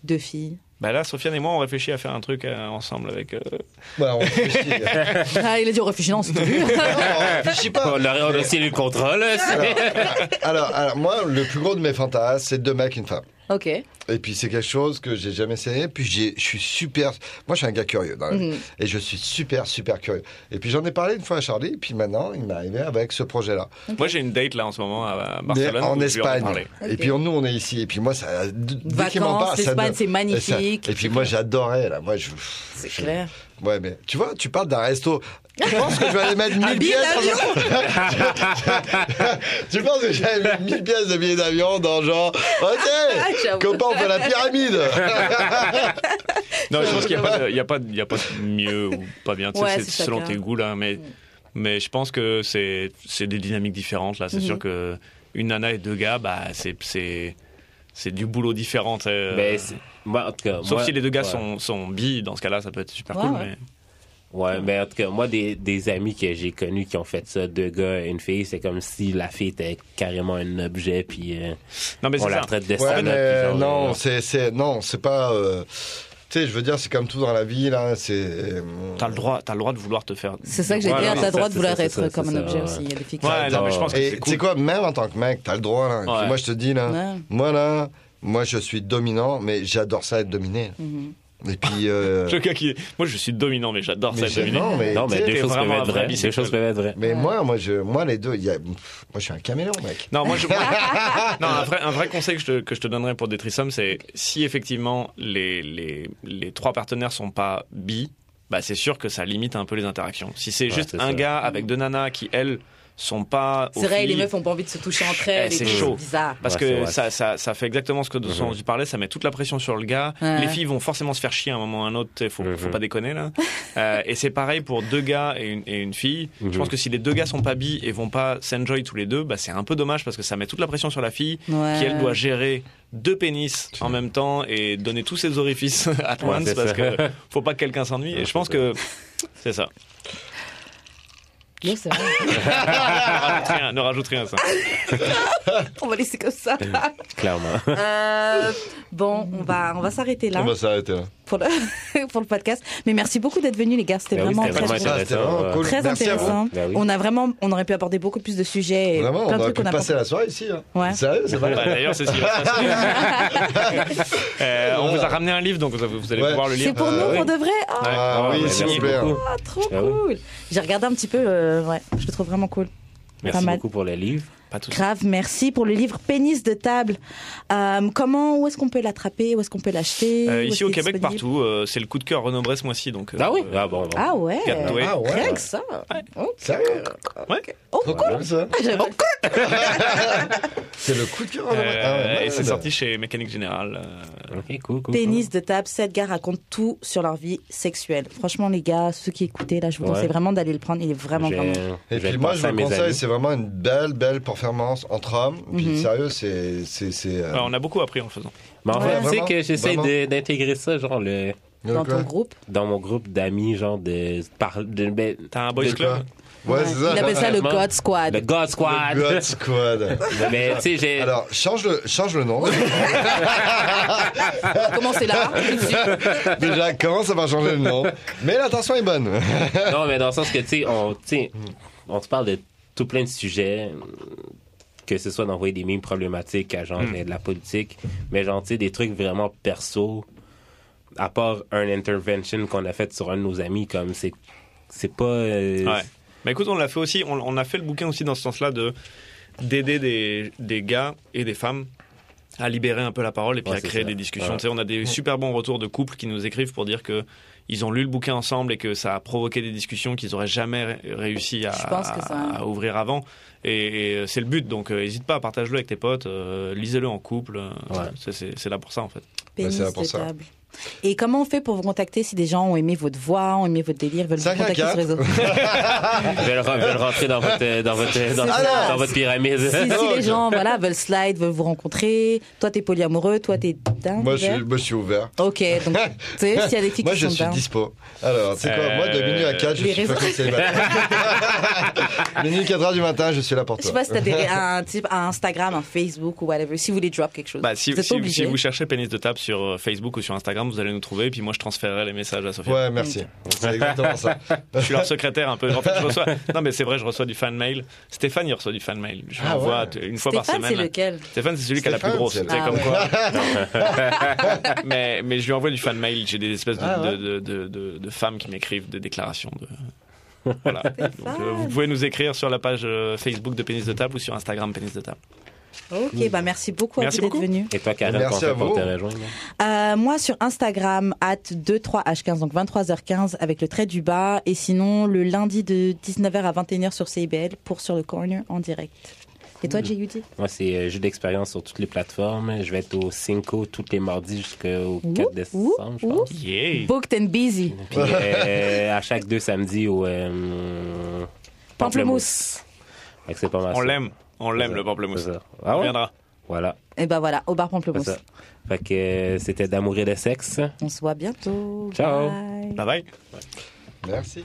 Speaker 6: deux filles.
Speaker 3: bah là Sofiane et moi on réfléchit à faire un truc euh, ensemble avec. euh,
Speaker 4: Bah, on réfléchit.
Speaker 2: Ah, il a dit on réfléchit, non, c'est dur.
Speaker 4: on réfléchit pas.
Speaker 1: On aurait on a signé le contrat, là.
Speaker 3: Euh,
Speaker 1: c'est-
Speaker 4: Alors, alors, moi, le plus gros de mes fantasmes, c'est deux mecs et une femme.
Speaker 2: ok.
Speaker 4: Et puis c'est quelque chose que j'ai jamais essayé. Puis j'ai, je suis super. Moi, je suis un gars curieux,
Speaker 2: Mm.
Speaker 4: dans la
Speaker 2: Mhm.
Speaker 4: vie. et je suis super, super curieux. Et puis j'en ai parlé une fois à Charlie. Et puis maintenant, il m'est arrivé avec ce projet-là.
Speaker 3: Moi j'ai une date là en ce moment à
Speaker 4: Mais
Speaker 3: Barcelone. donc
Speaker 4: en
Speaker 3: je vais
Speaker 4: Espagne.
Speaker 3: parler.
Speaker 4: Et puis on- nous, on est ici. Et puis moi, ça. d- dès qu'il m'en parle,
Speaker 2: Vacances,
Speaker 4: ça me-
Speaker 2: l'Espagne, c'est
Speaker 4: et ça-
Speaker 2: magnifique.
Speaker 4: Et puis moi, j'adorais là. Moi, je.
Speaker 2: C'est
Speaker 4: je-
Speaker 2: clair.
Speaker 4: Ouais, mais tu vois, tu parles d'un resto. Tu penses que je vais aller mettre 1000
Speaker 2: billet
Speaker 4: pièces Tu penses que j'allais mettre 1000 pièces de billets d'avion dans genre OK, Ah,
Speaker 2: j'avoue.
Speaker 4: copain, on fait la pyramide.
Speaker 3: Non, je pense qu'il n'y a, pas de- il y a, pas de- il y a pas de mieux ou pas bien. Tu sais,
Speaker 2: Ouais,
Speaker 3: c'est
Speaker 2: c'est
Speaker 3: selon
Speaker 2: chacun.
Speaker 3: tes goûts là, mais mais je pense que c'est c'est des dynamiques différentes là. C'est sûr que une nana et deux gars, bah c'est c'est c'est du boulot différent. tu sais, euh,
Speaker 1: Mais ben, c'est- moi, en tout cas,
Speaker 3: Sauf
Speaker 1: moi-
Speaker 3: si les deux gars
Speaker 1: ouais.
Speaker 3: sont, sont bi, dans ce cas-là, ça peut être super
Speaker 2: Ouais,
Speaker 3: cool.
Speaker 2: ouais.
Speaker 1: Ouais, mais en tout cas, moi, des, des amis que j'ai connus qui ont fait ça, deux gars et une fille, c'est comme si la fille était carrément un objet, puis euh,
Speaker 3: Mais... Non, mais
Speaker 1: on
Speaker 3: Ben, c'est
Speaker 1: la
Speaker 3: ça.
Speaker 1: traite de
Speaker 4: Ouais,
Speaker 1: salope,
Speaker 4: mais
Speaker 1: puis genre,
Speaker 4: non,
Speaker 1: euh,
Speaker 4: c'est c'est non, c'est pas. euh, tu sais, je veux dire, c'est comme tout dans la vie là. C'est. euh,
Speaker 3: T'as le, droit- t'as le droit de vouloir te faire.
Speaker 2: C'est ça que j'ai
Speaker 3: Voilà,
Speaker 2: dit, t'as
Speaker 3: c'est ça,
Speaker 2: le droit
Speaker 1: c'est
Speaker 2: de vouloir
Speaker 1: ça, c'est
Speaker 2: être
Speaker 1: ça,
Speaker 2: comme
Speaker 1: c'est
Speaker 2: un
Speaker 1: ça,
Speaker 2: objet
Speaker 1: ouais.
Speaker 2: aussi. Il y a des filles qui
Speaker 3: Ouais, non, mais je pense que
Speaker 4: Et
Speaker 3: c'est
Speaker 4: tu
Speaker 3: cool.
Speaker 4: sais quoi, même en tant que mec, t'as le droit là. Et puis
Speaker 3: Ouais.
Speaker 4: Moi, je te dis là.
Speaker 2: Ouais.
Speaker 4: Moi là, moi je suis dominant, mais j'adore ça être dominé.
Speaker 2: Mm-hmm.
Speaker 4: Et puis. euh,
Speaker 3: Le gars qui... Moi, je suis dominant, mais j'adore ça,
Speaker 4: mais j'ai-
Speaker 3: dominer.
Speaker 4: non, mais,
Speaker 1: Non, mais
Speaker 4: tu sais,
Speaker 1: deux choses peuvent
Speaker 3: vraiment un
Speaker 1: être
Speaker 3: vrai
Speaker 1: vraies. Deux
Speaker 3: bisexuel.
Speaker 1: choses peuvent être vraies.
Speaker 4: mais moi, moi, je, moi, les deux, il y a- pff, moi, je suis un caméléon, mec.
Speaker 3: Non, moi, je... non un, vrai, un vrai conseil que je te, que je te donnerais pour des trisomes, c'est si effectivement les, les, les trois partenaires sont pas bi, bah, c'est sûr que ça limite un peu les interactions. Si c'est
Speaker 1: Ouais,
Speaker 3: juste
Speaker 1: c'est
Speaker 3: un
Speaker 1: ça.
Speaker 3: gars avec deux nanas qui, elles, sont pas.
Speaker 2: C'est
Speaker 3: aux
Speaker 2: vrai, les
Speaker 3: filles,
Speaker 2: meufs ont pas envie de se toucher entre
Speaker 3: Eh,
Speaker 2: elles. et
Speaker 3: c'est
Speaker 2: tout,
Speaker 3: chaud.
Speaker 2: bizarre.
Speaker 3: Parce
Speaker 1: Ouais, c'est
Speaker 3: que
Speaker 1: vrai.
Speaker 3: ça, ça, ça fait exactement ce que dont
Speaker 1: Mhm.
Speaker 3: tu parlais, ça met toute la pression sur le gars.
Speaker 2: Ouais.
Speaker 3: Les filles vont forcément se faire chier à un moment ou à un autre, t'sais, faut, faut
Speaker 1: Mhm.
Speaker 3: pas déconner là. Euh, et c'est pareil pour deux gars et une, et une fille. Je
Speaker 1: Mhm.
Speaker 3: pense que si les deux gars sont pas bi et vont pas s'enjoy tous les deux, bah, c'est un peu dommage parce que ça met toute la pression sur la fille
Speaker 2: Ouais.
Speaker 3: qui elle doit gérer deux pénis en même temps et donner tous ses orifices à
Speaker 1: Ouais,
Speaker 3: once
Speaker 1: c'est
Speaker 3: parce
Speaker 1: ça.
Speaker 3: que faut pas que quelqu'un s'ennuie. Et
Speaker 1: Ouais,
Speaker 3: je pense
Speaker 1: c'est
Speaker 3: que c'est ça.
Speaker 2: Non, c'est vrai.
Speaker 3: Ne rajoute rien, ne rajoute rien à ça.
Speaker 2: on va laisser comme ça.
Speaker 3: Eh
Speaker 1: Clairement.
Speaker 2: Euh, bon, on va, on va s'arrêter là
Speaker 4: On va s'arrêter là.
Speaker 2: pour le, pour le podcast. Mais merci beaucoup d'être venus, les gars.
Speaker 3: Eh
Speaker 2: C'était
Speaker 1: Ben oui,
Speaker 2: vraiment
Speaker 1: c'était
Speaker 2: très,
Speaker 1: vraiment intéressant.
Speaker 2: très,
Speaker 4: Ah, c'était vraiment cool.
Speaker 2: très
Speaker 4: Merci à vous.
Speaker 2: intéressant.
Speaker 1: Ben oui.
Speaker 2: On a vraiment, on aurait pu aborder beaucoup plus de sujets. et plein
Speaker 4: Vraiment, on
Speaker 2: de
Speaker 4: aurait
Speaker 2: trucs
Speaker 4: pu
Speaker 2: qu'on a
Speaker 4: passer la soirée ici. hein.
Speaker 2: Ouais.
Speaker 4: Sérieux, c'est vrai.
Speaker 3: Bah, D'ailleurs, c'est ce qui va se passer. Euh, on vous a ramené un livre, donc vous, vous allez
Speaker 4: Ouais.
Speaker 3: pouvoir le lire.
Speaker 2: C'est pour
Speaker 4: Euh,
Speaker 2: nous,
Speaker 1: oui.
Speaker 2: pour de vrai. Ah,
Speaker 4: Ah
Speaker 1: Ouais,
Speaker 4: oui,
Speaker 1: ben,
Speaker 4: s'il
Speaker 1: merci
Speaker 4: vous plaît.
Speaker 1: beaucoup.
Speaker 2: ah, trop
Speaker 1: Ah oui.
Speaker 2: cool. J'ai regardé un petit peu. euh, ouais, je le trouve vraiment cool.
Speaker 1: Merci
Speaker 2: mal.
Speaker 1: beaucoup pour le livre.
Speaker 3: Pas tout
Speaker 2: Grave, merci pour le livre Pénis de table. Euh, comment, où est-ce qu'on peut l'attraper, où est-ce qu'on peut l'acheter
Speaker 3: Euh,
Speaker 2: Où est-ce
Speaker 3: ici
Speaker 2: qu'il
Speaker 3: au
Speaker 2: est
Speaker 3: Québec,
Speaker 2: disponible
Speaker 3: partout, euh, c'est le coup de cœur Renaud Bresse moi donc. euh,
Speaker 1: Ah oui?
Speaker 3: euh,
Speaker 1: Ah bon, bon.
Speaker 2: Ah ouais.
Speaker 3: Garde-toi.
Speaker 4: Ah ouais.
Speaker 2: Rien que ça. Ok.
Speaker 4: Sérieux
Speaker 3: Ouais.
Speaker 2: Oh,
Speaker 4: Trop
Speaker 2: cool.
Speaker 4: cool, ça.
Speaker 2: J'avais-
Speaker 4: C'est le coup de cœur.
Speaker 3: euh,
Speaker 4: vraiment. Ah, ouais,
Speaker 3: et c'est
Speaker 4: malade.
Speaker 3: sorti chez Mécanique Générale. euh,
Speaker 1: Ok, cool, cool.
Speaker 2: Pénis de table, 7 gars racontent tout sur leur vie sexuelle. Franchement, les gars, ceux qui écoutaient, là, je vous
Speaker 1: Ouais.
Speaker 2: conseille vraiment d'aller le prendre. Il est vraiment,
Speaker 1: J'ai-
Speaker 2: vraiment.
Speaker 4: Et
Speaker 1: vais
Speaker 4: puis moi,
Speaker 1: penser
Speaker 4: je
Speaker 1: à
Speaker 4: vous
Speaker 1: mes
Speaker 4: conseille,
Speaker 1: amis.
Speaker 4: c'est vraiment une belle, belle performance entre hommes. Puis
Speaker 2: Mhm.
Speaker 4: sérieux, c'est. c'est, c'est euh,
Speaker 3: ouais, on a beaucoup appris en le faisant.
Speaker 1: Mais en
Speaker 4: Ouais,
Speaker 1: fait, tu sais
Speaker 4: vraiment,
Speaker 1: que j'essaie
Speaker 4: vraiment.
Speaker 1: de- d'intégrer ça, genre, le,
Speaker 2: Dans
Speaker 4: quoi.
Speaker 2: ton groupe.
Speaker 1: dans mon groupe d'amis, genre, de, par- de, ben,
Speaker 3: T'as un boys
Speaker 4: De
Speaker 3: club
Speaker 4: quoi Ouais,
Speaker 2: Ouais.
Speaker 4: c'est ça.
Speaker 2: Il appelle ça le
Speaker 1: Vraiment.
Speaker 2: God
Speaker 4: Ah,
Speaker 2: Squad.
Speaker 1: le God Squad.
Speaker 4: God Squad.
Speaker 1: Mais, tu sais, j'ai.
Speaker 4: Alors, change le, change le nom.
Speaker 2: Comment c'est là
Speaker 4: Déjà, commence à par changer le nom. Mais l'intention est bonne.
Speaker 1: non, mais dans le sens que, tu sais, on, tu sais, on se parle de tout plein de sujets, que ce soit d'envoyer des mimes problématiques à genre de la politique, mais genre, tu sais, des trucs vraiment perso, à part un intervention qu'on a fait sur un de nos amis, comme c'est, c'est pas. euh,
Speaker 3: Ouais. Bah écoute, on l'a fait aussi, on, on a fait le bouquin aussi dans ce sens-là de d'aider des, des gars et des femmes à libérer un peu la parole et puis
Speaker 1: Ouais,
Speaker 3: à
Speaker 1: c'est
Speaker 3: créer
Speaker 1: ça.
Speaker 3: des discussions.
Speaker 1: Ouais.
Speaker 3: Tu sais, on a des super bons retours de couples qui nous écrivent pour dire que ils ont lu le bouquin ensemble et que ça a provoqué des discussions qu'ils auraient jamais ré- réussi à,
Speaker 2: Je pense que ça-
Speaker 3: à ouvrir avant. Et, et c'est le but, donc n'hésite pas à partage-le avec tes potes, euh, lisez-le en couple. euh,
Speaker 1: Ouais.
Speaker 3: c'est- C'est c'est là pour ça en fait.
Speaker 6: Pénis
Speaker 4: c'est là pour
Speaker 6: de
Speaker 4: ça.
Speaker 6: table.
Speaker 2: Et comment on fait pour vous contacter si des gens ont aimé votre voix, ont aimé votre délire, veulent vous
Speaker 4: Cinq à
Speaker 2: contacter sur
Speaker 4: quatre.
Speaker 2: les réseaux
Speaker 1: veulent, re- veulent rentrer dans votre, euh, dans votre, euh, dans,
Speaker 2: C'est ça.
Speaker 1: dans votre pyramide.
Speaker 2: si, si
Speaker 4: Donc.
Speaker 2: les gens voilà, veulent slide, veulent vous rencontrer, toi t'es polyamoureux, toi t'es dingue.
Speaker 4: Moi, je suis, moi, je suis ouvert.
Speaker 2: Ok, donc tu sais, s'il y a des filles
Speaker 4: Moi,
Speaker 2: qui
Speaker 4: je
Speaker 2: sont
Speaker 4: suis
Speaker 2: down.
Speaker 4: dispo. Alors, tu sais quoi, moi, de
Speaker 3: Euh,
Speaker 4: minuit à 4, je
Speaker 2: les
Speaker 4: suis
Speaker 2: raisons.
Speaker 4: fucking célibataire. minuit 4 heures du matin, je suis là pour
Speaker 6: Je sais
Speaker 4: toi.
Speaker 6: pas si t'as des- un type, un Instagram, un Facebook ou whatever, si vous voulez drop quelque chose.
Speaker 3: Bah, si,
Speaker 6: vous êtes
Speaker 3: si-
Speaker 6: pas obligé.
Speaker 3: si vous cherchez Pénis de table sur euh, Facebook ou sur Instagram, vous allez nous trouver. Et puis moi, je transférerai les messages à Sophie.
Speaker 4: Ouais, merci. C'est exactement ça.
Speaker 3: Je suis leur secrétaire un peu. En fait, je reçois. Non, mais c'est vrai, je reçois du fan mail. Stéphane, il reçoit du fan mail. Je
Speaker 4: Ah
Speaker 3: l'envoie
Speaker 4: ouais.
Speaker 3: t- une fois par
Speaker 2: Stéphane,
Speaker 3: semaine.
Speaker 2: c'est lequel
Speaker 3: Stéphane, c'est celui qui a la plus
Speaker 4: Stéphane,
Speaker 3: grosse.
Speaker 4: c'est
Speaker 3: tu sais,
Speaker 2: le-
Speaker 3: comme
Speaker 2: Ah
Speaker 3: quoi. mais, mais je lui envoie du fan mail. J'ai des espèces de,
Speaker 4: Ah ouais.
Speaker 3: de, de- de- de femmes qui m'écrivent des déclarations. De... Voilà. Donc, euh, vous pouvez nous écrire sur la page euh, Facebook de Pénis de Table ou sur Instagram Pénis de Table.
Speaker 6: Ok, bah merci beaucoup à
Speaker 3: Merci
Speaker 6: vous d'être
Speaker 3: beaucoup.
Speaker 6: venu.
Speaker 1: Et toi, Karen,
Speaker 4: Merci
Speaker 1: qu'on
Speaker 4: à
Speaker 1: fait pour
Speaker 4: vous.
Speaker 1: te rejoindre? là?
Speaker 6: Euh, moi sur Instagram, at 23h15, donc 23h15 avec le trait du bas. Et sinon, le lundi de 19h à 21h sur CIBL pour Sur le Corner en direct. Et
Speaker 1: Mm.
Speaker 6: toi, JUD
Speaker 1: Moi, c'est euh, jeu d'expérience sur toutes les plateformes. Je vais être au Cinco tous les mardis jusqu'au
Speaker 2: Ouh,
Speaker 1: 4 décembre, je pense.
Speaker 3: Yeah!
Speaker 2: Booked and busy.
Speaker 1: Puis euh, à chaque deux samedis au euh,
Speaker 2: Pamplemousse.
Speaker 1: Fait que c'est pas mal.
Speaker 3: On
Speaker 1: ça.
Speaker 3: l'aime. On l'aime,
Speaker 1: C'est
Speaker 3: le
Speaker 1: ça.
Speaker 3: pamplemousse.
Speaker 1: C'est ça. Ah
Speaker 3: On
Speaker 1: ouais?
Speaker 3: viendra.
Speaker 1: Voilà,
Speaker 6: Eh
Speaker 2: Et ben voilà, au bar
Speaker 1: c'est
Speaker 2: Pamplemousse.
Speaker 1: ça. Fait que euh, c'était d'amour et de sexe.
Speaker 2: On se voit bientôt.
Speaker 1: Ciao.
Speaker 2: Bye.
Speaker 3: Bye bye.
Speaker 4: Merci.